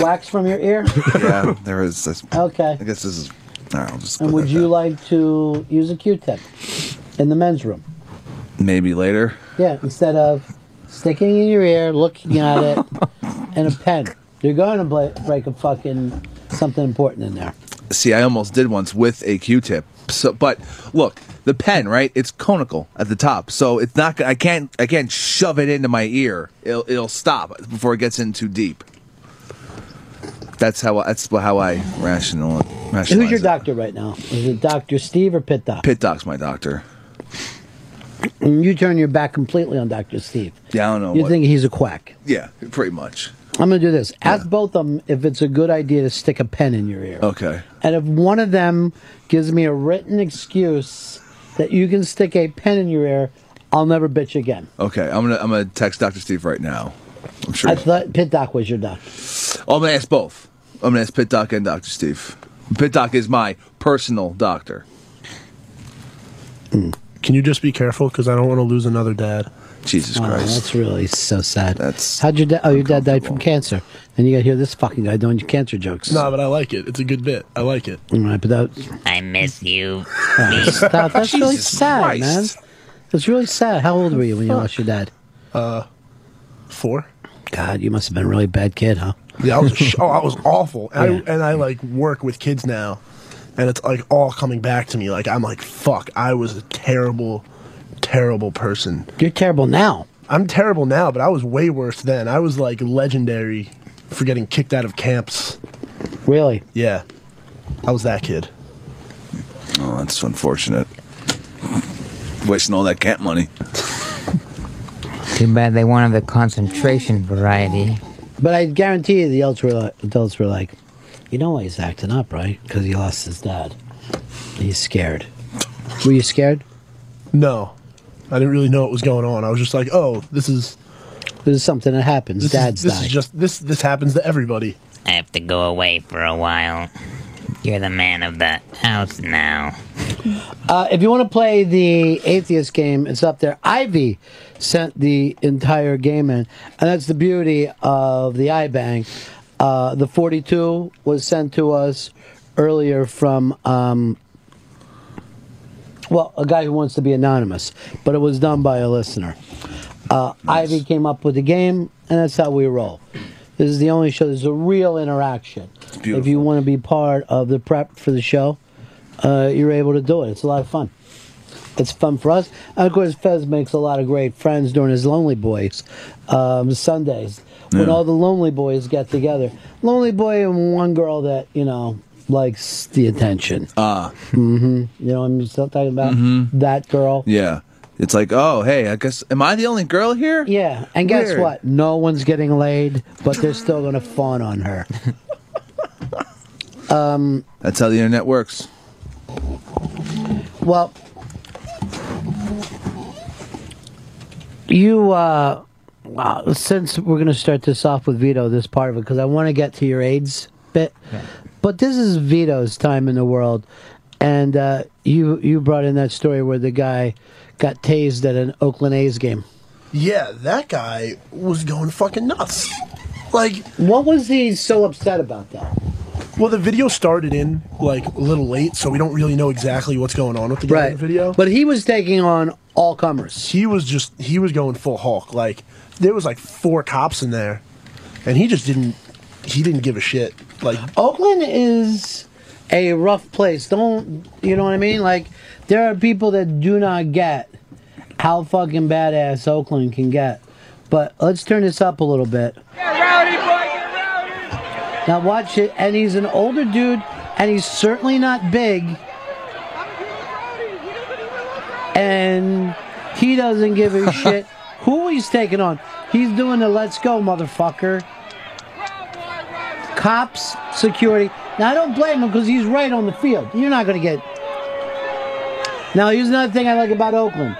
wax from your ear?
yeah, there is. This,
Okay.
I guess this is. all right, I'll just
And would you like to use a Q-tip in the men's room?
maybe later.
Yeah, instead of sticking it in your ear, looking at it, and a pen. You're going to bla- break a fucking something important in there.
See, I almost did once with a Q-tip. So, but look, the pen, right? It's conical at the top, so it's not. gonna- I can't. I can't shove it into my ear. It'll, it'll stop before it gets in too deep. That's how. I- That's how I rational.
Who's
Rationalize
your
it.
doctor right now? Is it Doctor Steve or Pit Doc?
Pit doc's my doctor.
And you turn your back completely on Doctor Steve.
Yeah, I don't know.
You
what-
think he's a quack?
Yeah, pretty much.
I'm gonna do this. Ask both of them if it's a good idea to stick a pen in your ear.
Okay.
And if one of them gives me a written excuse that you can stick a pen in your ear, I'll never bitch again.
Okay. I'm gonna. I'm gonna text Doctor Steve right now. I'm sure.
I thought Pit Doc was your doctor.
Oh, I'm gonna ask both. I'm gonna ask Pit Doc and Doctor Steve. Pit Doc is my personal doctor.
Can you just be careful? Because I don't want to lose another dad.
Jesus
Oh,
Christ.
that's really so sad.
That's
how'd your dad? Oh, your dad died from cancer, and you got to hear this fucking guy doing your cancer jokes.
No, but I like it. It's a good bit. I like it.
All right, but that,
I miss you.
oh, stop. That's really
Jesus
sad,
Christ.
man. It's really sad. How old were you when you lost your dad?
Uh, four.
God, you must have been a really bad kid, huh?
Yeah, I was. Sh- oh, I was awful. And,
Yeah.
I, and I like work with kids now, and it's like all coming back to me. Like I'm like, fuck, I was a terrible, terrible person.
You're terrible now.
I'm terrible now, but I was way worse then. I was like legendary for getting kicked out of camps.
Really?
Yeah, I was that kid.
Oh, that's unfortunate. Wasting all that cat money.
Too bad they wanted the concentration variety.
But I guarantee you, the adults were like, adults were like, you know why he's acting up, right? Because he lost his dad. He's scared. Were you scared?
No, I didn't really know what was going on. I was just like, oh, this is
this is something that happens.
This
Dads
this
die.
is just this. This happens to everybody.
I have to go away for a while. You're the man of the house now.
Uh, if you want to play the atheist game, it's up there. Ivy sent the entire game in, and that's the beauty of the iBang. Uh, the 42 was sent to us earlier from, um, well, a guy who wants to be anonymous, but it was done by a listener. Uh, Ivy came up with the game, and that's how we roll. This is the only show. There's a real interaction. If you want to be part of the prep for the show, uh, you're able to do it. It's a lot of fun. It's fun for us. And of course, Fez makes a lot of great friends during his Lonely Boys um, Sundays when all the Lonely Boys get together. Lonely Boy and one girl that, you know, likes the attention.
Ah.
hmm You know what I'm still talking about? That girl.
Yeah. It's like, oh, hey, I guess, am I the only girl here?
Yeah. And guess
Weird.
what? No one's getting laid, but they're still going to fawn on her. um,
That's how the internet works.
Well, you, uh, uh, since we're going to start this off with Vito, this part of it, because I want to get to your AIDS bit, but this is Vito's time in the world. And uh, you you brought in that story where the guy got tased at an Oakland A's game.
Yeah, that guy was going fucking nuts. Like,
what was he so upset about that?
Well, the video started in like a little late, so we don't really know exactly what's going on with the guy in the video.
But he was taking on all comers.
He was just he was going full Hulk. Like there was like four cops in there, and he just didn't he didn't give a shit. Like
Oakland is a rough place. Don't you know what I mean? Like there are people that do not get how fucking badass Oakland can get. But let's turn this up a little bit. Now watch it, and he's an older dude, and he's certainly not big. And he doesn't give a shit who he's taking on. He's doing the let's go, motherfucker. Cops, security. Now I don't blame him because he's right on the field. You're not gonna get. Now here's another thing I like about Oakland.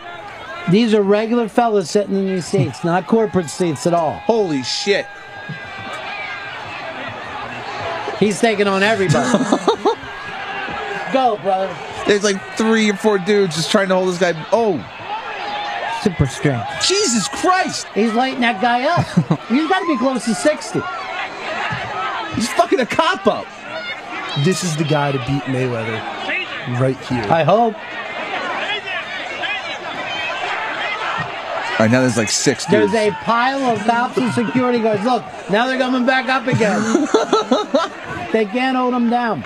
These are regular fellas sitting in these seats, not corporate seats at all.
Holy shit.
He's taking on everybody. Go, brother.
There's like three or four dudes just trying to hold this guy. Oh.
Super strength.
Jesus Christ!
He's lighting that guy up. He's got to be close to 60.
He's fucking a cop up.
This is the guy to beat Mayweather right here.
I hope.
All right, now there's like six dudes.
There's a pile of cops and security guards. Look, now they're coming back up again. they can't hold him down.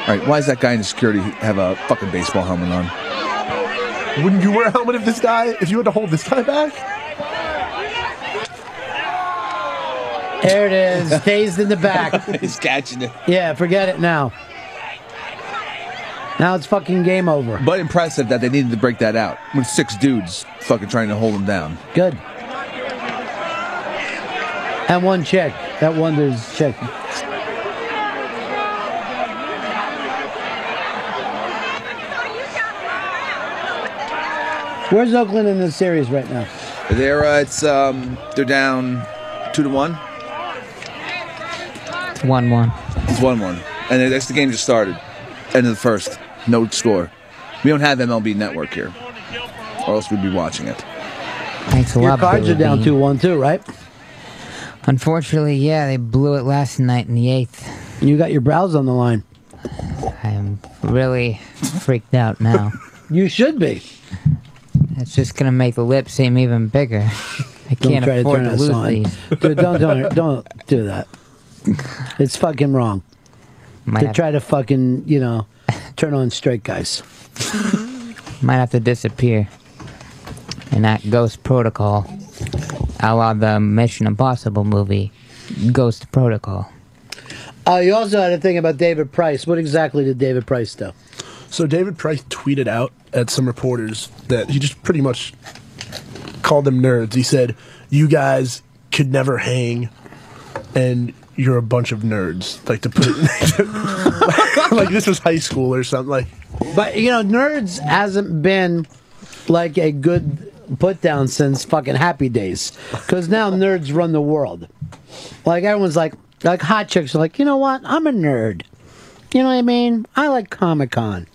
All right, why does that guy in security have a fucking baseball helmet on?
Wouldn't you wear a helmet if this guy, if you had to hold this guy back?
There it is. Tased in the back.
He's catching it.
Yeah, forget it now. Now it's fucking game over.
But impressive that they needed to break that out with six dudes fucking trying to hold him down.
Good. And one chick. That one dude's chick. Where's Oakland in this series right now?
They're uh, it's um they're down two to one.
It's one one.
It's one one, and that's the game just started. End of the first, no score. We don't have MLB Network here, or else we'd be watching it.
Thanks a
Your
lot.
cards are down
Billy Bean.
2 1 too, right?
Unfortunately, yeah, they blew it last night in the eighth.
You got your brows on the line.
I'm really freaked out now.
You should be.
That's just gonna make the lips seem even bigger. I
Don't
can't
try to
afford
turn
to,
us
lose
on.
these.
Dude, don't, don't, don't do that. It's fucking wrong.
Might
to
have-
try to fucking, you know, turn on straight guys.
Might have to disappear and that Ghost Protocol, a la the Mission Impossible movie, Ghost Protocol.
Uh, you also had a thing about David Price. What exactly did David Price do?
So David Price tweeted out at some reporters that he just pretty much called them nerds. He said, "You guys could never hang, and you're a bunch of nerds." Like to put it, like this was high school or something. Like
But you know, nerds hasn't been like a good put down since fucking Happy Days, because now nerds run the world. Like everyone's like, like hot chicks are like, you know what? I'm a nerd. You know what I mean? I like Comic Con.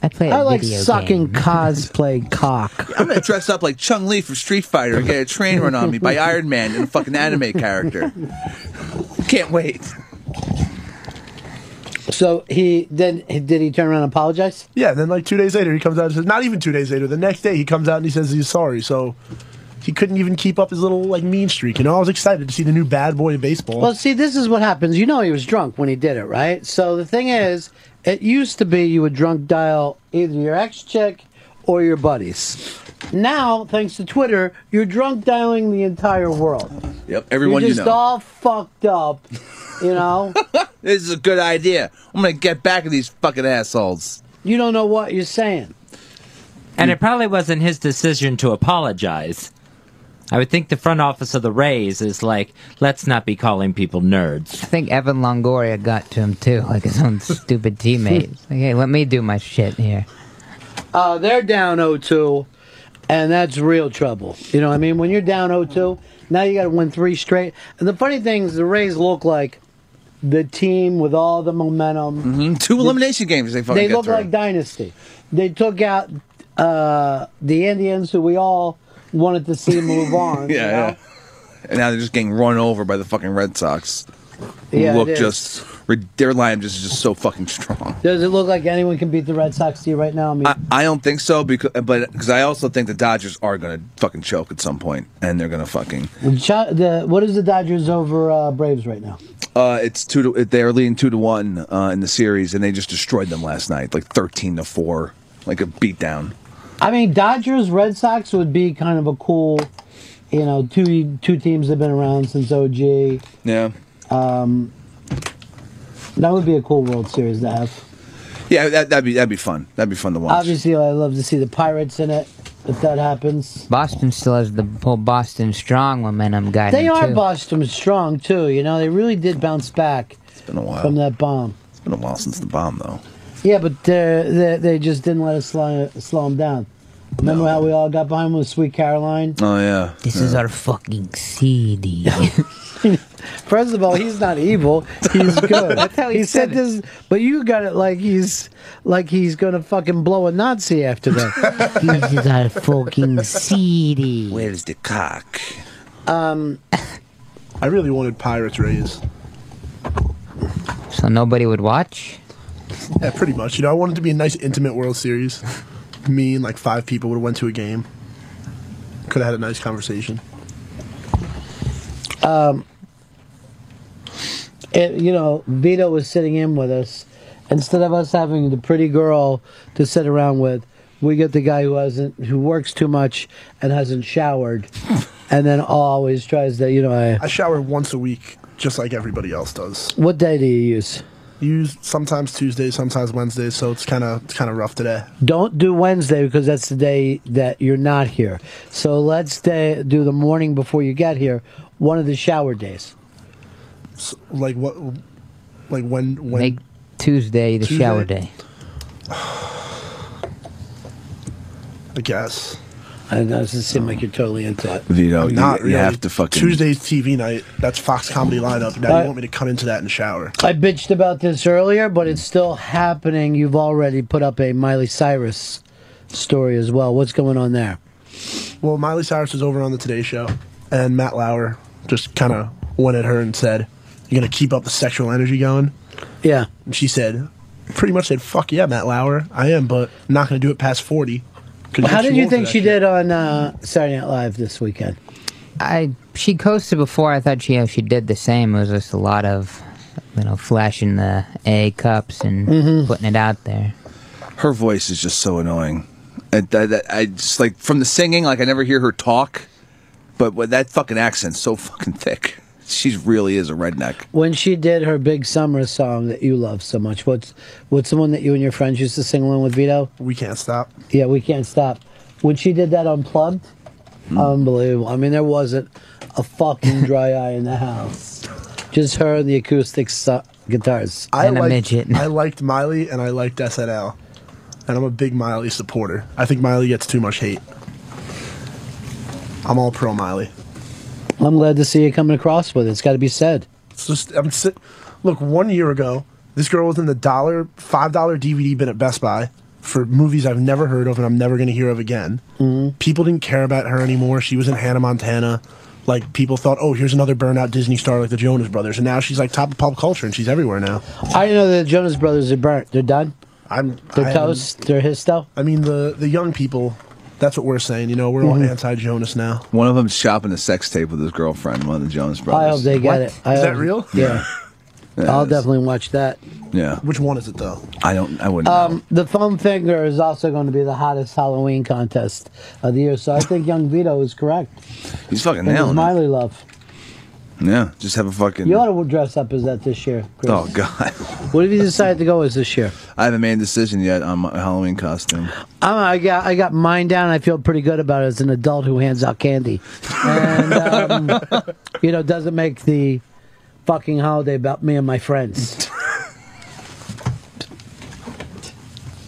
I play.
I like
video
sucking cosplay cock.
I'm gonna dress up like Chung Li from Street Fighter and get a train run on me by Iron Man and a fucking anime character. Can't wait.
So he then did he turn around and apologize?
yeah. Then like two days later, he comes out and says, "Not even two days later." The next day, he comes out and he says he's sorry. So. He couldn't even keep up his little like mean streak. You know, I was excited to see the new bad boy of baseball.
Well, see, this is what happens. You know, he was drunk when he did it, right? So the thing is, it used to be you would drunk dial either your ex chick or your buddies. Now, thanks to Twitter, you're drunk dialing the entire world.
Yep, everyone
you're
you
just
know.
all fucked up, you know.
This is a good idea. I'm gonna get back at these fucking assholes.
you don't know what you're saying.
And it probably wasn't his decision to apologize. I would think the front office of the Rays is like, let's not be calling people nerds.
I think Evan Longoria got to him too, like his own stupid teammate. It's Like, hey, let me do my shit here.
Uh, they're down 0-2, and that's real trouble. You know what I mean? When you're down 0-2, now you got to win three straight. And the funny thing is, the Rays look like the team with all the momentum.
hmm Two elimination games they fucking
they
get
look
through.
like dynasty. They took out uh, the Indians, who we all wanted to see move on.
yeah, yeah. And now they're just getting run over by the fucking Red Sox. who
Yeah, it
look
is.
just their lineup just is just so fucking strong.
Does it look like anyone can beat the Red Sox to you right now? I mean,
I, I don't think so because, but because I also think the Dodgers are gonna fucking choke at some point, and they're gonna fucking.
the Cho- the, what is the Dodgers over uh, Braves right now?
Uh, it's two to they're leading two to one uh, in the series, and they just destroyed them last night, like thirteen to four, like a beatdown.
I mean, Dodgers Red Sox would be kind of a cool, you know, two two teams that have been around since OG.
Yeah,
Um, that would be a cool World Series to have.
yeah, that, that'd be that'd be fun. That'd be fun to watch.
Obviously, I love to see the Pirates in it if that happens.
Boston still has the whole Boston strong momentum guy.
they are
too.
Boston strong too. You know, they really did bounce back
it's been a while.
from that bomb.
it's been a while since the bomb, though.
Yeah, but they're- they they just didn't let us slow, slow them down. Remember how we all got behind with Sweet Caroline?
Oh yeah.
This is our fucking CD.
First of all, he's not evil. He's good.
That's how he said it.
this, but you got it like he's like he's gonna fucking blow a Nazi after that. this is our fucking CD.
Where's the cock?
Um,
I really wanted Pirates Rays.
So nobody would watch.
Yeah, pretty much. You know, I wanted to be a nice, intimate World Series. Me and like five people would have went to a game. Could have had a nice conversation.
um, it, you know, Vito was sitting in with us. Instead of us having the pretty girl to sit around with, we get the guy who hasn't, who works too much and hasn't showered, and then always tries to, you know, I,
I shower once a week, just like everybody else does.
what day do you use?
Use sometimes Tuesdays, sometimes Wednesdays, so it's kind of it's kind of rough today.
Don't do Wednesday because that's the day that you're not here. So let's day, do the morning before you get here, one of the shower days.
S like what? Like when? When?
Make Tuesday the
Tuesday?
shower day.
I guess.
I know, it doesn't seem like you're totally into it.
Vito,
I'm
you- you have to fucking-
Tuesday's TV night. That's Fox Comedy lineup. Now
I-
you want me to cut into that and shower?
I bitched about this earlier, but it's still happening. You've already put up a Miley Cyrus story as well. What's going on there?
Well, Miley Cyrus was over on the Today Show, and Matt Lauer just kind of went at her and said, "You're gonna keep up the sexual energy going."
Yeah.
And she said, pretty much said, "Fuck yeah, Matt Lauer, I am, but I'm not gonna do it past 40." 'Cause
How
you're
did
too
you
old for
think
that
she
shit."
did on uh, Saturday Night Live this weekend?
I she coasted before. I thought she yeah, she did the same. It was just a lot of you know flashing the A cups and
Mm-hmm.
putting it out there.
Her voice is just so annoying. I, I, I just like from the singing, like I never hear her talk, but with that fucking accent's so fucking thick. She really is a redneck.
When she did her big summer song that you love so much, what's what's the one that you and your friends used to sing along with Vito?
We can't stop.
Yeah, we can't stop. When she did that unplugged,
Hmm.
unbelievable. I mean, there wasn't a fucking dry eye in the house. Just her and the acoustic su- guitars.
I liked, I liked Miley and I liked SNL, and I'm a big Miley supporter. I think Miley gets too much hate. I'm all pro Miley.
I'm glad to see you coming across with it. It's got to be said.
It's just I'm sit- look. One year ago, this girl was in the dollar five dollar DVD bin at Best Buy for movies I've never heard of and I'm never going to hear of again.
Mm-hmm.
People didn't care about her anymore. She was in Hannah Montana. Like people thought, oh, here's another burnout Disney star like the Jonas Brothers, and now she's like top of pop culture and she's everywhere now.
I didn't know the Jonas Brothers are burnt. They're done.
I'm
They're
I haven't-
toast. They're histo.
I mean the the young people. That's what we're saying. You know, we're all
Mhm.
anti Jonas now.
One of them's shopping a sex tape with his girlfriend, one of the Jonas Brothers.
I hope they get
What?
it. I
Is that
hope-
real?
Yeah.
Yeah,
I'll
it is.
definitely watch that.
Yeah.
Which one is it though?
I don't. I wouldn't.
Um, the foam finger is also going to be the hottest Halloween contest of the year. So I think Young Vito is correct.
He's fucking
And his
nailing.
Miley love.
it. Yeah. Just have a fucking.
You ought to dress up as that this year, Chris.
Oh God.
What have you decided to go as this year?
I haven't made a decision yet on my Halloween costume.
I'm, I got I got mine down. I feel pretty good about it as an adult who hands out candy, and um, you know doesn't make the fucking holiday about me and my friends.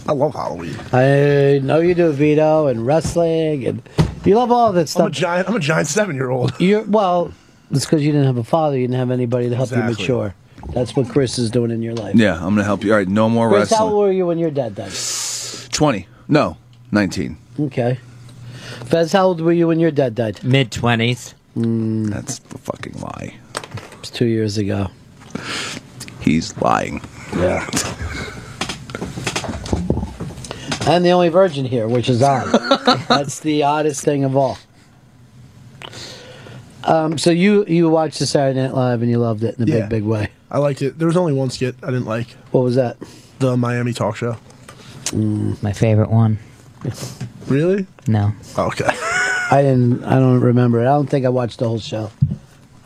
I love Halloween.
I know you do veto and wrestling, and you love all that stuff.
I'm a giant. I'm a giant seven year old.
You're well. It's because you didn't have a father. You didn't have anybody to help you
Exactly.
mature. That's what Chris is doing in your life.
Yeah, I'm gonna help you. All right, no more
Chris, how
wrestling.
old were you when your dad died?
Twenty. No, nineteen.
Okay. Fez, how old were you when your dad died? Mm.
Mid twenties.
That's a fucking lie.
It's two years ago.
He's lying.
Yeah. I'm the only virgin here, which is odd. That's the oddest thing of all. Um, so you you watched the Saturday Night Live and you loved it in a
Yeah.
big big way.
I liked it. There was only one skit I didn't like.
What was that?
The Miami talk show.
Mm.
My favorite one.
Really?
No.
Okay.
I didn't. I don't remember it. I don't think I watched the whole show.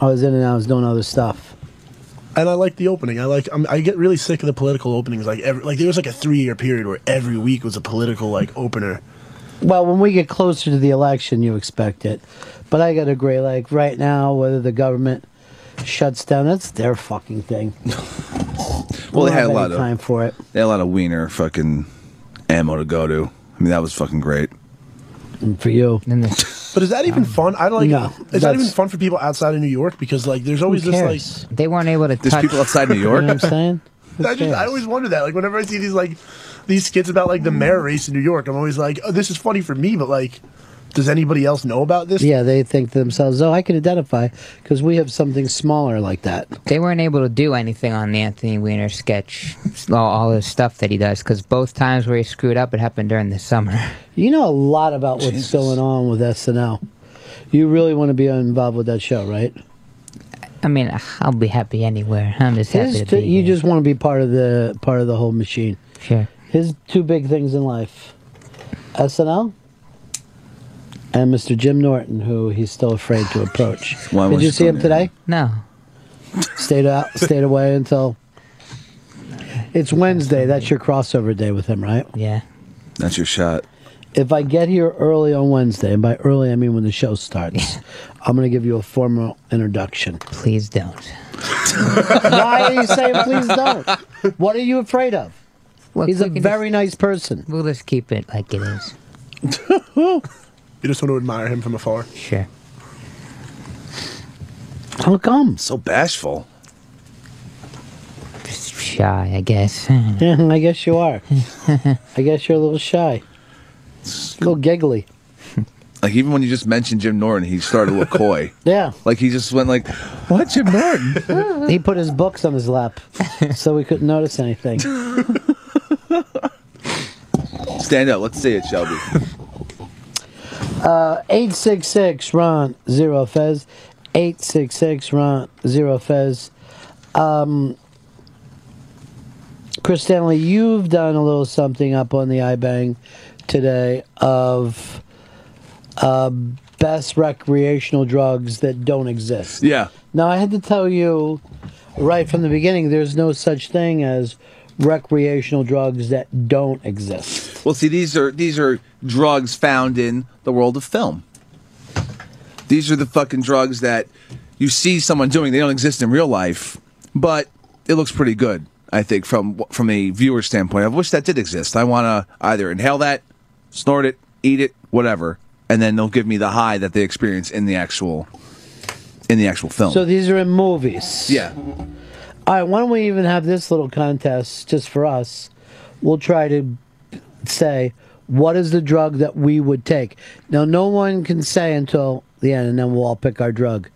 I was in and I was doing other stuff.
And I like the opening. I like. I'm, I get really sick of the political openings. Like every like there was like a three year period where every week was a political like opener.
Well, when we get closer to the election, you expect it. But I gotta agree. Like right now, whether the government shuts down, that's their fucking thing.
Well,
We
they
don't
had a
have
lot
any
of
time for it.
They had a lot of wiener fucking ammo to go to. I mean, that was fucking great.
And for you.
But is that even fun? I don't like.
No,
is that even
that's-
fun for people outside of New York? Because like there's always this like
they weren't able to.
There's
touch-
people outside New York? You know what I'm
saying?
I just I always wonder that. Like whenever I see these like these skits about like the mayor race in New York, I'm always like, oh, this is funny for me, but like, does anybody else know about this?
Yeah, they think to themselves, "Oh, I can identify because we have something smaller like that."
They weren't able to do anything on the Anthony Weiner sketch, all, all this stuff that he does, because both times where he screwed up, it happened during the summer.
You know a lot about what's going on with SNL. You really want to be involved with that show, right?
I mean, I'll be happy anywhere. I'm just happy
His
to
two-
be
you just want to be part of the part of the whole machine.
Sure.
His two big things in life: SNL and Mr. Jim Norton, who he's still afraid to approach.
Why
Did
was
you
it
see him
funny?
today?
No.
Stayed out, stayed away until. It's Wednesday. That's your crossover day with him, right?
Yeah.
That's your shot.
If I get here early on Wednesday, and by early I mean when the show starts, I'm going to give you a formal introduction.
Please don't.
Why are you saying please don't? What are you afraid of? He's a very nice person.
We'll just keep it like it is.
you just want to admire him from afar.
Sure.
How come?
So bashful.
Shy, I guess.
Yeah, I guess you are. I guess you're a little shy, a little giggly.
Like even when you just mentioned Jim Norton, he started to look coy.
Yeah.
Like he just went like, "What, Jim Norton?"
he put his books on his lap, so we couldn't notice anything.
Stand up. Let's see it, Shelby.
Uh, 866 Ron Zero Fez. 866 Ron Zero Fez. Um, Chris Stanley, you've done a little something up on the iBang today of uh, best recreational drugs that don't exist.
yeah.
Now, I had to tell you right from the beginning there's no such thing as recreational drugs that don't exist.
Well, see, these are these are drugs found in the world of film. These are the fucking drugs that you see someone doing. They don't exist in real life, but it looks pretty good. I think from from a viewer standpoint, I wish that did exist. I want to either inhale that, snort it, eat it, whatever, and then they'll give me the high that they experience in the actual in the actual film.
So these are in movies.
Yeah.
All right, why don't we even have this little contest just for us? We'll try to say what is the drug that we would take. Now, no one can say until the end, and then we'll all pick our drug.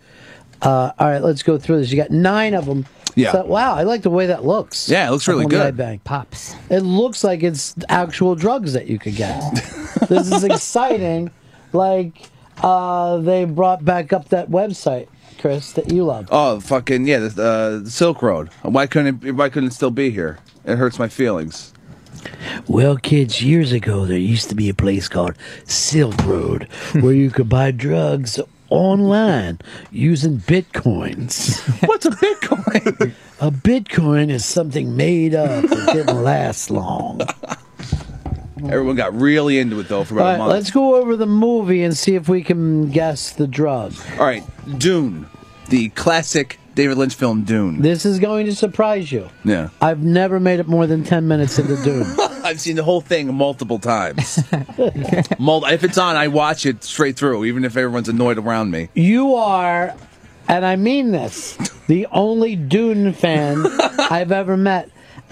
Uh, all right, let's go through this. You got nine of them.
Yeah.
So- wow, I like the way that looks.
Yeah, it looks
Up
really
on the
good.
iBank.
Pops.
It looks like it's actual drugs that you could get. this is exciting. Like uh, they brought back up that website, Chris, that you love.
Oh, fucking yeah, the, uh, the Silk Road. Why couldn't it, why couldn't it still be here? It hurts my feelings.
Well, kids, years ago there used to be a place called Silk Road where you could buy drugs online using bitcoins.
What's a bitcoin?
a bitcoin is something made up that didn't last long.
Everyone got really into it though for
Hmm. All
about a
right,
month.
let's go over the movie and see if we can guess the drug.
All right, Dune, the classic David Lynch film Dune.
This is going to surprise you.
Yeah,
I've never made it more than 10 minutes into Dune.
I've seen the whole thing multiple times. Mul- if it's on, I watch it straight through, even if everyone's annoyed around me.
You are, and I mean this, the only Dune fan I've ever met.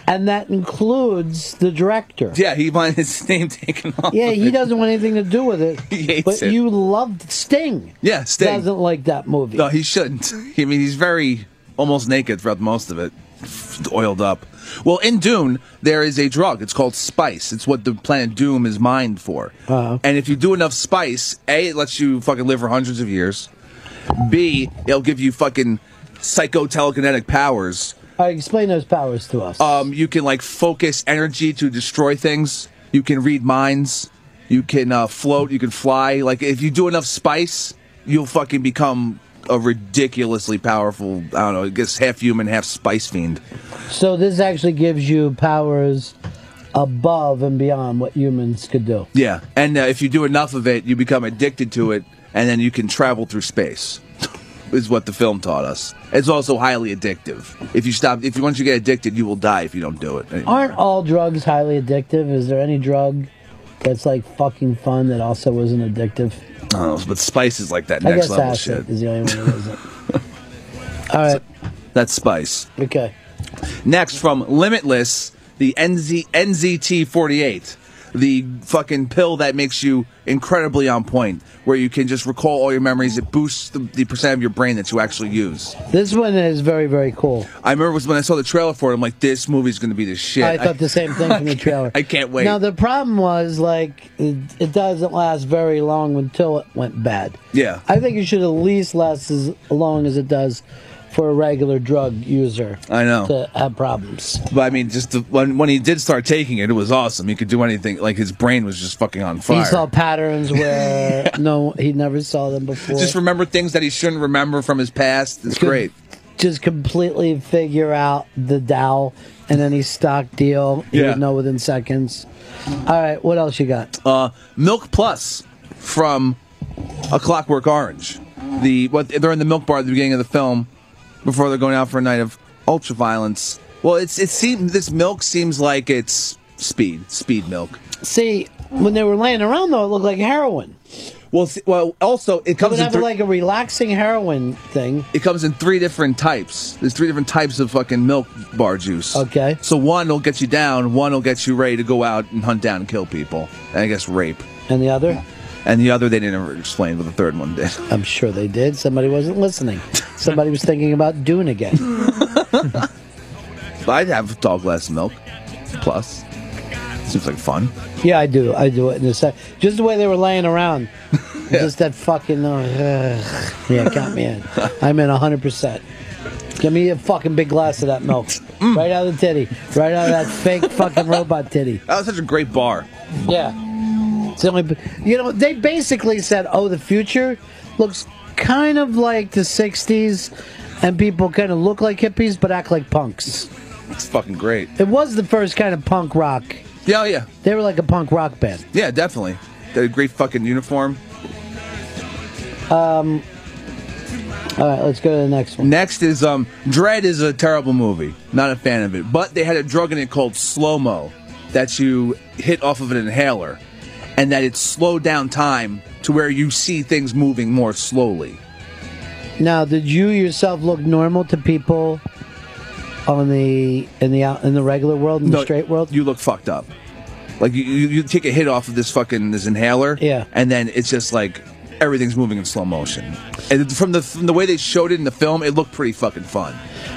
And that includes the director.
Yeah, he wanted his name taken off.
Yeah,
of
he
it.
doesn't want anything to do with it.
He hates
but
it.
you loved Sting.
Yeah, Sting.
Doesn't like that movie.
No, he shouldn't. I mean, he's very almost naked throughout most of it, oiled up. Well, in Dune, there is a drug. It's called spice. It's what the planet Doom is mined for.
Uh-huh.
And if you do enough spice, A, it lets you fucking live for hundreds of years. B, it'll give you fucking psychotelekinetic powers.
All right, explain those powers to us.
Um, you can like focus energy to destroy things. You can read minds. You can uh, float. You can fly. Like if you do enough spice, you'll fucking become a ridiculously powerful. I don't know. I guess half human, half spice fiend.
So this actually gives you powers above and beyond what humans could do.
Yeah, and uh, if you do enough of it, you become addicted to it, and then you can travel through space. Is what the film taught us. It's also highly addictive. If you stop, if you once you get addicted, you will die if you don't do it.
Aren't all drugs highly addictive? Is there any drug that's like fucking fun that also isn't addictive?
I don't know, Oh, but spice is like that
I
next
guess
level
acid
shit.
is the only one that isn't. all right.
That's spice.
Okay.
Next from Limitless, the NZ NZT forty eight. The fucking pill that makes you incredibly on point, where you can just recall all your memories. It boosts the, the percent of your brain that you actually use.
This one is very very cool.
I remember was when I saw the trailer for it, I'm like, this movie's gonna be the shit.
I thought the same thing from the trailer.
I can't wait.
Now the problem was like it, it doesn't last very long until it went bad.
yeah.
I think it should at least last as long as it does for a regular drug user.
I know.
to have problems.
But I mean, just the, when when he did start taking it, it was awesome. He could do anything. Like his brain was just fucking on fire.
He saw patterns where no he never saw them before.
just remember things that he shouldn't remember from his past. It's
Could
great.
Just completely figure out the Dow and any stock deal. You
Yeah.
would know within seconds. All right, what else you got?
Uh, Milk Plus from A Clockwork Orange. The what they're in the milk bar at the beginning of the film before they're going out for a night of ultra violence. Well, it's it seems this milk seems like it's speed, speed milk.
See, when they were laying around though, it looked like heroin.
Well, see, well, also it comes
would
in
have
thr-
like a relaxing heroin thing.
It comes in three different types. There's three different types of fucking milk bar juice.
Okay.
So one will get you down, one will get you ready to go out and hunt down and kill people, and I guess rape.
And the other?
And the other they didn't explain, but the third one did.
I'm sure they did. Somebody wasn't listening. Somebody was thinking about doing again.
I'd have a tall glass of milk. Plus, seems like fun.
Yeah, I do. I do it in a sec. Just the way they were laying around. Just that fucking. Uh, ugh. yeah, count me in. I'm in 100%. Give me a fucking big glass of that milk.
Mm.
Right out of the titty. Right out of that fake fucking robot titty.
That was such a great bar.
Yeah. It's the only, you know, they basically said, oh, the future looks kind of like the 60s, and people kind of look like hippies but act like punks.
It's fucking great.
It was the first kind of punk rock.
Yeah, oh, yeah,
They were like a punk rock band.
yeah, definitely. They had a great fucking uniform.
Um, all right, let's go to the next one.
Next is um, Dread is a terrible movie. Not a fan of it. But they had a drug in it called Slow Mo that you hit off of an inhaler, and that it slowed down time to where you see things moving more slowly.
Now, did you yourself look normal to people on the in the out in the regular world in the straight? world,
you look fucked up. Like you, you, you take a hit off of this fucking this inhaler, yeah, and then it's just like everything's moving in slow motion. And from the from the way they showed it in the film, it looked pretty fucking fun.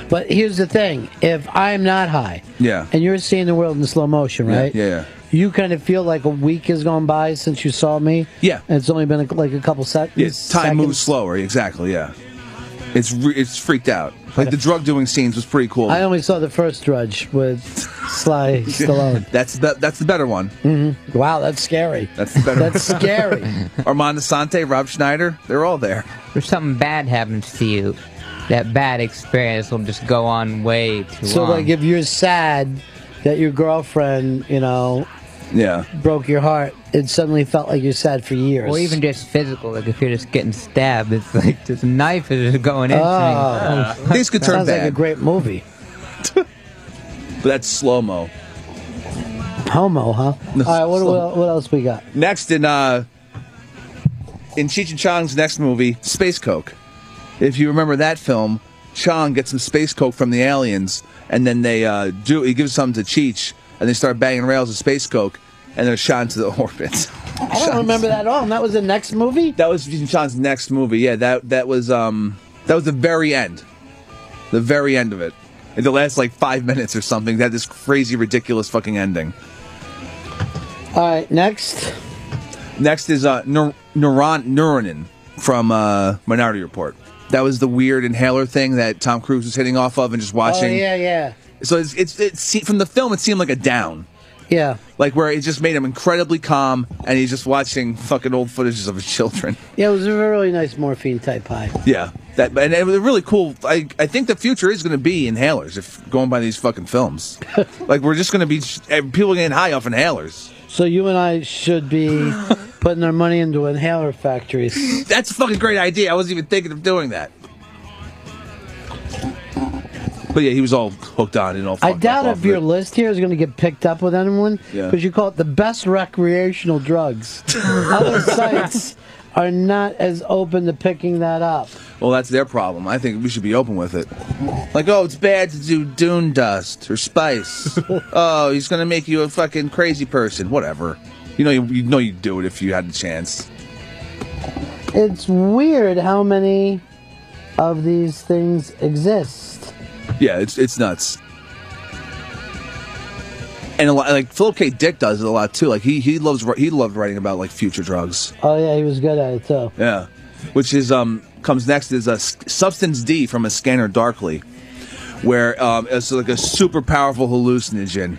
But here's the thing: if I'm not high,
Yeah.
and you're seeing the world in slow motion, right?
Yeah, yeah.
You kind of feel like a week has gone by since you saw me.
Yeah.
and it's only been like a couple seconds.
Yeah, time moves slower. Exactly. Yeah, it's re- it's freaked out. Like the drug doing scenes was pretty cool.
I only saw the first Drudge with Sly Stallone.
That's the that's the better one.
Mm-hmm. Wow, that's scary.
That's the better.
That's scary.
Armand Asante, Rob Schneider, they're all there.
If something bad happens to you, that bad experience will just go on way too
So,
long.
like, if you're sad that your girlfriend, you know,
yeah.
broke your heart, it suddenly felt like you're sad for years.
Or even just physical, like if you're just getting stabbed, it's like this knife is just going into
Oh.
me.
Things could turn
Sounds like a
bad.
great movie.
But that's slow mo.
Homo, huh? All right, what, what, what else we got?
Next in uh in Cheech and Chong's next movie, Space Coke. If you remember that film, Chong gets some space coke from the aliens, and then they uh, do. He gives some to Cheech, and they start banging rails of space coke, and they're shot into the orbit.
I don't remember that at all. And that was the next movie.
That was Cheech and Chong's next movie. Yeah, that that was um that was the very end, the very end of it. in the last like five minutes or something. They had this crazy, ridiculous fucking ending.
All right, next.
Next is uh, Nur- Nuran Nuranin from uh, Minority Report. That was the weird inhaler thing that Tom Cruise was hitting off of and just watching.
Oh yeah, yeah,
So it's it's, it's se- from the film. It seemed like a down,
yeah.
like where it just made him incredibly calm, and he's just watching fucking old footages of his children.
Yeah, it was a really nice morphine type high.
Yeah, that and it was really cool. I I think the future is going to be inhalers if going by these fucking films. like we're just going to be and people getting high off inhalers.
So you and I should be putting our money into inhaler factories.
That's a fucking great idea. I wasn't even thinking of doing that. But yeah, he was all hooked on and all.
I
fucked
doubt
up off
if
of
your
it.
list here is going to get picked up with anyone
Yeah.
because you call it the best recreational drugs. Other sites are not as open to picking that up.
Well, that's their problem. I think we should be open with it. Like, oh, it's bad to do dune dust or spice. oh, he's gonna make you a fucking crazy person. Whatever. You know, you, you know, you'd do it if you had the chance.
It's weird how many of these things exist.
Yeah, it's it's nuts. And a lot, like Philip K. Dick does it a lot too. Like he he loves wri- he loved writing about like future drugs.
Oh yeah, he was good at it too.
Yeah, which is um comes next is a s- substance D from a scanner darkly, where um it's like a super powerful hallucinogen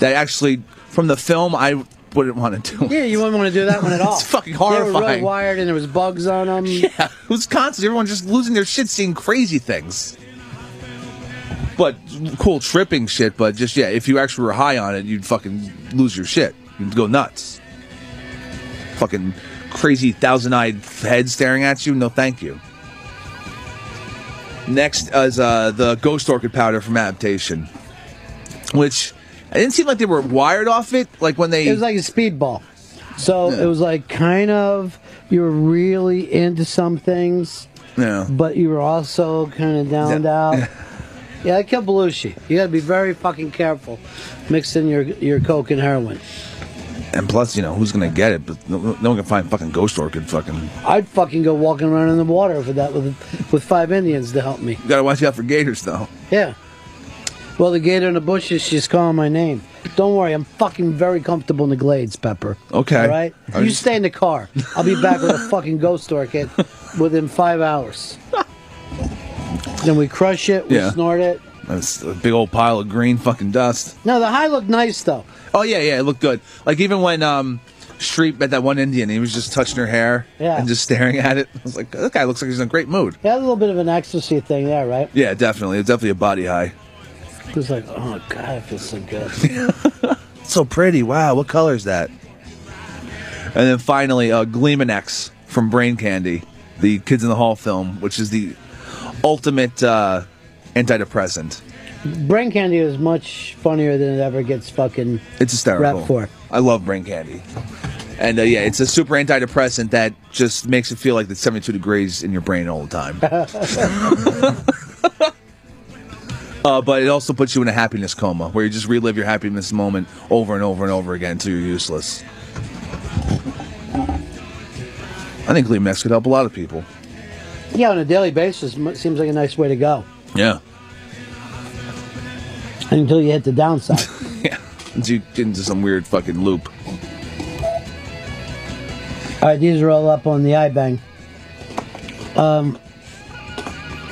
that actually from the film I wouldn't want to do. it.
Yeah, you wouldn't want to do that one at all.
It's fucking
They were really
horrifying.
wired, and there was bugs on them.
Yeah, it was constant. Everyone just losing their shit, seeing crazy things. But cool tripping shit. But just yeah, if you actually were high on it, you'd fucking lose your shit. You'd go nuts. Fucking crazy thousand-eyed head staring at you. No, thank you. Next is uh, the ghost orchid powder from Adaptation, which it didn't seem like they were wired off it. Like when they
It was like a speedball. So
Yeah.
it was like kind of you were really into some things,
Yeah.
but you were also kind of downed out. Yeah, I killed Belushi. You got to be very fucking careful mixing your your coke and heroin.
and plus, you know, who's gonna get it? But no, no one can find fucking ghost orchid. Fucking
I'd fucking go walking around in the water for that with with five Indians to help me.
You gotta watch out for gators, though.
Yeah. Well, the gator in the bushes, she's calling my name. Don't worry, I'm fucking very comfortable in the glades, Pepper.
Okay.
All right?
I
You
just-
stay in the car. I'll be back with a fucking ghost orchid within five hours. then we crush it, we
Yeah.
snort it.
That's a big old pile of green fucking dust.
No, the high looked nice, though.
Oh yeah, yeah, it looked good. Like even when um, Streep met that one Indian, he was just touching her hair
Yeah.
and just staring at it. I was like, that guy looks like he's in a great mood.
Yeah, a little bit of an ecstasy thing there, right?
Yeah, definitely, it's definitely a body high.
It was like, oh, God, it feels so good.
So pretty. Wow, what color is that? And then finally, uh, Gleeman X from Brain Candy, the Kids in the Hall film, which is the ultimate uh, antidepressant.
Brain candy is much funnier than it ever gets fucking.
It's hysterical.
Rap for.
I love brain candy. And uh, yeah, it's a super antidepressant that just makes it feel like it's 72 degrees in your brain all the time. Uh, but it also puts you in a happiness coma where you just relive your happiness moment over and over and over again until you're useless. I think Lee Max could help a lot of people.
yeah, on a daily basis, m- seems like a nice way to go
Yeah.
until you hit the downside.
Yeah. You get into some weird fucking loop.
All right, these are all up on the iBang. Um,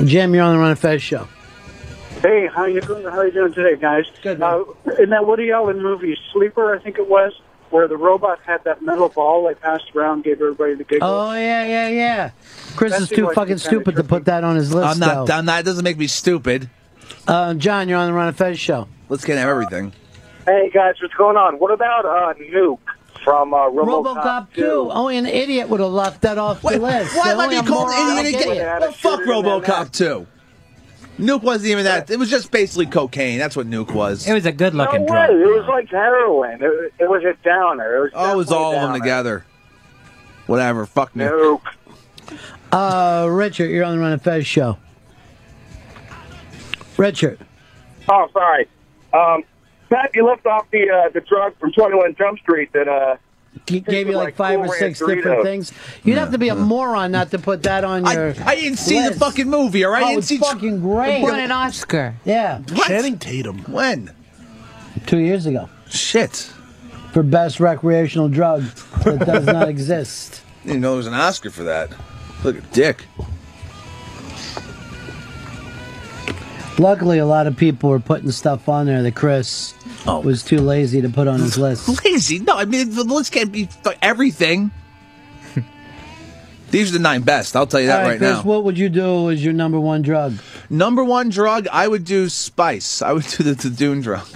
Jim, you're on the Run of Fez show.
Hey, how you doing? How you doing today, guys? Good. Uh, in that Woody Allen movie, Sleeper, I think it was, where the robot had that metal ball they passed around, gave everybody the giggles.
Oh yeah, yeah, yeah. Chris
That
is
seemed
too
like
fucking
the kind of
stupid to put that on his list.
I'm not,
though.
I'm not, it doesn't make me stupid.
Uh, John, you're on the Run of Fez show.
Let's get everything.
Hey guys, what's going on? What about uh, Nuke from uh, RoboCop,
RoboCop Oh. 2. Only an idiot would have left that off the list.
Why
So
am I
only
being
a
called
moron
an idiot
would
again?
get it.
Well, fuck RoboCop 2. Nuke wasn't even that. It was just basically cocaine. That's what Nuke was. It
was a good-looking
No way. It was like heroin. It, it was a downer. It was
Oh, it was
definitely
all
a
of them
downer.
together. Whatever. Fuck Nuke.
Uh, Richard, you're on the Run of Fez show. Richard,
Oh, sorry. Um, Pat, you left off the uh, the drug from Twenty One Jump Street that uh,
g- gave you
were
like,
like
five
Cool
or
Ranch
six different
Doritos.
things. You'd have to be a moron not to put that on your.
I didn't see the fucking movie, all right?
Oh,
I didn't
it's
see-
fucking great.
It won an
Oscar. Yeah.
Channing Tatum.
When?
Two years ago.
Shit.
For best recreational drug that does not exist.
Didn't know there was an Oscar for that. Look at Dick.
Luckily, a lot of people were putting stuff on there that Chris
Oh.
was too lazy to put on his list.
Lazy. No, I mean the list can't be like, everything. These are the nine best. I'll tell you that
All
right,
Chris,
now.
what would you do as your number one drug?
Number one drug, I would do spice. I would do the, the Dune drug.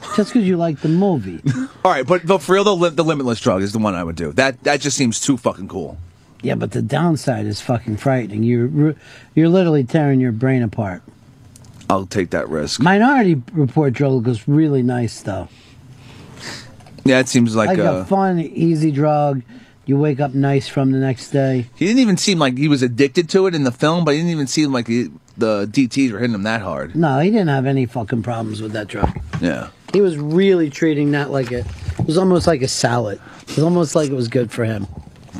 Just because you like the movie.
All right, but, but for real, the, li- the limitless drug is the one I would do. That that just seems too fucking cool.
Yeah, but the downside is fucking frightening. You're ru- you're literally tearing your brain apart.
I'll take that risk.
Minority Report drug was really nice though.
Yeah, it seems like,
Like,
uh,
a fun, easy drug. You wake up nice from the next day.
he didn't even seem like he was addicted to it in the film, but he didn't even seem like he, the DTs were hitting him that hard.
No, he didn't have any fucking problems with that drug.
Yeah.
He was really treating that like it. It was almost like a salad. It was almost like it was good for him.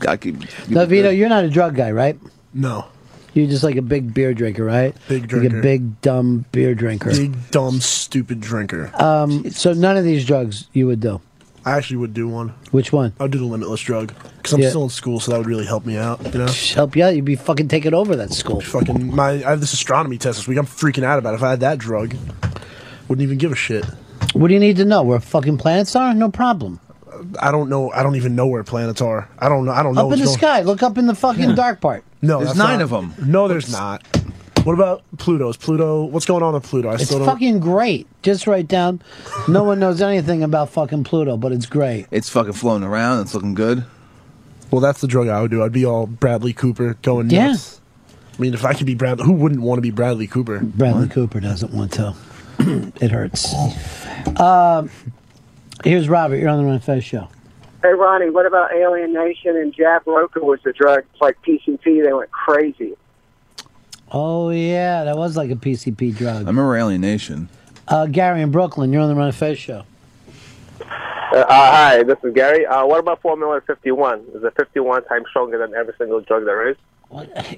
God, keep,
Now, Vito, you're not a drug guy, right?
No.
You're just like a big beer drinker, right? Big Like
drinker.
a big dumb beer drinker.
Big, dumb, stupid drinker.
Um, so none of these drugs you would do.
I actually would do one.
Which one?
I'd do the limitless drug because I'm
Yeah.
still in school, so that would really help me out. You know,
help you out. You'd be fucking taking over that school.
Fucking my, I have this astronomy test this week. I'm freaking out about. It. If I had that drug, wouldn't even give a shit.
What do you need to know? Where fucking planets are? No problem.
I don't know. I don't even know where planets are. I don't know. I don't know.
Up in
what's
the
going-
sky. Look up in the fucking dark part.
No,
There's
that's
nine
not-
of 'em.
No, there's not. What about Pluto's Pluto? What's going on with Pluto? I
It's
still don't.
fucking great. Just write down. No one knows anything about fucking Pluto, but it's great.
It's fucking floating around. It's looking good.
Well, that's the drug I would do. I'd be all Bradley Cooper going
Yeah.
nuts. I mean, if I could be Bradley, who wouldn't want to be Bradley Cooper?
Bradley Cooper doesn't want to. it hurts. Um, here's Robert. You're on the Run and Fez show.
Hey, Ronnie, what about Alien Nation and Jab Roca was the drug? It's like PCP. They went crazy.
Oh yeah, that was like a PCP
I
drug.
remember Alienation.
Uh, Gary in Brooklyn. You're on the Run and Fez show.
Uh, uh, hi, this is Gary. Uh, what about Formula 51? Is the 51 times stronger than every single drug there is?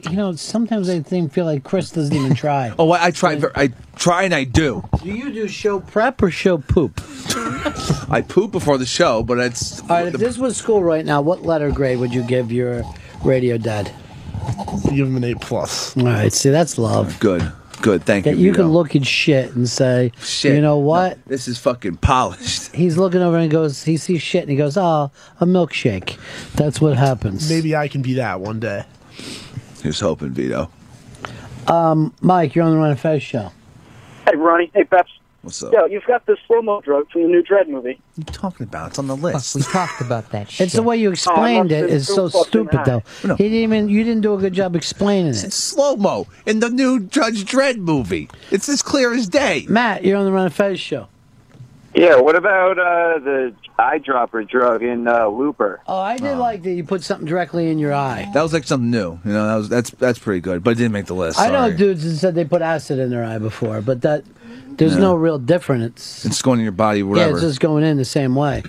You know, sometimes I think feel like Chris doesn't even try.
Oh, I, I try. ver- I try and I do.
do you do show prep or show poop?
I poop before the show, but it's
All right, if this was school right now, what letter grade would you give your radio dad?
Give him an A plus.
All right, see, that's love.
Good, good. Thank
That
you.
you
Vito.
can look at shit and say,
Shit.
you know what?
This is fucking polished.
He's looking over and goes, he sees shit and he goes, oh, a milkshake. That's what happens.
Maybe I can be that one day.
Here's hoping, Vito.
Um, Mike, you're on the Run and Fez show.
Hey, Ronnie. Hey, Peps.
What's
Yo, you've got this slow mo drug from the new Dread movie.
What are you talking about? It's on the list.
we talked about that shit.
It's the
Oh,
way you explained it is so stupid, though. He didn't even, you didn't do a good job explaining it.
Slow mo in the new Judge Dredd movie. It's as clear as day.
Matt, you're on the Run and Fez show.
Yeah, what about uh, the eyedropper drug in uh, Looper?
Oh, I did like that you put something directly in your eye.
That was like something new. You know, that was that's that's pretty good, but it didn't make the list.
I know
sorry.
dudes that said they put acid in their eye before, but that there's
Yeah.
no real difference.
It's going in your body,
Yeah,
whatever.
it's just going in the same way.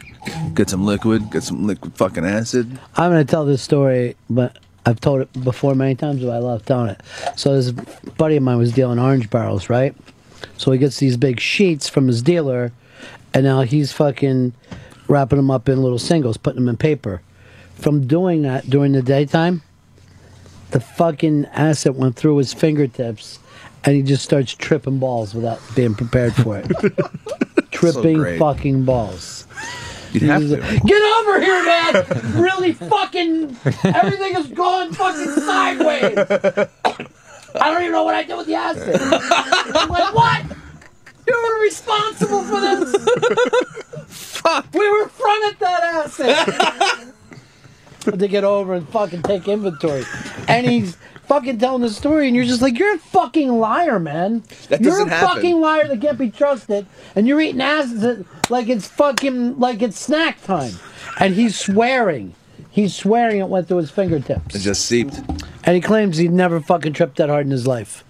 Get some liquid. Get some liquid fucking acid.
I'm going to tell this story, but I've told it before many times, but I left on it. So this buddy of mine was dealing orange barrels, right? So he gets these big sheets from his dealer, and now he's fucking wrapping them up in little singles, putting them in paper. From doing that during the daytime, the fucking acid went through his fingertips, and he just starts tripping balls without being prepared for it. tripping
great.
fucking balls.
You'd
have to.
Get over here, man! really fucking. Everything is going fucking sideways! I don't even know what I did with the acid. I'm like, what? You were responsible for this! Fuck! We were front at that acid!
to get over and fucking take inventory. And he's fucking telling the story, and you're just like, you're a fucking liar, man.
That
you're
doesn't
a
happen.
fucking liar that can't be trusted, and you're eating asses like it's fucking like it's snack time. And he's swearing, he's swearing it went through his fingertips,
It just seeped.
and he claims he'd never fucking tripped that hard in his life.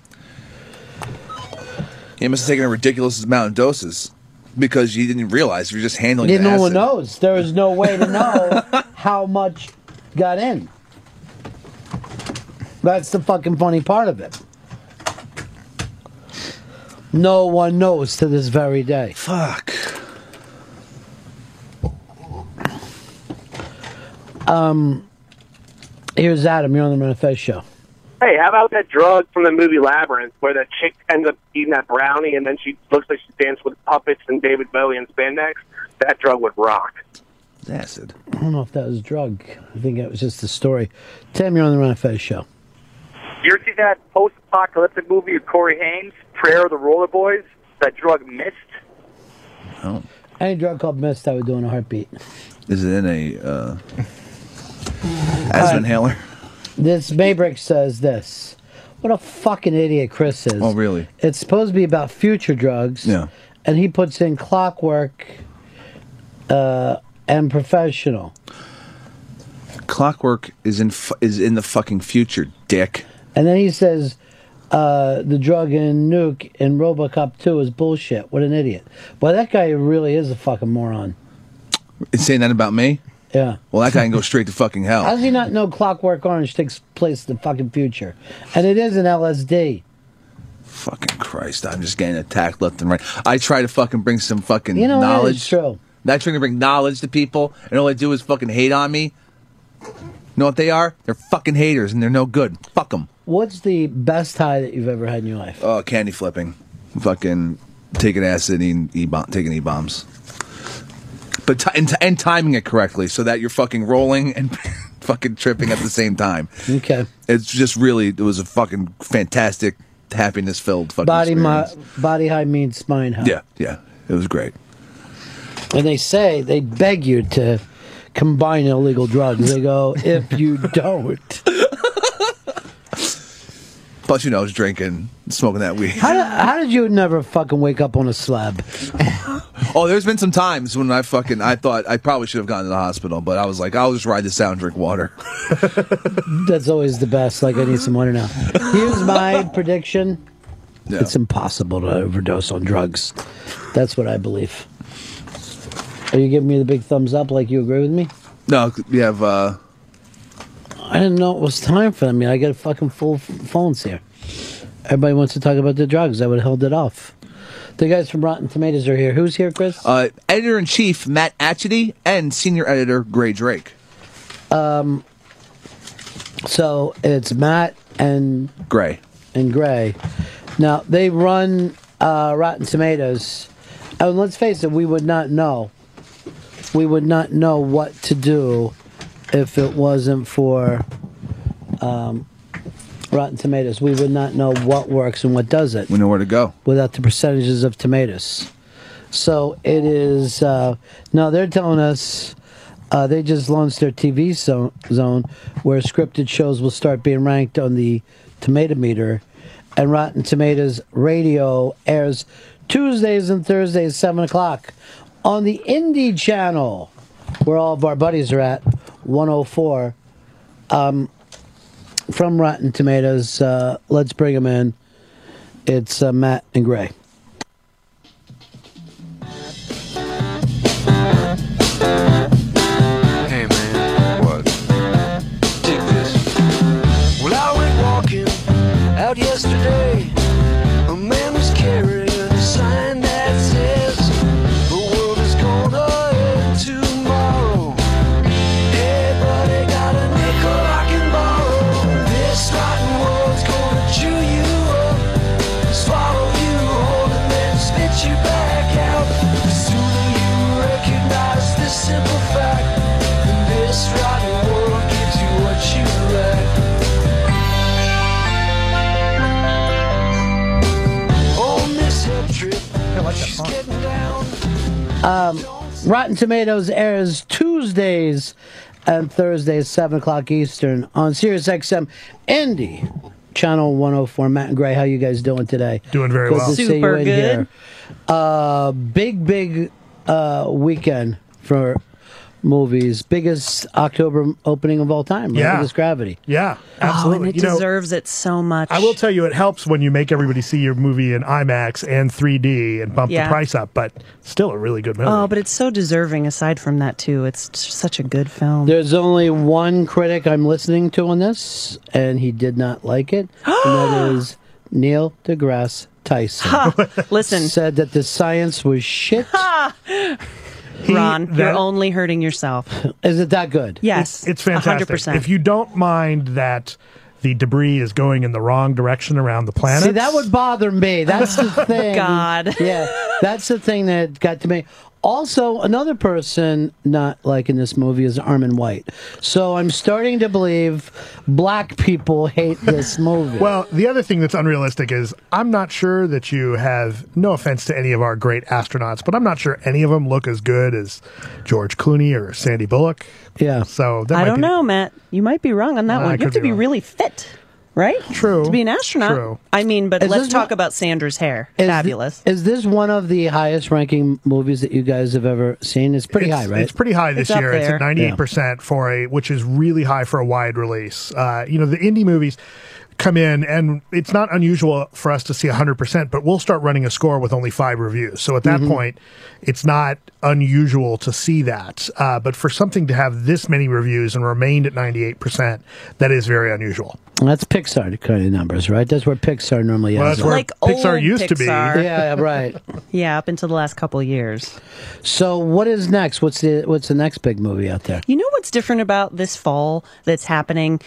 He must have taken a ridiculous amount of doses. because you didn't realize you were just handling.
Yeah,
the
no
acid.
one knows. There is no way to know how much got in. That's the fucking funny part of it. No one knows to this very day. Fuck. Um, here's Adam. You're on the Run of Fez show.
Hey, how about that drug from the movie Labyrinth where that chick ends up eating that brownie and then she looks like she danced with puppets and David Bowie and spandex? That drug would rock.
Acid.
I don't know if that was drug. I think that was just the story. Tim, you're on the Run of Fez show.
You ever see that post-apocalyptic movie of Corey Haim, Prayer of the Roller Boys? That drug mist.
Any drug called missed, I would do in a heartbeat.
Is it in a uh, asthma inhaler?
This Maybrick says this. What a fucking idiot Chris is.
Oh, really?
It's supposed to be about future drugs.
Yeah.
And he puts in clockwork uh, and professional.
Clockwork is in fu- is in the fucking future, dick.
And then he says uh, the drug in Nuke in Robocop 2 is bullshit. What an idiot. Boy, that guy really is a fucking moron.
It's saying that about me.
Yeah.
Well, that guy can go straight to fucking hell.
How does he not know Clockwork Orange takes place in the fucking future? And it is an LSD.
Fucking Christ, I'm just getting attacked left and right. I try to fucking bring some fucking
You know what?
knowledge.
It's true.
I try to bring knowledge to people, and all they do is fucking hate on me. You know what they are? They're fucking haters, and they're no good. Fuck them.
What's the best high that you've ever had in your life?
Oh, candy flipping. Fucking taking acid and e bomb, taking e bombs. But ti and, and timing it correctly so that you're fucking rolling and fucking tripping at the same time.
Okay.
It's just really it was a fucking fantastic, happiness filled fucking
Body
experience.
mo- body high means spine high.
Yeah, yeah, it was great.
And they say they beg you to combine illegal drugs. They go, if you don't,
Plus, you know, I was drinking, smoking that weed.
how, did, how did you never fucking wake up on a slab?
Oh, there's been some times when I fucking I thought I probably should have gone to the hospital, but I was like, I'll just ride this out and drink water.
That's always the best. Like I need some water now. Here's my prediction. It's impossible to overdose on drugs. That's what I believe. Are you giving me the big thumbs up? Like you agree with me?
No, we have. uh
I didn't know it was time for them. I, mean, I got fucking full f- phones here. Everybody wants to talk about the drugs. I would have held it off. The guys from Rotten Tomatoes are here. Who's here, Chris?
Uh, editor in chief Matt Atchity and senior editor Gray Drake.
Um, so it's Matt and
Gray
and Gray. Now they run uh, Rotten Tomatoes, and let's face it, we would not know. We would not know what to do if it wasn't for um, Rotten Tomatoes. We would not know what works and what doesn't. We
know where to go
without uh, the percentages of tomatoes. So it is. Uh, now they're telling us uh, they just launched their TV zone, zone where scripted shows will start being ranked on the tomato meter, and Rotten Tomatoes radio airs Tuesdays and Thursdays seven o'clock on the Indie Channel, where all of our buddies are at 104. Um, from Rotten Tomatoes, uh, let's bring them in. It's uh, Matt and Gray.
Hey man, what? Dig this. Well, I went walking out yesterday. A man was carrying a sign that says, "The world is gonna end tomorrow." Everybody got a nickel I can borrow. This rotten world's gonna chew you up, swallow you whole, and then spit you back out. The sooner you recognize this simple fact. This rotten world gives you what you lack. On this hip trip, she's getting down.
Um, Rotten Tomatoes airs Tuesdays and Thursdays, 7 o'clock Eastern on Sirius XM Indy. Channel 104, Matt and Gray, how you guys doing today?
Doing very
good
well.
To see you
Super
in
good.
Here. Uh, big, big uh, weekend for movies. Biggest October opening of all time. Right?
Yeah.
Biggest Gravity.
Yeah, absolutely.
Oh, and it
You know,
deserves it so much.
I will tell you, it helps when you make everybody see your movie in IMAX and 3D and bump
Yeah.
the price up, but still a really good movie.
Oh, but it's so deserving. Aside from that, too, it's t- such a good film.
There's only one critic I'm listening to on this, and he did not like it. and that is Neil deGrasse Tyson.
listen.
Said that the science was shit.
Ron,
that-
you're only hurting yourself.
Is it that good?
Yes,
It's fantastic.
100%.
If you don't mind that the debris is going in the wrong direction around the planet.
See, that would bother me. That's the thing.
God.
Yeah, that's the thing that got to me. Also, another person not liking this movie is Armin White. So I'm starting to believe black people hate this movie.
Well, the other thing that's unrealistic is I'm not sure that you have no offense to any of our great astronauts, but I'm not sure any of them look as good as George Clooney or Sandy Bullock.
Yeah.
So that
I
might
don't
be-
know, Matt. You might be wrong on that
I
one. You have
could
to
be
be, really fit, right? True. To be an astronaut.
True.
I mean, but
Is
let's
this
talk about Sanders' hair.
Is thi-
Fabulous.
is this one of the highest ranking movies that you guys have ever seen? It's pretty
it's,
high, right?
It's pretty high this year. It's at ninety eight
Yeah.
percent for a, which is really high for a wide release. Uh, you know, the indie movies come in, and it's not unusual for us to see hundred percent, but we'll start running a score with only five reviews. So at that point, it's not unusual to see that. Uh, but for something to have this many reviews and remained at ninety eight percent, that is very unusual.
That's Pixar kind of numbers, right? That's where Pixar normally
Well,
is.
that's where Like Pixar
old used to be. Pixar.
Yeah, yeah, right.
yeah, up until the last couple of years.
So what is next? What's the what's the next big movie out there?
You know what's different about this fall that's happening?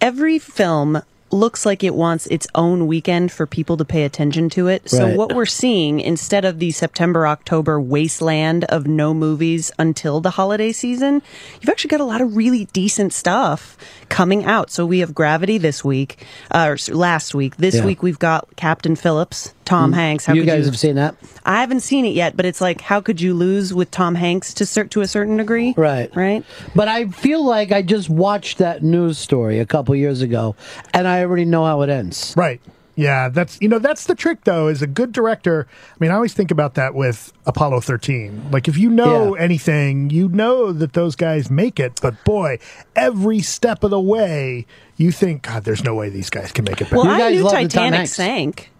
Every film looks like it wants its own weekend for people to pay attention to it. So
Right.
what we're seeing instead of the September October wasteland of no movies until the holiday season, you've actually got a lot of really decent stuff coming out. So we have Gravity this week uh, or s- last week. This
Yeah.
week we've got Captain Phillips, Tom Hanks. How
Mm. you
could
guys
you
have seen that?
I haven't seen it yet, but it's like, how could you lose with Tom Hanks to cer- to a certain degree?
Right.
Right.
But I feel like I just watched that news story a couple years ago, and I already know how it ends.
Right. Yeah, that's you know that's the trick though. Is a good director. I mean, I always think about that with Apollo thirteen. Like if you know anything, you know that those guys make it. But boy, every step of the way, you think God, there's no way these guys can make it. Back.
Well, I knew Titanic sank.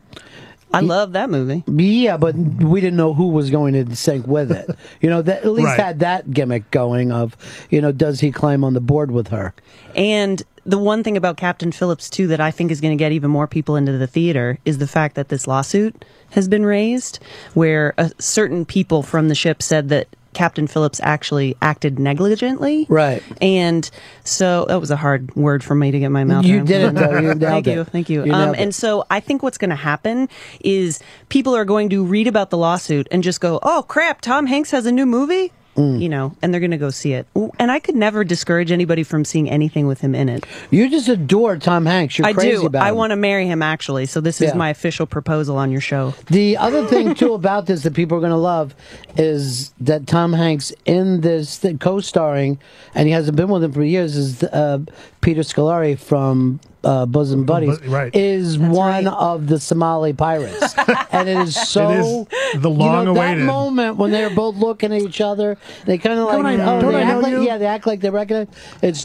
I love that movie.
Yeah, but we didn't know who was going to sink with it. you know, that at least
Right.
had that gimmick going of, you know, does he climb on the board with her?
And the one thing about Captain Phillips too that I think is going to get even more people into the theater is the fact that this lawsuit has been raised, where uh certain people from the ship said that Captain Phillips actually acted negligently.
Right.
And so that was a hard word for me to get my mouth.
You
around.
did it, though. You
thank
nailed it.
you, thank you.
You
um,
nailed it.
and so I think what's going to happen is people are going to read about the lawsuit and just go, "Oh crap, Tom Hanks has a new movie."
Mm.
You know, and they're going to go see it. Ooh, And I could never discourage anybody from seeing anything with him in it.
You just adore Tom Hanks. You're
I
crazy
do.
about
I
him.
want to marry him actually. So this is
Yeah.
my official proposal on your show.
The other thing too about this that people are going to love is that Tom Hanks in this th- co-starring, and he hasn't been with him for years, is uh, Peter Scolari from uh, Bosom Buddies,
Bu- right.
is one of the Somali pirates, and it is so
is the
you know,
long-awaited.
that moment when they're both looking at each other, they kind of like,
Don't I-
oh,
don't
they
I
act
know
like-
you?
yeah, they act like they recognize. It's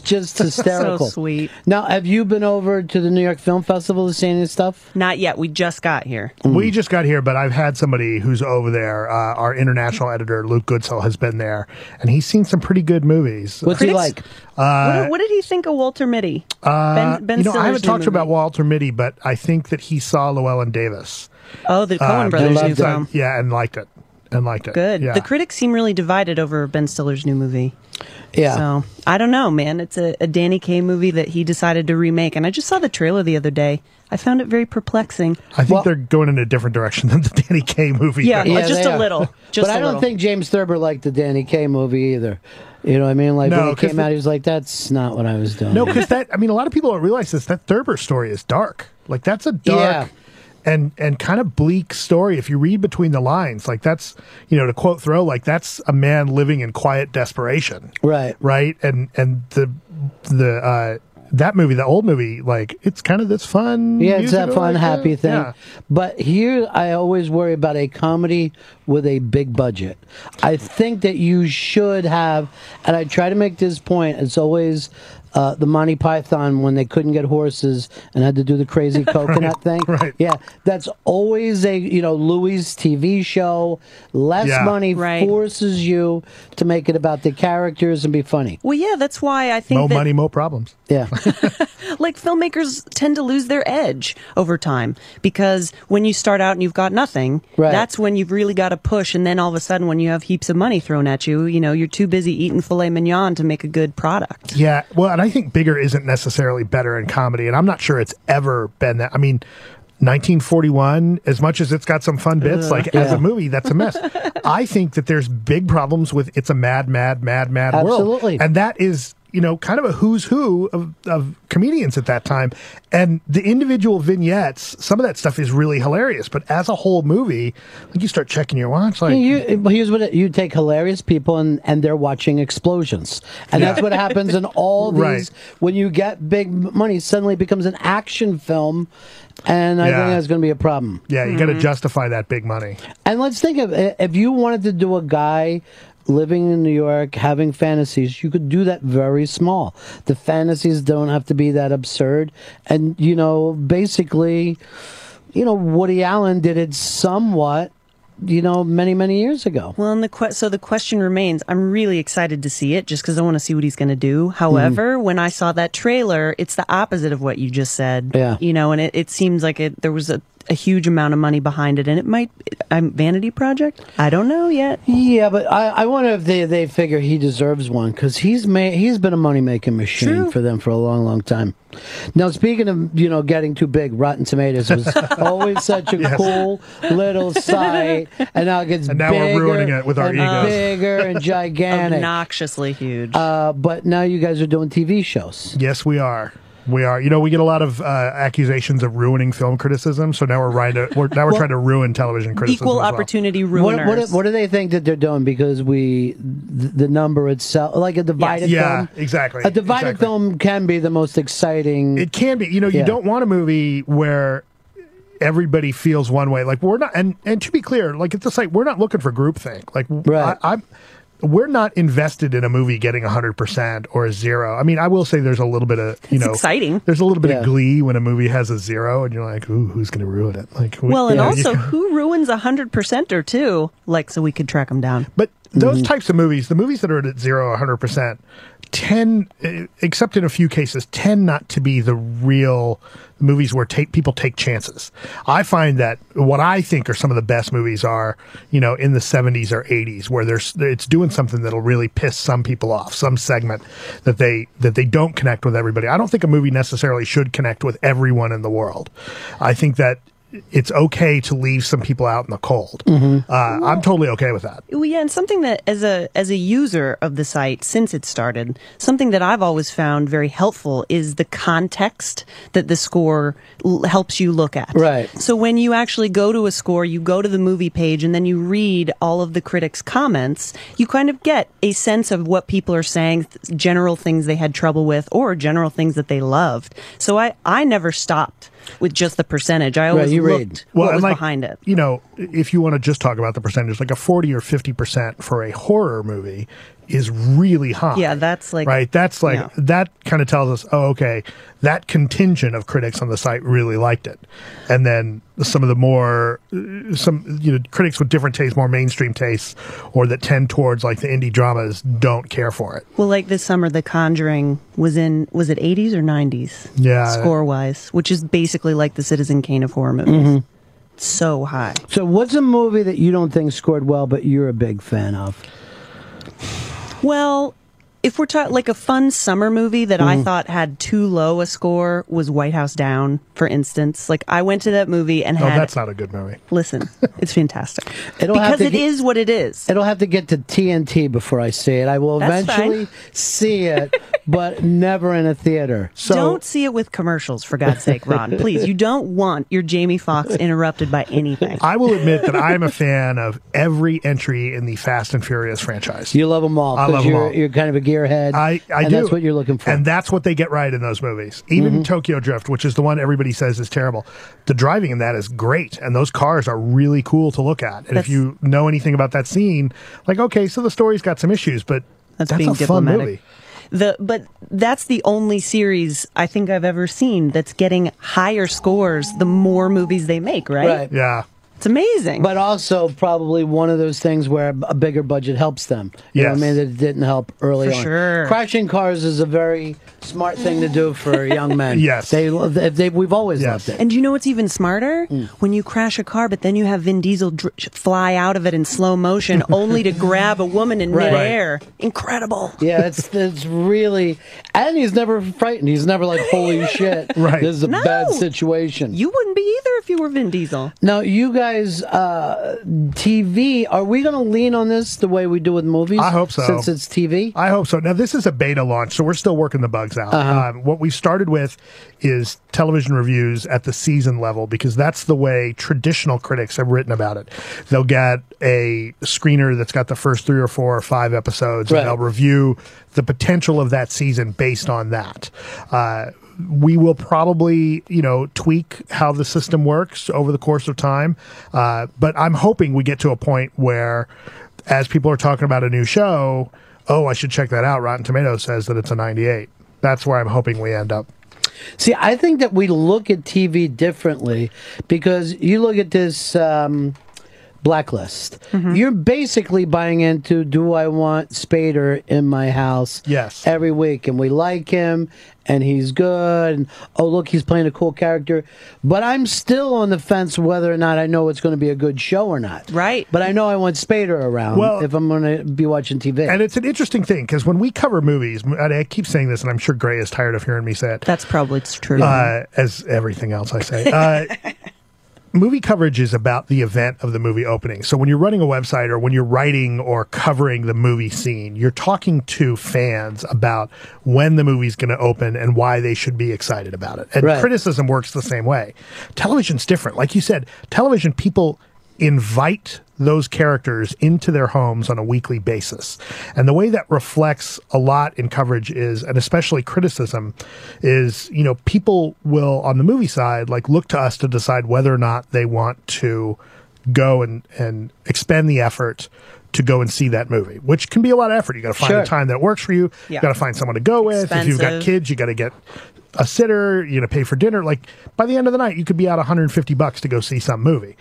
just hysterical,
sweet.
Now, have you been over to the New York Film Festival to see any stuff?
Not yet. We just got here.
Mm.
We just got here, but I've had somebody who's over there. Uh, our international editor Luke Goodsell has been there, and he's seen some pretty good movies.
What's he Critics- like?
Uh,
what, what did he think of Walter Mitty?
Uh,
Ben- Ben
you know, I
Stiller's
haven't
new
talked
movie.
about Walter Mitty, but I think that he saw Llewellyn Davis.
Oh, the Coen
Um,
Brothers
they-
new
so-
film.
Yeah, and liked it. And liked it.
Good.
Yeah.
The critics seem really divided over Ben Stiller's new movie.
Yeah.
So I don't know, man. It's a, a Danny Kaye movie that he decided to remake, and I just saw the trailer the other day. I found it very perplexing.
I think they're going in a different direction than the Danny Kaye movie.
Yeah,
though.
uh, just
they
a
are.
little. Just
but I
a
I don't
little.
think James Thurber liked the Danny Kaye movie either. You know what I mean? Like
No,
when it
'cause
came
the-
out, he was like, "That's not what I was doing."
No, because that. I mean, a lot of people don't realize this. That Thurber story is dark. Like that's a dark.
Yeah.
And, and kind of bleak story if you read between the lines like that's you know to quote Thoreau like that's a man living in quiet desperation
right
right and and the the uh that movie, the old movie, like it's kind of this fun.
Yeah, it's that
musical,
fun,
like,
happy
uh,
thing.
yeah.
But here, I always worry about a comedy with a big budget. I think that you should have, and I try to make this point. It's always uh, the Monty Python when they couldn't get horses and had to do the crazy coconut
Right,
thing. Right. Yeah, that's always a you know Louis TV show. Less
Yeah.
money
Right.
forces you to make it about the characters and be funny.
Well, yeah, that's why I think
Mo
that,
more problems.
Yeah.
like filmmakers tend to lose their edge over time because when you start out and you've got nothing,
Right.
that's when you've really got to push. And then all of a sudden, when you have heaps of money thrown at you, you know you're too busy eating filet mignon to make a good product.
Yeah, well, and I think bigger isn't necessarily better in comedy, and I'm not sure it's ever been that. I mean, 1941, as much as it's got some fun bits,
Ugh.
like as
Uh, Yeah.
a movie, that's a mess. I think that there's big problems with it's a mad, mad, mad, mad world.
Absolutely.
And that is, you know, kind of a who's who of, of comedians at that time. And the individual vignettes, some of that stuff is really hilarious, but as a whole movie, like you start checking your watch, like,
you, but here's what it, you take hilarious people and, and they're watching explosions, and that's
Yeah.
what happens in all these.
Right.
When you get big m- money, suddenly it becomes an action film, and I
Yeah.
think that's going to be a problem.
Mm-hmm.
yeah, you got
Mm-hmm.
to justify that big money.
And let's think of i- if you wanted to do a guy living in New York having fantasies, you could do that very small. The fantasies don't have to be that absurd. And, you know, basically, you know, Woody Allen did it somewhat, you know, many, many years ago.
Well, and the que- so the question remains. I'm really excited to see it, just because I want to see what he's going to do.
Mm.
However, when I saw that trailer, it's the opposite of what you just said.
Yeah.
you know, and it, it seems like it there was a, a huge amount of money behind it, and it might I'm vanity project. I don't know yet.
Yeah, but I, I wonder if they, they figure he deserves one because he's made he's been a money making machine for them for a long, long time. Now, speaking of you know getting too big, Rotten Tomatoes was always such a
Yes.
cool little site, and now it gets
And now we're
bigger
ruining it with our
and
egos.
bigger and gigantic,
obnoxiously huge.
Uh, but now you guys are doing TV shows.
Yes, we are. We are. You know, we get a lot of uh, accusations of ruining film criticism, so now we're trying to we're, now we're
Well,
trying to ruin television criticism. as well.
What, what, what do they think that they're doing? Because we, th- the number itself, like a divided
Yeah,
film.
exactly,
A divided
exactly.
film can be the most exciting.
It can be. You know,
Yeah.
you don't want a movie where everybody feels one way. Like we're not, and and to be clear, like at the site, we're not looking for groupthink. Like I, I'm. We're not invested in a movie getting 100% or a zero. I mean, I will say there's a little bit of, you
It's
know,
exciting.
There's a little bit
Yeah.
of glee when a movie has a zero and you're like, ooh, who's going to ruin it? Like, we-
Well, and
you know, you-
also, who ruins a hundred percent or two? Like, so we could track them down.
But those types of movies, the movies that are at zero, 100%, tend, eh, except in a few cases, tend not to be the real movies where take, people take chances. I find that what I think are some of the best movies are, you know, in the 70s or 80s, where there's, it's doing something that'll really piss some people off, some segment that they, that they don't connect with everybody. I don't think a movie necessarily should connect with everyone in the world. I think that it's okay to leave some people out in the cold. Uh, I'm totally okay with that.
Well, yeah, and something that as a as a user of the site since it started, something that I've always found very helpful is the context that the score l- helps you look at. Right. So when you actually go to a score, you go to the movie page and then you read all of the critics' comments. You kind of get a sense of what people are saying, th- general things they had trouble with, or general things that they loved. So I I never stopped with just the percentage. I always looked what
and
was
like,
behind it.
You know, if you want to just talk about the percentage, like a 40 or 50% for a horror movie is really high.
Yeah, that's like-
Ah. Right? That's like,
No.
that kind of tells us, oh, okay, that contingent of critics on the site really liked it. And then some of the more, uh, some, you know, critics with different tastes, more mainstream tastes, or that tend towards like the indie dramas don't care for it.
Well, like this summer, The Conjuring was in was it eighties or nineties?
Yeah.
score wise, which is basically like the Citizen Kane of horror movies.
Mm-hmm.
Mhm.
So high.
So, what's a movie that you don't think scored well, but you're a big fan of?
Well, if we're talking like a fun summer movie that I
Mm-hmm.
Mhm.
thought had too low a score was White House Down, for instance. Like I went to that movie and
Oh,
had
that's not a good movie.
listen, it's fantastic
It'll have
because
to
it is
get-
what it is.
It'll have to get to TNT before I see it. I will
That's
eventually see it, but never in a theater. So
don't see it with commercials, for God's sake, Ron. Please, you don't want your Jamie Foxx interrupted by anything.
I will admit that I'm a fan of every entry in the Fast and Furious franchise.
You love them all.
I love
'cause
them
you're,
all.
You're kind of a gearhead.
I, I
and
do.
That's what you're looking for. Mm-hmm.
And that's what they get right in those movies. Even Tokyo Drift, which is the one everybody says is terrible, the driving in that is great. And those cars are really cool to look at. And if
That's-
you know anything about that scene, like, okay, so the story's got some issues, but that's, a fun movie.
The but that's the only series I think I've ever seen that's getting higher scores the more movies they make, right?
Yeah.
It's amazing.
But also probably one of those things where a b- a bigger budget helps them. You know what I
Yes.
mean? That it didn't help early
For
on.
sure.
Crashing cars is a very smart thing to do for young men.
Yes.
They, lo- they, they we've always loved it.
And you know what's even smarter? When you crash a car, but then you have Vin Diesel dr- fly out of it in slow motion, only to grab a woman in
Right.
midair. Incredible.
Yeah, that's that's really, and he's never frightened. He's never like, "Holy shit,
Right.
this is a
No.
bad situation."
You wouldn't be either if you were Vin Diesel.
Now, you guys, uh, TV, are we going to lean on this the way we do with movies?
I hope so.
Since it's TV?
I hope so. Now, this is a beta launch, so we're still working the bugs out.
Uh-huh.
Um, what we started with is television reviews at the season level because that's the way traditional critics have written about it. They'll get a screener that's got the first three or four or five episodes,
Right.
and they'll review the potential of that season based on that. Uh, we will probably, you know, tweak how the system works over the course of time. Uh, but I'm hoping we get to a point where, as people are talking about a new show, oh, I should check that out. Rotten Tomatoes says that it's a 98. That's where I'm hoping we end up.
See, I think that we look at TV differently because you look at this um, blacklist. You're basically buying into do I want Spader in my house? Yes. Every week, and we like him, and he's good, and oh, look, he's playing a cool character. But I'm still on the fence whether or not I know it's going to be a good show or not. Right. But I know I want Spader around
Well-
if I'm going to be watching TV.
And it's an interesting thing because when we cover movies, and I keep saying this, and I'm sure Gray is tired of hearing me say it.
That's probably true.
Uh, as everything else I say. Uh, movie coverage is about the event of the movie opening. So when you're running a website or when you're writing or covering the movie scene, you're talking to fans about when the movie's going to open and why they should be excited about it. And
Right.
criticism works the same way. Television's different. Like you said, television people invite those characters into their homes on a weekly basis. And the way that reflects a lot in coverage is, and especially criticism, is, you know, people will, on the movie side, like look to us to decide whether or not they want to go and, and expend the effort to go and see that movie, which can be a lot of effort. You got to find
Sure.
a time that works for you.
Yeah.
You got to find someone to go with. If you've got
Expensive.
kids, you got to get a sitter, you know, pay for dinner. Like by the end of the night, you could be out 150 bucks to go see some movie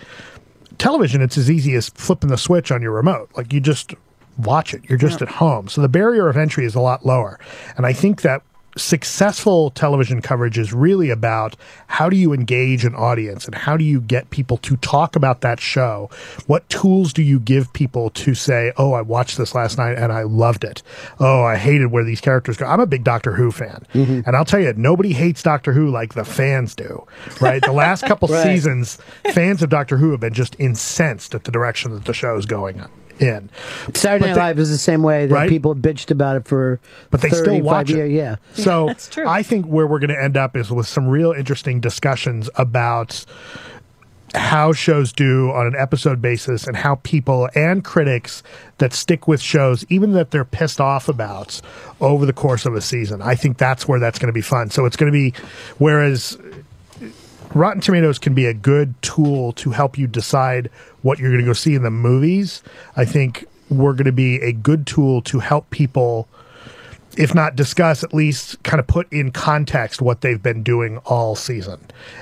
television it's as easy as flipping the switch on your remote like you just watch it you're just
Yeah.
at home so the barrier of entry is a lot lower and i think that successful television coverage is really about how do you engage an audience and how do you get people to talk about that show what tools do you give people to say oh i watched this last night and i loved it oh i hated where these characters go i'm a big doctor who fan
Mm-hmm.
and i'll tell you nobody hates doctor who like the fans do right the last couple
Right.
seasons seasons, fans of Doctor Who have been just incensed at the direction that the show is going in.
Saturday
But
Night
they-
Live is the same way that
Right?
people bitched about it for
but they still
35
watch
year-
it.
Yeah.
So I think where we're going to end up is with some real interesting discussions about how shows do on an episode basis and how people and critics that stick with shows even that they're pissed off about over the course of a season. I think that's where that's going to be fun. So it's going to be whereas Rotten Tomatoes can be a good tool to help you decide what you're going to go see in the movies. I think we're going to be a good tool to help people, if not discuss, at least kind of put in context what they've been doing all season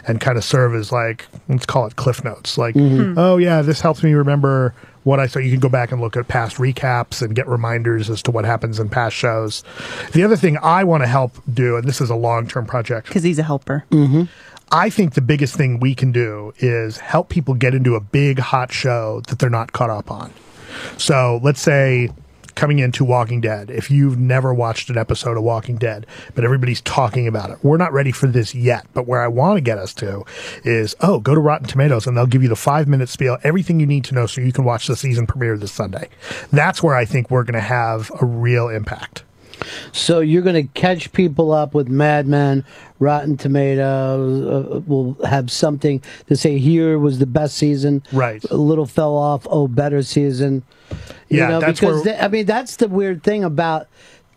and kind of serve as like, let's call it cliff notes. Like,
Hmm.
Mhm.
oh, yeah, this helps me remember what I saw. You can go back and look at past recaps and get reminders as to what happens in past shows. The other thing I want to help do, and this is a long term project,
because he's a helper.
Mm-hmm. I think the biggest thing we can do is help people get into a big hot show that they're not caught up on. So let's say coming into Walking Dead, if you've never watched an episode of Walking Dead, but everybody's talking about it, we're not ready for this yet. But where I want to get us to is oh, go to Rotten Tomatoes and they'll give you the five minute spiel, everything you need to know so you can watch the season premiere this Sunday. That's where I think we're going to have a real impact.
So you're going to catch people up with Mad Men, Rotten Tomatoes. Uh, will have something to say. Here was the best season.
Right.
A little fell off. Oh, better season. You
Yeah,
know,
that's
because
where-
they- I mean that's the weird thing about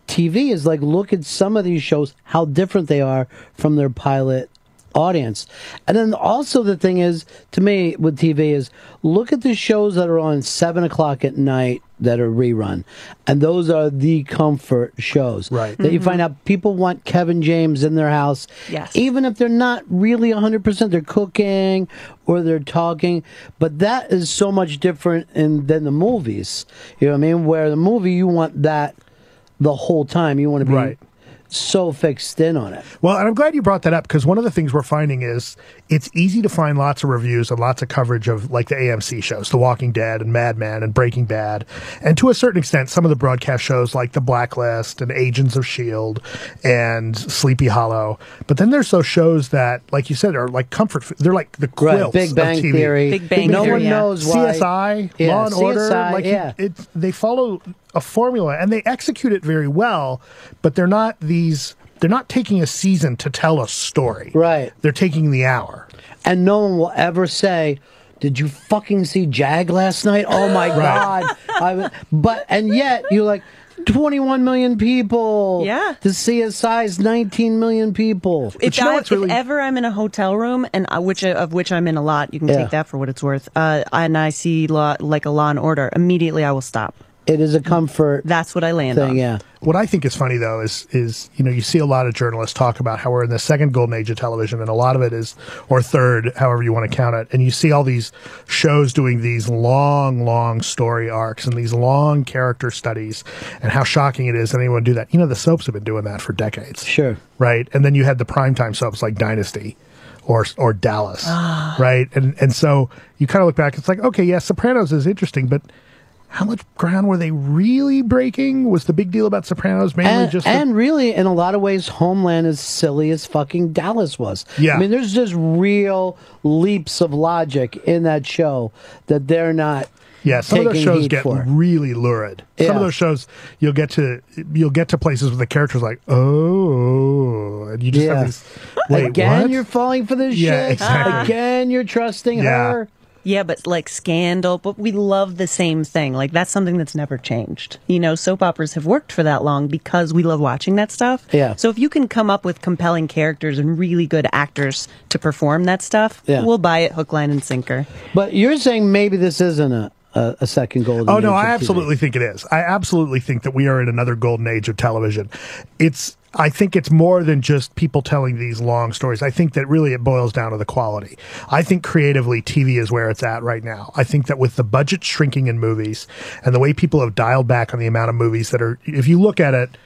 TV is like look at some of these shows how different they are from their pilot audience. And then also the thing is to me with TV is look at the shows that are on seven o'clock at night that are rerun, and those are the comfort shows. Right. That you find out people want Kevin James in their house, yes. even if they're not really hundred percent. They're cooking or they're talking, but that is so much different in, than the movies. You know what I mean? Where the movie you want that the whole time. You want to be
Right.
so fixed in on it.
Well, and I'm glad you brought that up because one of the things we're finding is it's easy to find lots of reviews and lots of coverage of like the AMC shows, The Walking Dead and Mad Men and Breaking Bad, and to a certain extent, some of the broadcast shows like The Blacklist and Agents of S.H.I.E.L.D. E and Sleepy Hollow. But then there's those shows that, like you said, are like comfort, f- they're like the
Right,
quilts
Big Bang
of TV.
Theory. Big Bang No Theory, one yeah. knows why-
CSI,
Yeah,
Law and Order.
CSI,
Like
yeah.
it, they follow a formula and they execute it very well, but they're not these. They're not taking a season to tell a story.
Right.
They're taking the hour.
And no one will ever say, "Did you fucking see Jag last night?" Oh my god! I, w- but and yet you're like. 21 million people.
Yeah.
The CSI is 19 million people.
If, I, if ever I'm in a hotel room, and I, which uh, of which I'm in a lot, you can
Yeah.
take that for what it's worth. Uh, and I see law, like a Law and Order, immediately I will stop.
It is a comfort.
That's what I land on.
yeah.
What I think is funny though is is you know you see a lot of journalists talk about how we're in the second golden age of television, and a lot of it is or third, however you want to count it, and you see all these shows doing these long, long story arcs and these long character studies, and how shocking it is that anyone would do that. You know the soaps have been doing that for decades,
sure,
right? And then you had the primetime soaps like Dynasty. Or, or Dallas,
Ah.
right? And and so you kind of look back. It's like okay, yeah, Sopranos is interesting, but how much ground were they really breaking? Was the big deal about Sopranos mainly
and,
just the-
and really, in a lot of ways, Homeland is silly as fucking Dallas was.
Yeah.
I mean, there's just real leaps of logic in that show that they're not.
yeah? Some of those
taking
shows
heed
get
for.
really lurid. Some
Yeah.
of those shows you'll get to you'll get to places where the characters like oh, and you just
Yeah.
have these wait
Again,
what?
you're falling for this
Yeah,
shit.
exactly.
Again, you're trusting her.
Yeah, but like scandal, but we love the same thing. Like that's something that's never changed. You know, soap operas have worked for that long because we love watching that stuff.
Yeah.
So if you can come up with compelling characters and really good actors to perform that stuff,
Yeah.
we'll buy it hook, line, and sinker.
But you're saying maybe this isn't a, a, a second golden.
Oh
age
no,
of
I
TV.
absolutely think it is. I absolutely think that we are in another golden age of television. It's I think it's more than just people telling these long stories. I think that really it boils down to the quality. I think creatively TV is where it's at right now. I think that with the budget shrinking in movies and the way people have dialed back on the amount of movies that are if you look at it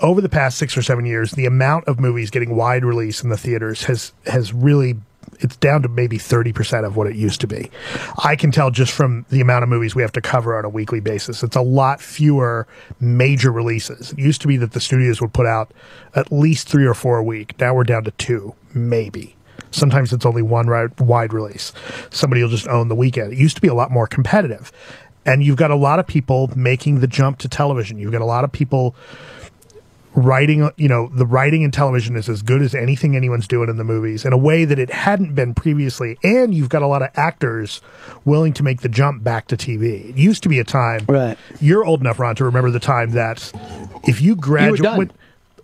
over the past 6 or 7 years, the amount of movies getting wide release in the theaters has has really it's down to maybe 30% of what it used to be. I can tell just from the amount of movies we have to cover on a weekly basis. It's a lot fewer major releases. It used to be that the studios would put out at least three or four a week. Now we're down to two, maybe. Sometimes it's only one ri- wide release. Somebody will just own the weekend. It used to be a lot more competitive. And you've got a lot of people making the jump to television. You've got a lot of people writing you know the writing in television is as good as anything anyone's doing in the movies in a way that it hadn't been previously and you've got a lot of actors willing to make the jump back to tv it used to be a time
right
you're old enough ron to remember the time that if you
done.
graduate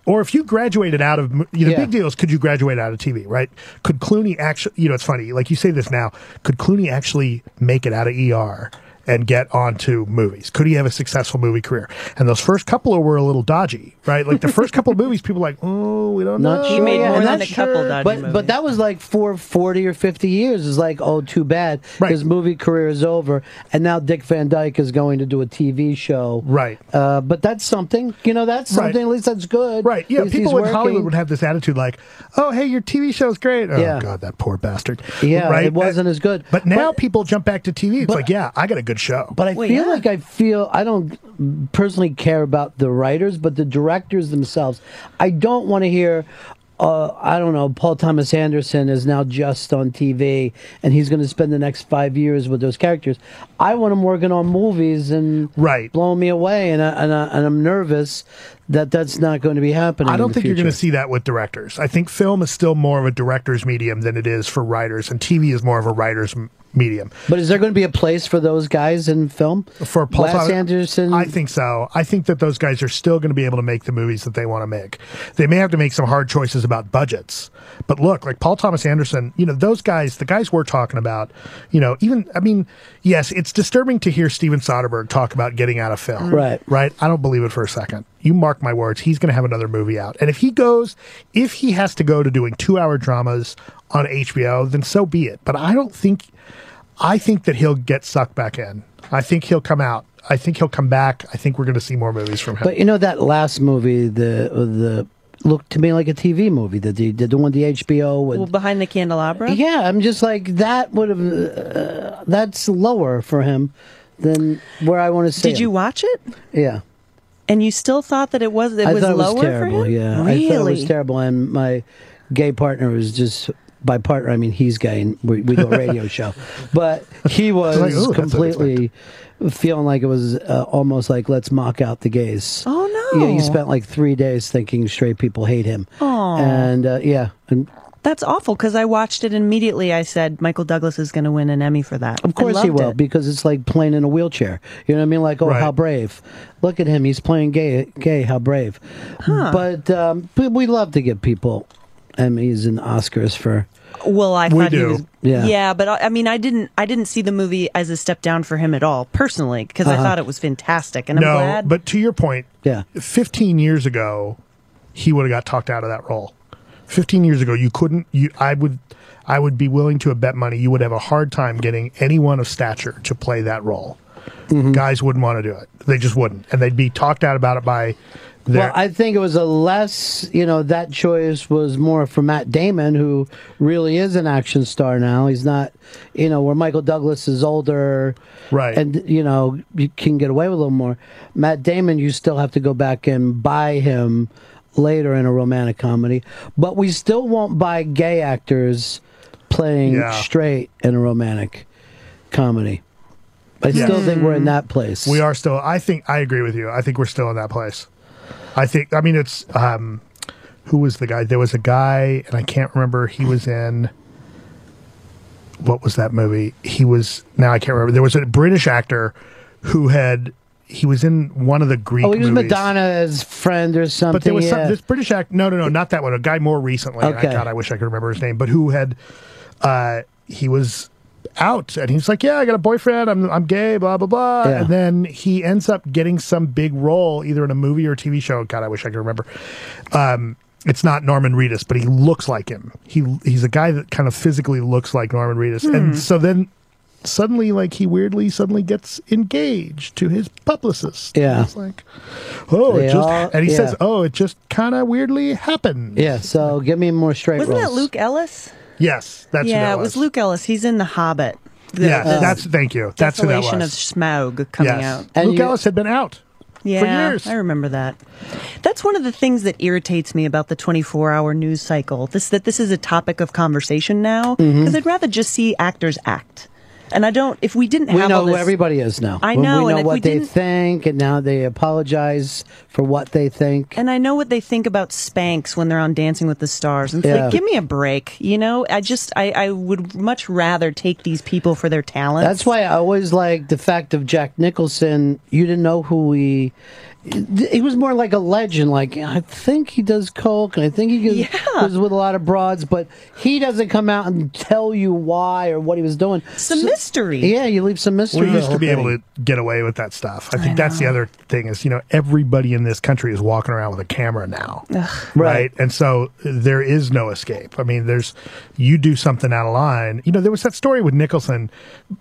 or if you graduated out of you know, the big deal is could you graduate out of TV, right? Could Clooney actually, you know, it's funny, like you say this now, could Clooney actually make it out of ER and get onto movies? Could he have a successful movie career? And those first couple were a little dodgy, right? Like the first couple movies, people were like, oh, we don't
Not
know.
sure. yeah, and that's sure, but, But that was like for 40 or 50 years. It's like, oh, too bad. His movie career is over. And now Dick Van Dyke is going to do a TV show.
Right.
Uh, but that's something. You know, that's
Right.
something. At least that's good. Right.
yeah, people in Hollywood would have this attitude like, "Oh, hey, your TV show's great." Oh
Yeah.
God, that poor bastard.
Yeah,
right?
it wasn't as good.
But now people jump back to TV. It's like, yeah, I got a good show.
But I feel like I feel I don't personally care about the writers, but the directors themselves. I don't want to hear. Uh, I don't know. Paul Thomas Anderson is now just on TV, and he's going to spend the next five years with those characters. I want him working on movies and
right.
blowing me away, and I, and, I, and I'm nervous that that's not going to be happening.
I
in
don't
the
think you're going to
future.
see that with directors. I think film is still more of a director's medium than it is for writers, and TV is more of a writer's m- medium.
But is there going to be a place for those guys in film?
For Paul
Wes Anderson,
I think so. I think that those guys are still going to be able to make the movies that they want to make. They may have to make some hard choices about budgets, but look, like Paul Thomas Anderson, you know, those guys, the guys we're talking about, you know, even I mean, yes, it's disturbing to hear Steven Soderbergh talk about getting out of film,
Mm. Right.
Right? I don't believe it for a second. You mark my words, he's going to have another movie out, and if he goes, if he has to go to doing two-hour dramas on HBO, then so be it. But I don't think. I think that he'll get sucked back in. I think he'll come out. I think he'll come back. I think we're going to see more movies from him.
But you know that last movie, the the looked to me like a TV movie that the the one the HBO would.
Well, behind the candelabra.
yeah, I'm just like that would have. Uh, that's lower for him than where I want to see.
Did you watch it?
Yeah.
And you still thought that it was it
I
was
thought
lower
it was terrible.
for him?
Yeah, I thought it was
Really?
terrible, and my gay partner was just by partner I mean he's gay, and we, we do a radio show, but he was
Like, ooh, that's
completely feeling like it was uh, almost like let's mock out the gays.
Oh
Yeah,
no.
he spent like three days thinking straight people hate him.
Aw.
and uh, yeah, and
That's awful because I watched it immediately. I said Michael Douglas is going to win an Emmy for that.
Of course he will, because it's like playing in a wheelchair. You know what I mean? Like, oh, how brave! Look at him; he's playing gay. Gay, how brave!
Huh.
But um, but we love to give people Emmys and Oscars for.
Well, I
We
thought he
do.
was.
Yeah.
but uh, I I mean, I didn't. I didn't see the movie as a step down for him at all, personally, because I
Uh-huh.
thought it was fantastic, and I'm
no,
glad.
but to your point,
yeah,
15 years ago, he would have got talked out of that role. 15 years ago, you couldn't. You, I would, I would be willing to bet money you would have a hard time getting anyone of stature to play that role.
Mm-hmm.
Guys wouldn't want to do it. They just wouldn't, and they'd be talked out about it by their
Well, I think it was a less, you know, that choice was more for Matt Damon, who really is an action star now. He's not, you know, where Michael Douglas is older,
right?
And you know, you can get away with a little more. Matt Damon, you still have to go back and buy him later in a romantic comedy, but we still won't buy gay actors playing
Yeah.
straight in a romantic comedy. I
Yeah. Mm.
still think we're in that place.
We are still. I think I agree with you. I think we're still in that place. I think. I mean, it's um, who was the guy? There was a guy, and I can't remember. He was in. What was that movie? He was now I can't remember. There was a British actor who had he was in one of the Greek.
Oh, he was
movies.
Madonna's friend or something.
But there was
yeah.
some, this British act. No, no, no, not that one. A guy more recently. and
Okay.
I, God, I wish I could remember his name, but who had uh, he was out and he's like, yeah, I got a boyfriend. I'm I'm gay. Blah blah blah.
Yeah.
And then he ends up getting some big role either in a movie or TV show. God, I wish I could remember. Um, it's not Norman Reedus, but he looks like him. He he's a guy that kind of physically looks like Norman Reedus,
Hmm.
and so then. Suddenly, like he weirdly suddenly gets engaged to his publicist.
Yeah.
it's like, oh, it
They
just,
all-
and he
yeah.
says, "Oh, it just kind of weirdly happened."
Yeah, so give me more straight
Wasn't that
roles.
Luke Ellis?
Yes, that's who
yeah,
that
it was Luke Ellis. He's in The Hobbit. The-
yeah,
the
that's thank you. That's who that
Desolation of
was.
Smaug coming
Yes.
out.
Luke Ellis had been out.
Yeah,
years.
I remember that. That's one of the things that irritates me about the 24-hour news cycle. This that this is a topic of conversation now because
Mhm.
I'd rather just see actors act. And I don't. If we didn't
we
have
know
all
who
this-
everybody is now.
I
We-
know,
We
and
know
if we
what they
didn't-
think, and now they apologize for what they think.
And I know what they think about Spanx when they're on Dancing with the Stars. And it's
Yeah.
like, give me a break. You know, I just, I, I would much rather take these people for their talent.
That's why I always like the fact of Jack Nicholson. You didn't know who he. He was more like a legend. Like I think he does coke, and I think he goes, was with a lot of broads, but he doesn't come out and tell you why or what he was doing.
Some mystery.
Yeah, you leave some mystery.
We used to be able to get away with that stuff. I think that's the other thing is you know everybody in this country is walking around with a camera now, right. And so there is no escape. I mean, there's you do something out of line. You know, there was that story with Nicholson,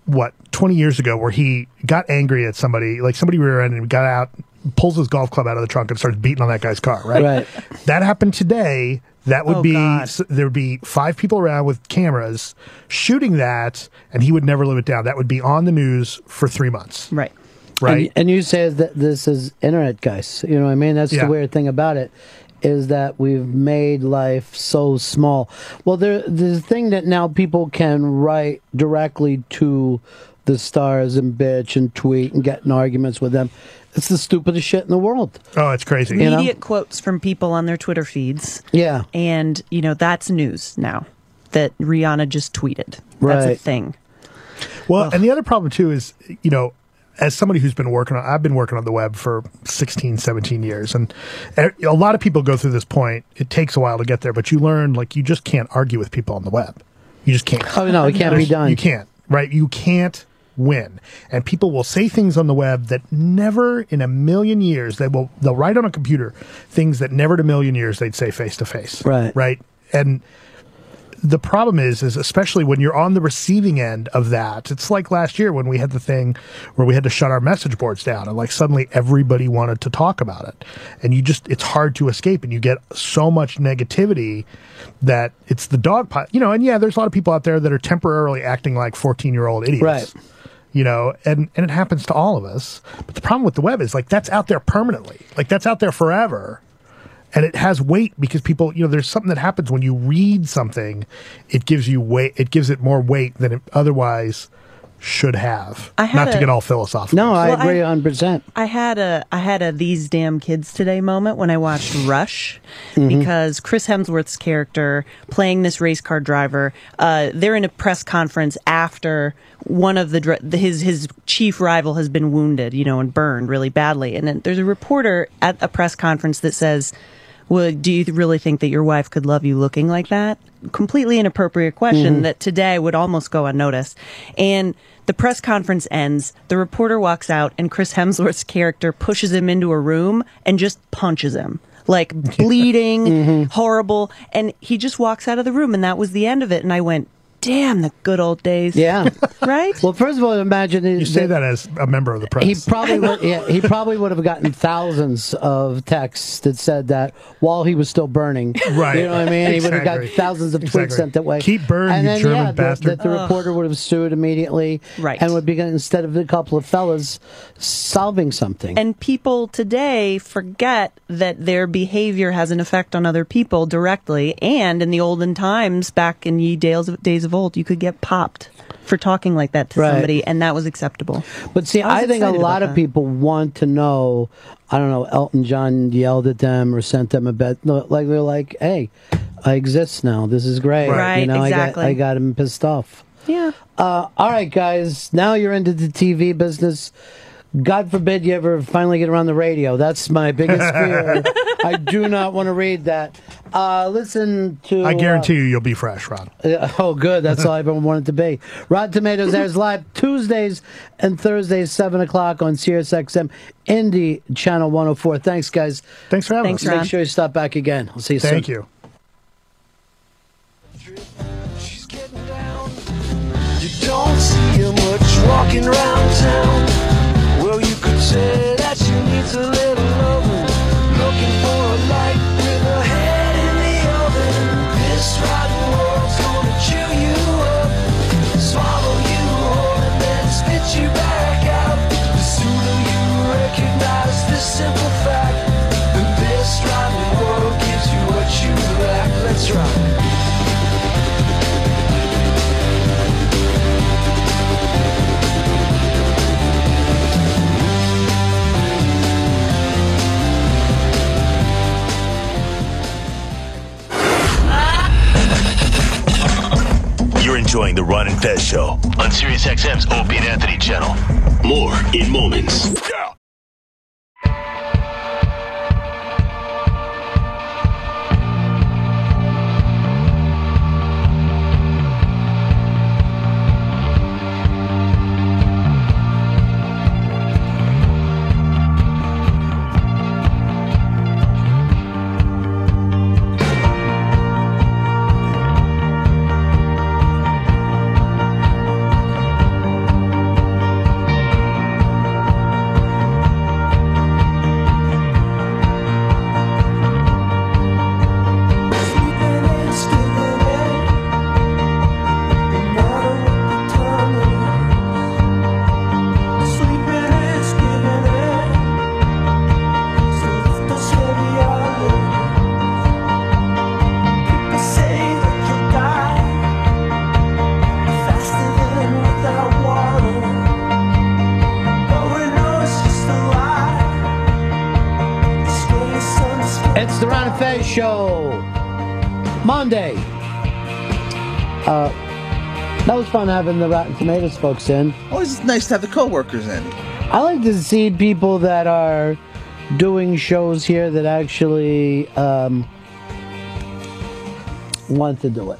what twenty years ago, where he got angry at somebody, like somebody rear-ended, him, got out, pulls his golf club out of the trunk, and starts beating on that guy's car. Right.
Right.
That happened today. That would
Oh,
be
God.
s- there would be five people around with cameras shooting that, and he would never live it down. That would be on the news for three months.
Right.
Right.
And, and you say that this is internet guys. You know what I mean? That's
Yeah.
the weird thing about it is that we've made life so small. Well, there the thing that now people can write directly to the stars and bitch and tweet and get in arguments with them. It's the stupidest shit in the world.
Oh, it's crazy.
You know?
Immediate quotes from people on their Twitter feeds.
Yeah.
And, you know, that's news now that Rihanna just tweeted. That's a
Right.
thing.
Well, and the other problem too is, you know, as somebody who's been working on, I've been working on the web for 16, 17 years. And a a lot of people go through this point. It takes a while to get there, but you learn, like, you just can't argue with people on the web. You just can't.
Oh, no, it can't be
There's-
done.
You can't, right? You can't win. And people will say things on the web that never in a million years, they will, they'll write on a computer things that never in a million years they'd say face to face. Right. Right. And, the problem is is especially when you're on the receiving end of that it's like last year when we had the thing where we had to shut our message boards down and like suddenly everybody wanted to talk about it and you just it's hard to escape and you get so much negativity that it's the dog pot you know and yeah there's a lot of people out there that are temporarily acting like 14 year old idiots
Right.
you know and and it happens to all of us but the problem with the web is like that's out there permanently like that's out there forever and it has weight because people you know there's something that happens when you read something it gives you weight it gives it more weight than it otherwise should have
I had
not to
a-
get all philosophical
No, I
Well, I-
agree 100%.
I had a I had a these damn kids today moment when I watched Rush
Mhm.
because Chris Hemsworth's character playing this race car driver uh, they're in a press conference after one of the dr- his his chief rival has been wounded you know and burned really badly and then there's a reporter at a press conference that says well do you really think that your wife could love you looking like that completely inappropriate question
Mhm.
that that today would almost go unnoticed. And the press conference ends, the reporter walks out, and Chris Hemsworth's character pushes him into a room and just punches him. Like bleeding, horrible. And he just walks out of the room, and that was the end of it. And I went, damn, the good old days.
Yeah.
right?
Well, first of all, imagine
you say that as a member of the press
He probably would, yeah, he probably would have gotten thousands of texts that said that while he was still burning.
Right.
You know what I mean? He would have
Exactly.
got thousands of tweets
Exactly.
sent that way.
Keep burning,
and
you
then,
German
yeah, the-
bastard.
The, the,
Ugh.
reporter would have sued immediately.
Right.
And would be instead of a couple of fellas solving something.
And people today forget that their behavior has an effect on other people directly. And in the olden times, back in ye days of, days of old, you could get popped for talking like that to
Right.
somebody, and that was acceptable.
But see,
I was
I, think a
excited
lot
about
of
that.
people want to know. I don't know. Elton John yelled at them or sent them a bet. no, Like they're like, "Hey, I exist now. This is great."
Right.
You know,
Exactly.
I got, I got him pissed off.
Yeah.
Uh, all right, guys. Now you're into the TV business. God forbid you ever finally get around the radio. That's my biggest fear. I do not want to read that. Uh, listen to.
i guarantee
uh,
you you'll be fresh ron
yeah, Oh, good. That's all I ever wanted to be. Rotten Tomatoes airs live Tuesdays and Thursdays, 7 o'clock on SiriusXM Indie Channel 104. Thanks, guys.
Thanks for having
Thanks,
us.
Make sure you stop back again. I'll see you soon.
thank you
You don't see her much walking around town. Well, you could say that she needs a little loving. Looking for a light with her head in the oven. This rotten world's gonna chew you up, swallow you whole, and then spit you back out. The sooner you recognize this simple fact, that this rotten world gives you what you lack. Let's rock.
You're enjoying the Ron and Fez show on SiriusXM's Opie and Anthony channel. More in moments.
You're
It's the Ron and Fez Show. Monday. Uh, that was fun having the Rotten Tomatoes folks in.
Always nice to have the co-workers in.
I like to see people that are doing shows here that actually um, want to do it.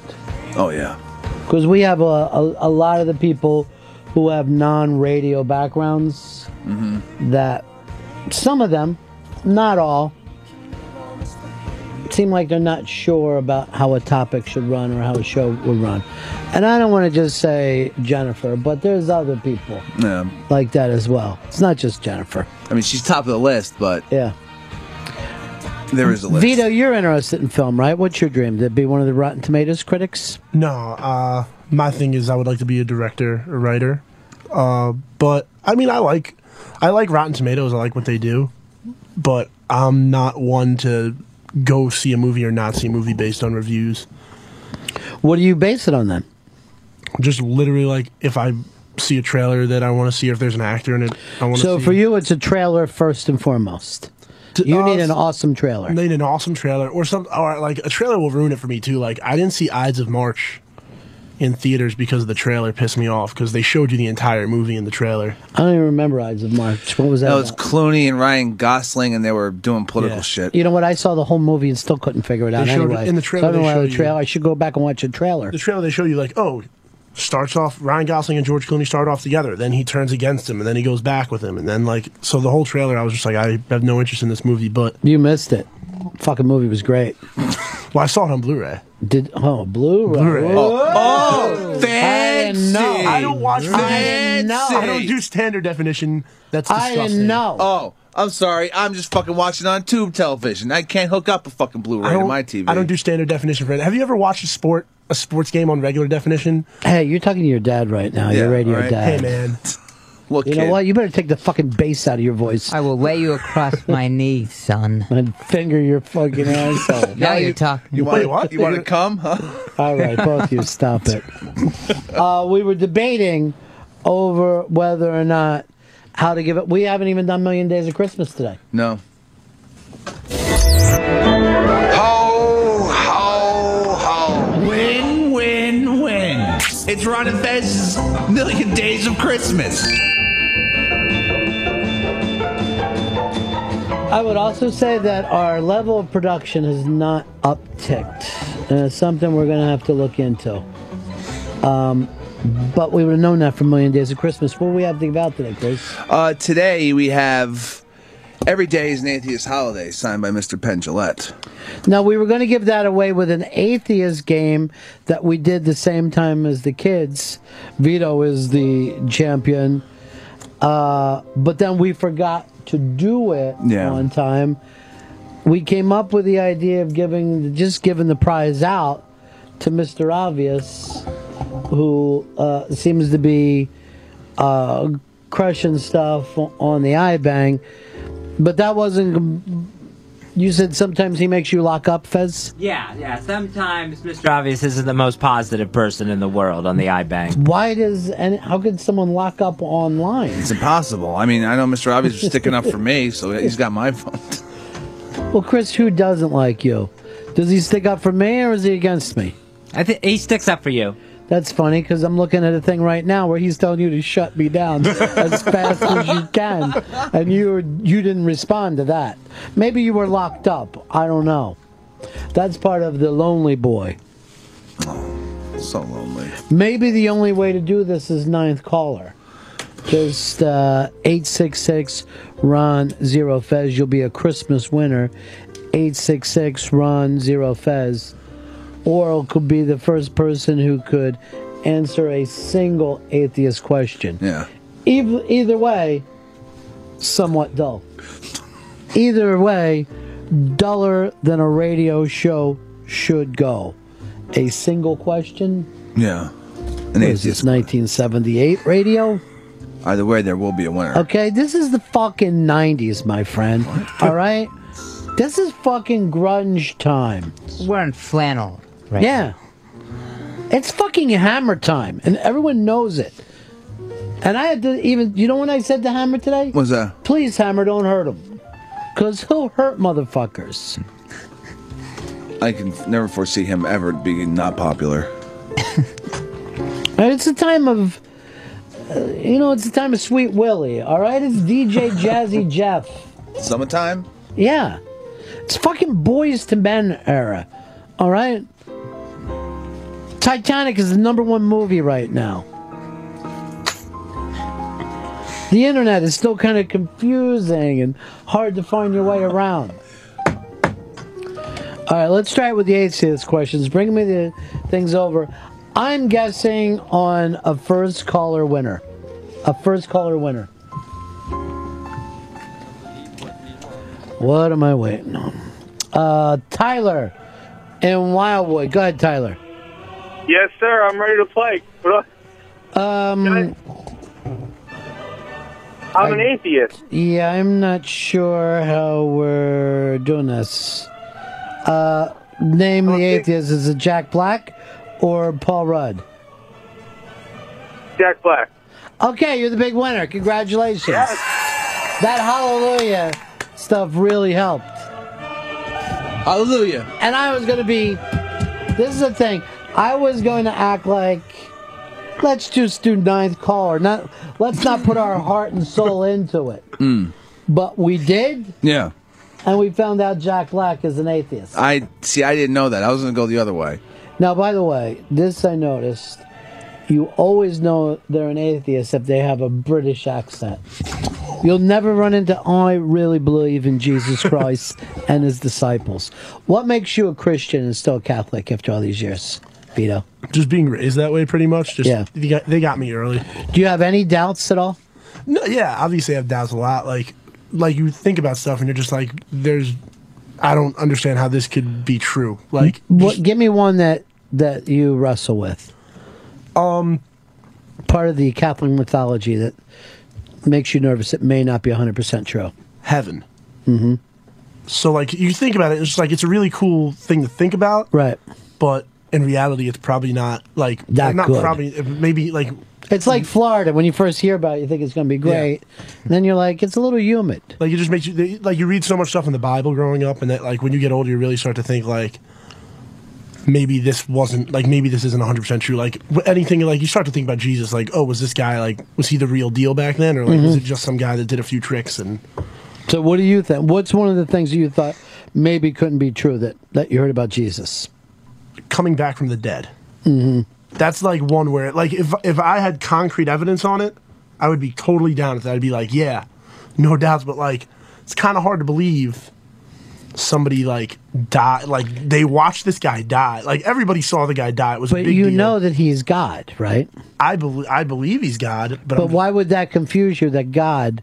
Oh yeah.
Because we have a, a, a lot of the people who have non radio backgrounds
Mm-hmm.
that some of them, not all, seem like they're not sure about how a topic should run or how a show would run. And I don't want to just say Jennifer, but there's other people
Yeah.
like that as well. It's not just Jennifer.
Um, I mean, she's top of the list, but
yeah,
there is a list.
Vito, you're interested in film, right? What's your dream? To be one of the Rotten Tomatoes critics?
No, uh, my thing is I would like to be a director, a writer. Uh, but I mean, I like, I like Rotten Tomatoes. I like what they do, but I'm not one to go see a movie or not see a movie based on reviews.
What do you base it on then?
Just literally like if I see a trailer that I want to see, or if there's an actor in it, I want to.
So
see.
for you, it's a trailer first and foremost. You need an awesome trailer.
They need an awesome trailer, or some, or like a trailer will ruin it for me too. Like I didn't see Ides of March in theaters because the trailer pissed me off because they showed you the entire movie in the trailer.
I don't even remember Ides of March. What was that?
That was
about?
Clooney and Ryan Gosling, and they were doing political shit.
You know what? I saw the whole movie and still couldn't figure it out.
They showed-
anyway,
in the
So I
trailer
don't
they
know why
show
the
you-
trailer. I should go back and watch the trailer.
The trailer they show you like oh, starts off Ryan Gosling and George Clooney start off together, then he turns against him, and then he goes back with him, and then like so the whole trailer I was just like I have no interest in this movie, but
You missed it. Fucking movie was great.
well I saw it on Blu-ray.
Did oh Blu-ray?
Blu-ray.
Whoa.
Oh,
fancy!
No, I don't watch.
I didn't know.
I don't do standard definition. That's disgusting.
Oh, I'm sorry. I'm just fucking watching on tube television. I can't hook up a fucking Blu-ray to my TV.
I don't do standard definition for it. Have you ever watched a sport a sports game on regular definition?
Hey, you're talking to your dad right now.
Yeah,
your radio
all right.
dad.
Hey, man.
Look,
you know what? You better take the fucking bass out of your voice. I
will lay you across my knee, son,
and finger your fucking asshole.
Now you're talking.
You want what? You want to come? Huh?
All right, both of you, stop it. Uh, we were debating over whether or not how to give it. We haven't even done Million Days of Christmas today.
No.
Ho, ho, ho. Win, win, win. It's Ron and Fez's Million Days of Christmas.
I would also say that our level of production has not upticked. And it's something we're going to have to look into. Um, but we would have known that for Million Days of Christmas. What do we have to give out today, Chris?
Uh, today we have every day is an atheist holiday, signed by Mr. Penn Gillette.
Now, we were going to give that away with an atheist game that we did the same time as the kids. Vito is the champion. Uh, but then we forgot to do it
Yeah.
one time. We came up with the idea of giving just giving the prize out to Mr. Obvious, who uh, seems to be uh, crushing stuff on the iBang. But that wasn't. You said sometimes he makes you lock up, Fez?
Yeah, yeah. Sometimes Mr. Obvious isn't the most positive person in the world on the iBank.
Why does and how could someone lock up online?
It's impossible. I mean, I know Mr. Obvious was sticking up for me, so he's got my vote.
Well, Chris, who doesn't like you? Does he stick up for me or is he against me?
I think he sticks up for you.
That's funny because I'm looking at a thing right now where he's telling you to shut me down as fast as you can, and you were- you didn't respond to that. Maybe you were locked up. I don't know. That's part of the lonely boy.
So lonely.
Maybe the only way to do this is ninth caller. Just uh, 866 Ron Zero Fez. You'll be a Christmas winner. 866 Ron Zero Fez. Or it could be the first person who could answer a single atheist question.
Yeah.
Either, either way, somewhat dull. Either way, duller than a radio show should go. A single question
Yeah. An
what is this,
atheist.
1978 radio?
Either way, there will be a winner.
Okay, this is the fucking 90s, my friend. All right? This is fucking grunge time.
We're in flannel. right
Yeah. It's fucking hammer time, and everyone knows it. And I had to even, you know when I said to hammer today?
What's that?
Please, hammer, don't hurt him. Because he'll hurt motherfuckers.
I can never foresee him ever being not popular.
And It's a time of, uh, you know, it's a time of Sweet Willie. All right, it's DJ Jazzy Jeff.
Summertime.
Yeah, it's fucking boys to men era. All right. Titanic is the number one movie right now. The internet is still kind of confusing and hard to find your way around. All right, let's try it with the ACS questions. Bring me the things over. I'm guessing on a first caller winner. A first caller winner. What am I waiting on? Uh, Tyler in Wildwood. Go ahead, Tyler.
Yes, sir. I'm ready to play. What up?
Um,
I'm an atheist.
yeah, I'm not sure how we're doing this. Uh, name the atheist. Is it Jack Black or Paul Rudd?
Jack Black.
Okay, you're the big winner. Congratulations. That hallelujah stuff really helped.
Hallelujah.
And I was going to be, this is the thing, I was going to act like, let's just do ninth caller. Not, let's not put our heart and soul into it.
Mm.
But we did,
Yeah.
and we found out Jack Black is an atheist.
I see. I didn't know that. I was gonna go the other way.
Now, by the way, this I noticed. You always know they're an atheist if they have a British accent. You'll never run into I really believe in Jesus Christ and his disciples. What makes you a Christian and still a Catholic after all these years, Vito?
Just being raised that way, pretty much. Just,
Yeah.
They got, they got me early.
Do you have any doubts at all?
No, yeah, obviously I have doubts a lot. Like, like you think about stuff and you're just like, there's, I don't understand how this could be true. Like,
what, give me one that that you wrestle with. Um, part of the Catholic mythology that makes you nervous. It may not be hundred percent true.
Heaven.
hmm
So like you think about it, it's just like it's a really cool thing to think about.
Right.
But in reality, it's probably not like
That
not
good.
probably maybe like
It's
Mm.
like Florida. When you first hear about it, you think it's going to be great. And then you're like, it's a little humid.
like it just makes you they- like you read so much stuff in the Bible growing up, and that like when you get older, you really start to think like maybe this wasn't like maybe this isn't 100 percent true. Like wh- anything like you start to think about Jesus, like oh was this guy like was he the real deal back then, or like was
Mhm.
it just some guy that did a few tricks and
So, what do you think? What's one of the things that you thought maybe couldn't be true that, that you heard about Jesus?
coming back from the dead?
Mm-hmm.
hmm
That's like one where like if if I had concrete evidence on it, I would be totally down with that. I'd be like, yeah, no doubts, but like it's kind of hard to believe somebody like died like they watched this guy die. Like everybody saw the guy die. It was a
But
big
you
deal.
know that he's God, right?
I believe I believe he's God, but,
But,
I'm-
why would that confuse you that God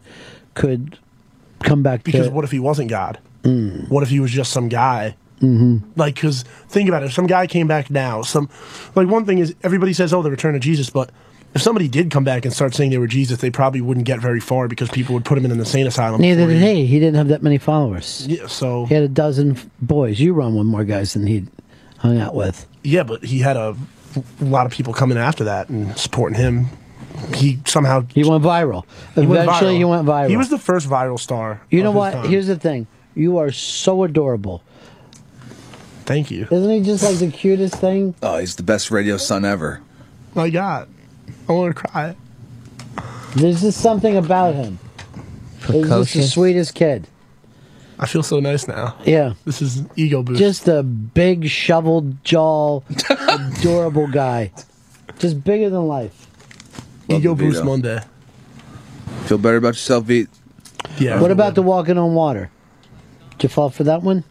could come back
because
to
what if he wasn't God?
Mm-hmm.
What if he was just some guy?
hmm
Like, because think about it. If some guy came back now, some like one thing is everybody says, "Oh, the return of Jesus," but if somebody did come back and start saying they were Jesus, they probably wouldn't get very far because people would put him in an insane asylum.
Neither
before
did he. He didn't have that many followers.
Yeah, so
He had a dozen f- boys. You run with more guys than he hung out with.
Yeah, but he had a, a lot of people coming after that and supporting him. He somehow he
went viral.
Uh, went
Eventually he went viral.
He was the first viral star.
You
of
know
his
what?
time.
Here's the thing. You are so adorable.
Thank you.
Isn't he just like the cutest thing?
Oh, he's the best radio son ever.
My God, I want to cry.
There's just something about him. He's just the
Precocious.
sweetest kid.
I feel so nice now.
Yeah.
This is ego boost.
Just a big shovel jaw, adorable guy. Just bigger than life.
ego
Love you,
boost
Vito.
Monday.
Feel better about yourself, Pete.
Yeah.
What about the walking on water? Did you fall for that one?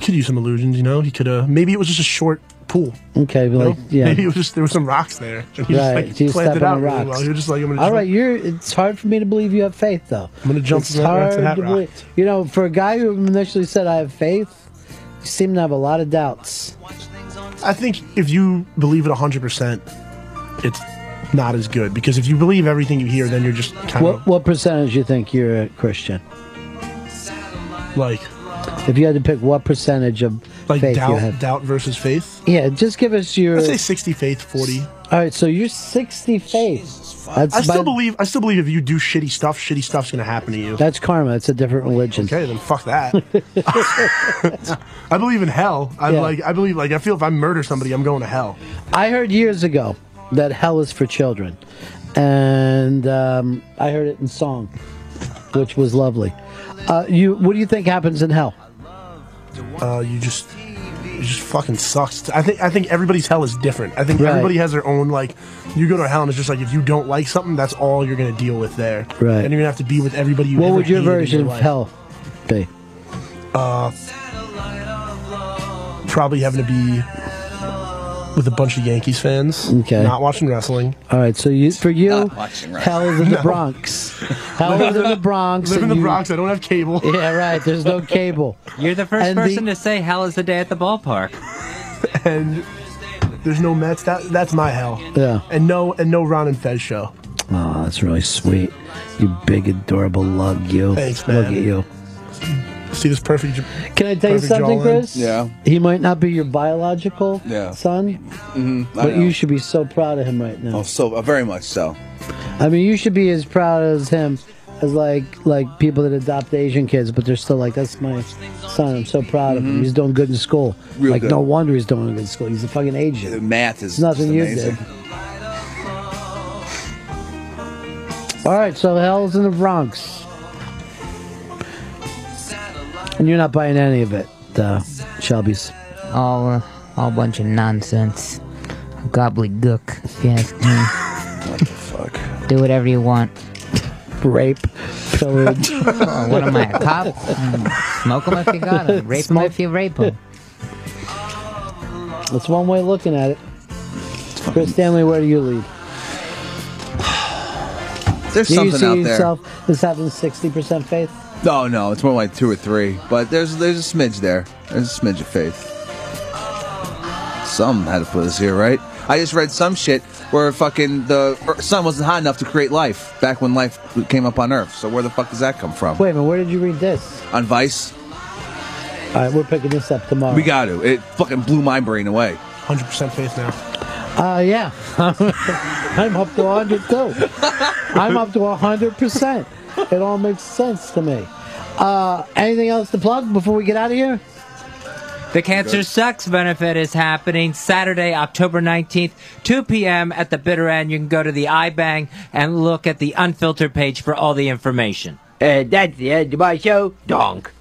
Could use some illusions, you know. He could have. Maybe it was just a short pool.
Okay, but
you know?
like, yeah.
Maybe it was just there were some rocks there. And he
right.
just
you
like planted
step
it out
on the
really
rocks.
well. He was just like, I'm gonna
All
jump-
right, you're. It's hard for me to believe you have faith, though.
I'm gonna jump
It's
from that rock to
hard
that rock.
believe- You know, for a guy who initially said I have faith, you seem to have a lot of doubts.
I think if you believe it 100, percent it's not as good because if you believe everything you hear, then you're just kind
What what percentage you think you're a Christian?
of like
If you had to pick what percentage of
Like
faith you
doubt,
have.
doubt versus faith.
Yeah, just give us your.
I'd say 60 faith, 40.
All right, so you're 60 faith. That's
I still
by-
believe. I still believe if you do shitty stuff, shitty stuff's gonna happen to you.
That's karma. It's a different religion.
Okay, then fuck that. I believe in hell. I
Yeah.
like. I believe like. I feel if I murder somebody, I'm going to hell.
I heard years ago that hell is for children, and um, I heard it in song, which was lovely. Uh, you, what do you think happens in hell?
Uh, you just. It just fucking sucks. I think. I think everybody's hell is different. I think
Right.
everybody has their own like. You go to hell and it's just like if you don't like something, that's all you're gonna deal with there.
Right.
And you're gonna have to be with everybody. You
what
ever
would your
hated in
version
life.
of hell be?
Uh, probably having to be with a bunch of Yankees fans.
Okay.
Not watching wrestling.
All right, so you for you,
watching wrestling.
hell is in the
No.
Bronx. Hell is in the Bronx.
Live in
and
the
you-
Bronx. I don't have cable.
Yeah, right. There's no cable.
You're the first
And the-
person to say hell is the day at the ballpark.
and there's no Mets. That that's my hell.
Yeah.
And no and no Ron and Fez show.
Oh, that's really sweet. You big, adorable lug, you.
Thanks,
Look
man.
at you.
See this perfect.
Can I tell you
perfect
something,
jawline?
Chris? He might not be your biological
Yeah.
son,
Mhm, I
but
know.
you should be so proud of him right now.
Oh, so uh, very much so.
I mean, you should be as proud as him as like like people that adopt Asian kids, but they're still like, "That's my son. I'm so proud of him. He's doing good in school.
Mm-hmm. Real
like,
good.
no wonder he's doing good in school. He's a fucking Asian.
The math is
It's nothing
just
you
amazing.
did. All right, so hell's in the Bronx, and you're not buying any of it, uh, Shelby's.
All, uh, all bunch of nonsense. Gobbledygook, if you ask me. what the
fuck?
Do whatever you want.
Rape, pillage.
Oh, what am I, a cop? Mm, Smoke 'em if you got 'em. Rape 'em if you rape 'em.
That's one way of looking at it. Chris Stanley, where do you lead?
There's
do you
something
see
out there.
yourself as having 60% faith?
No, no, it's more like two or three. But there's there's a smidge there. There's a smidge of faith. Some had to put us here, right? I just read some shit where fucking the er- sun wasn't hot enough to create life back when life came up on Earth. So where the fuck does that come from?
Wait a minute, where did you read this?
On Vice,
All right, we're picking this up tomorrow.
we got to. It fucking blew my brain away.
100% faith now.
Uh, yeah. I'm up to 100 too. I'm up to 100%. It all makes sense to me. Uh, anything else to plug before we get out of here?
The Cancer Sucks benefit is happening Saturday, October 19th, 2 p.m. at the bitter end. You can go to the iBang and look at the unfiltered page for all the information.
Uh, that's the end of my show. Donk.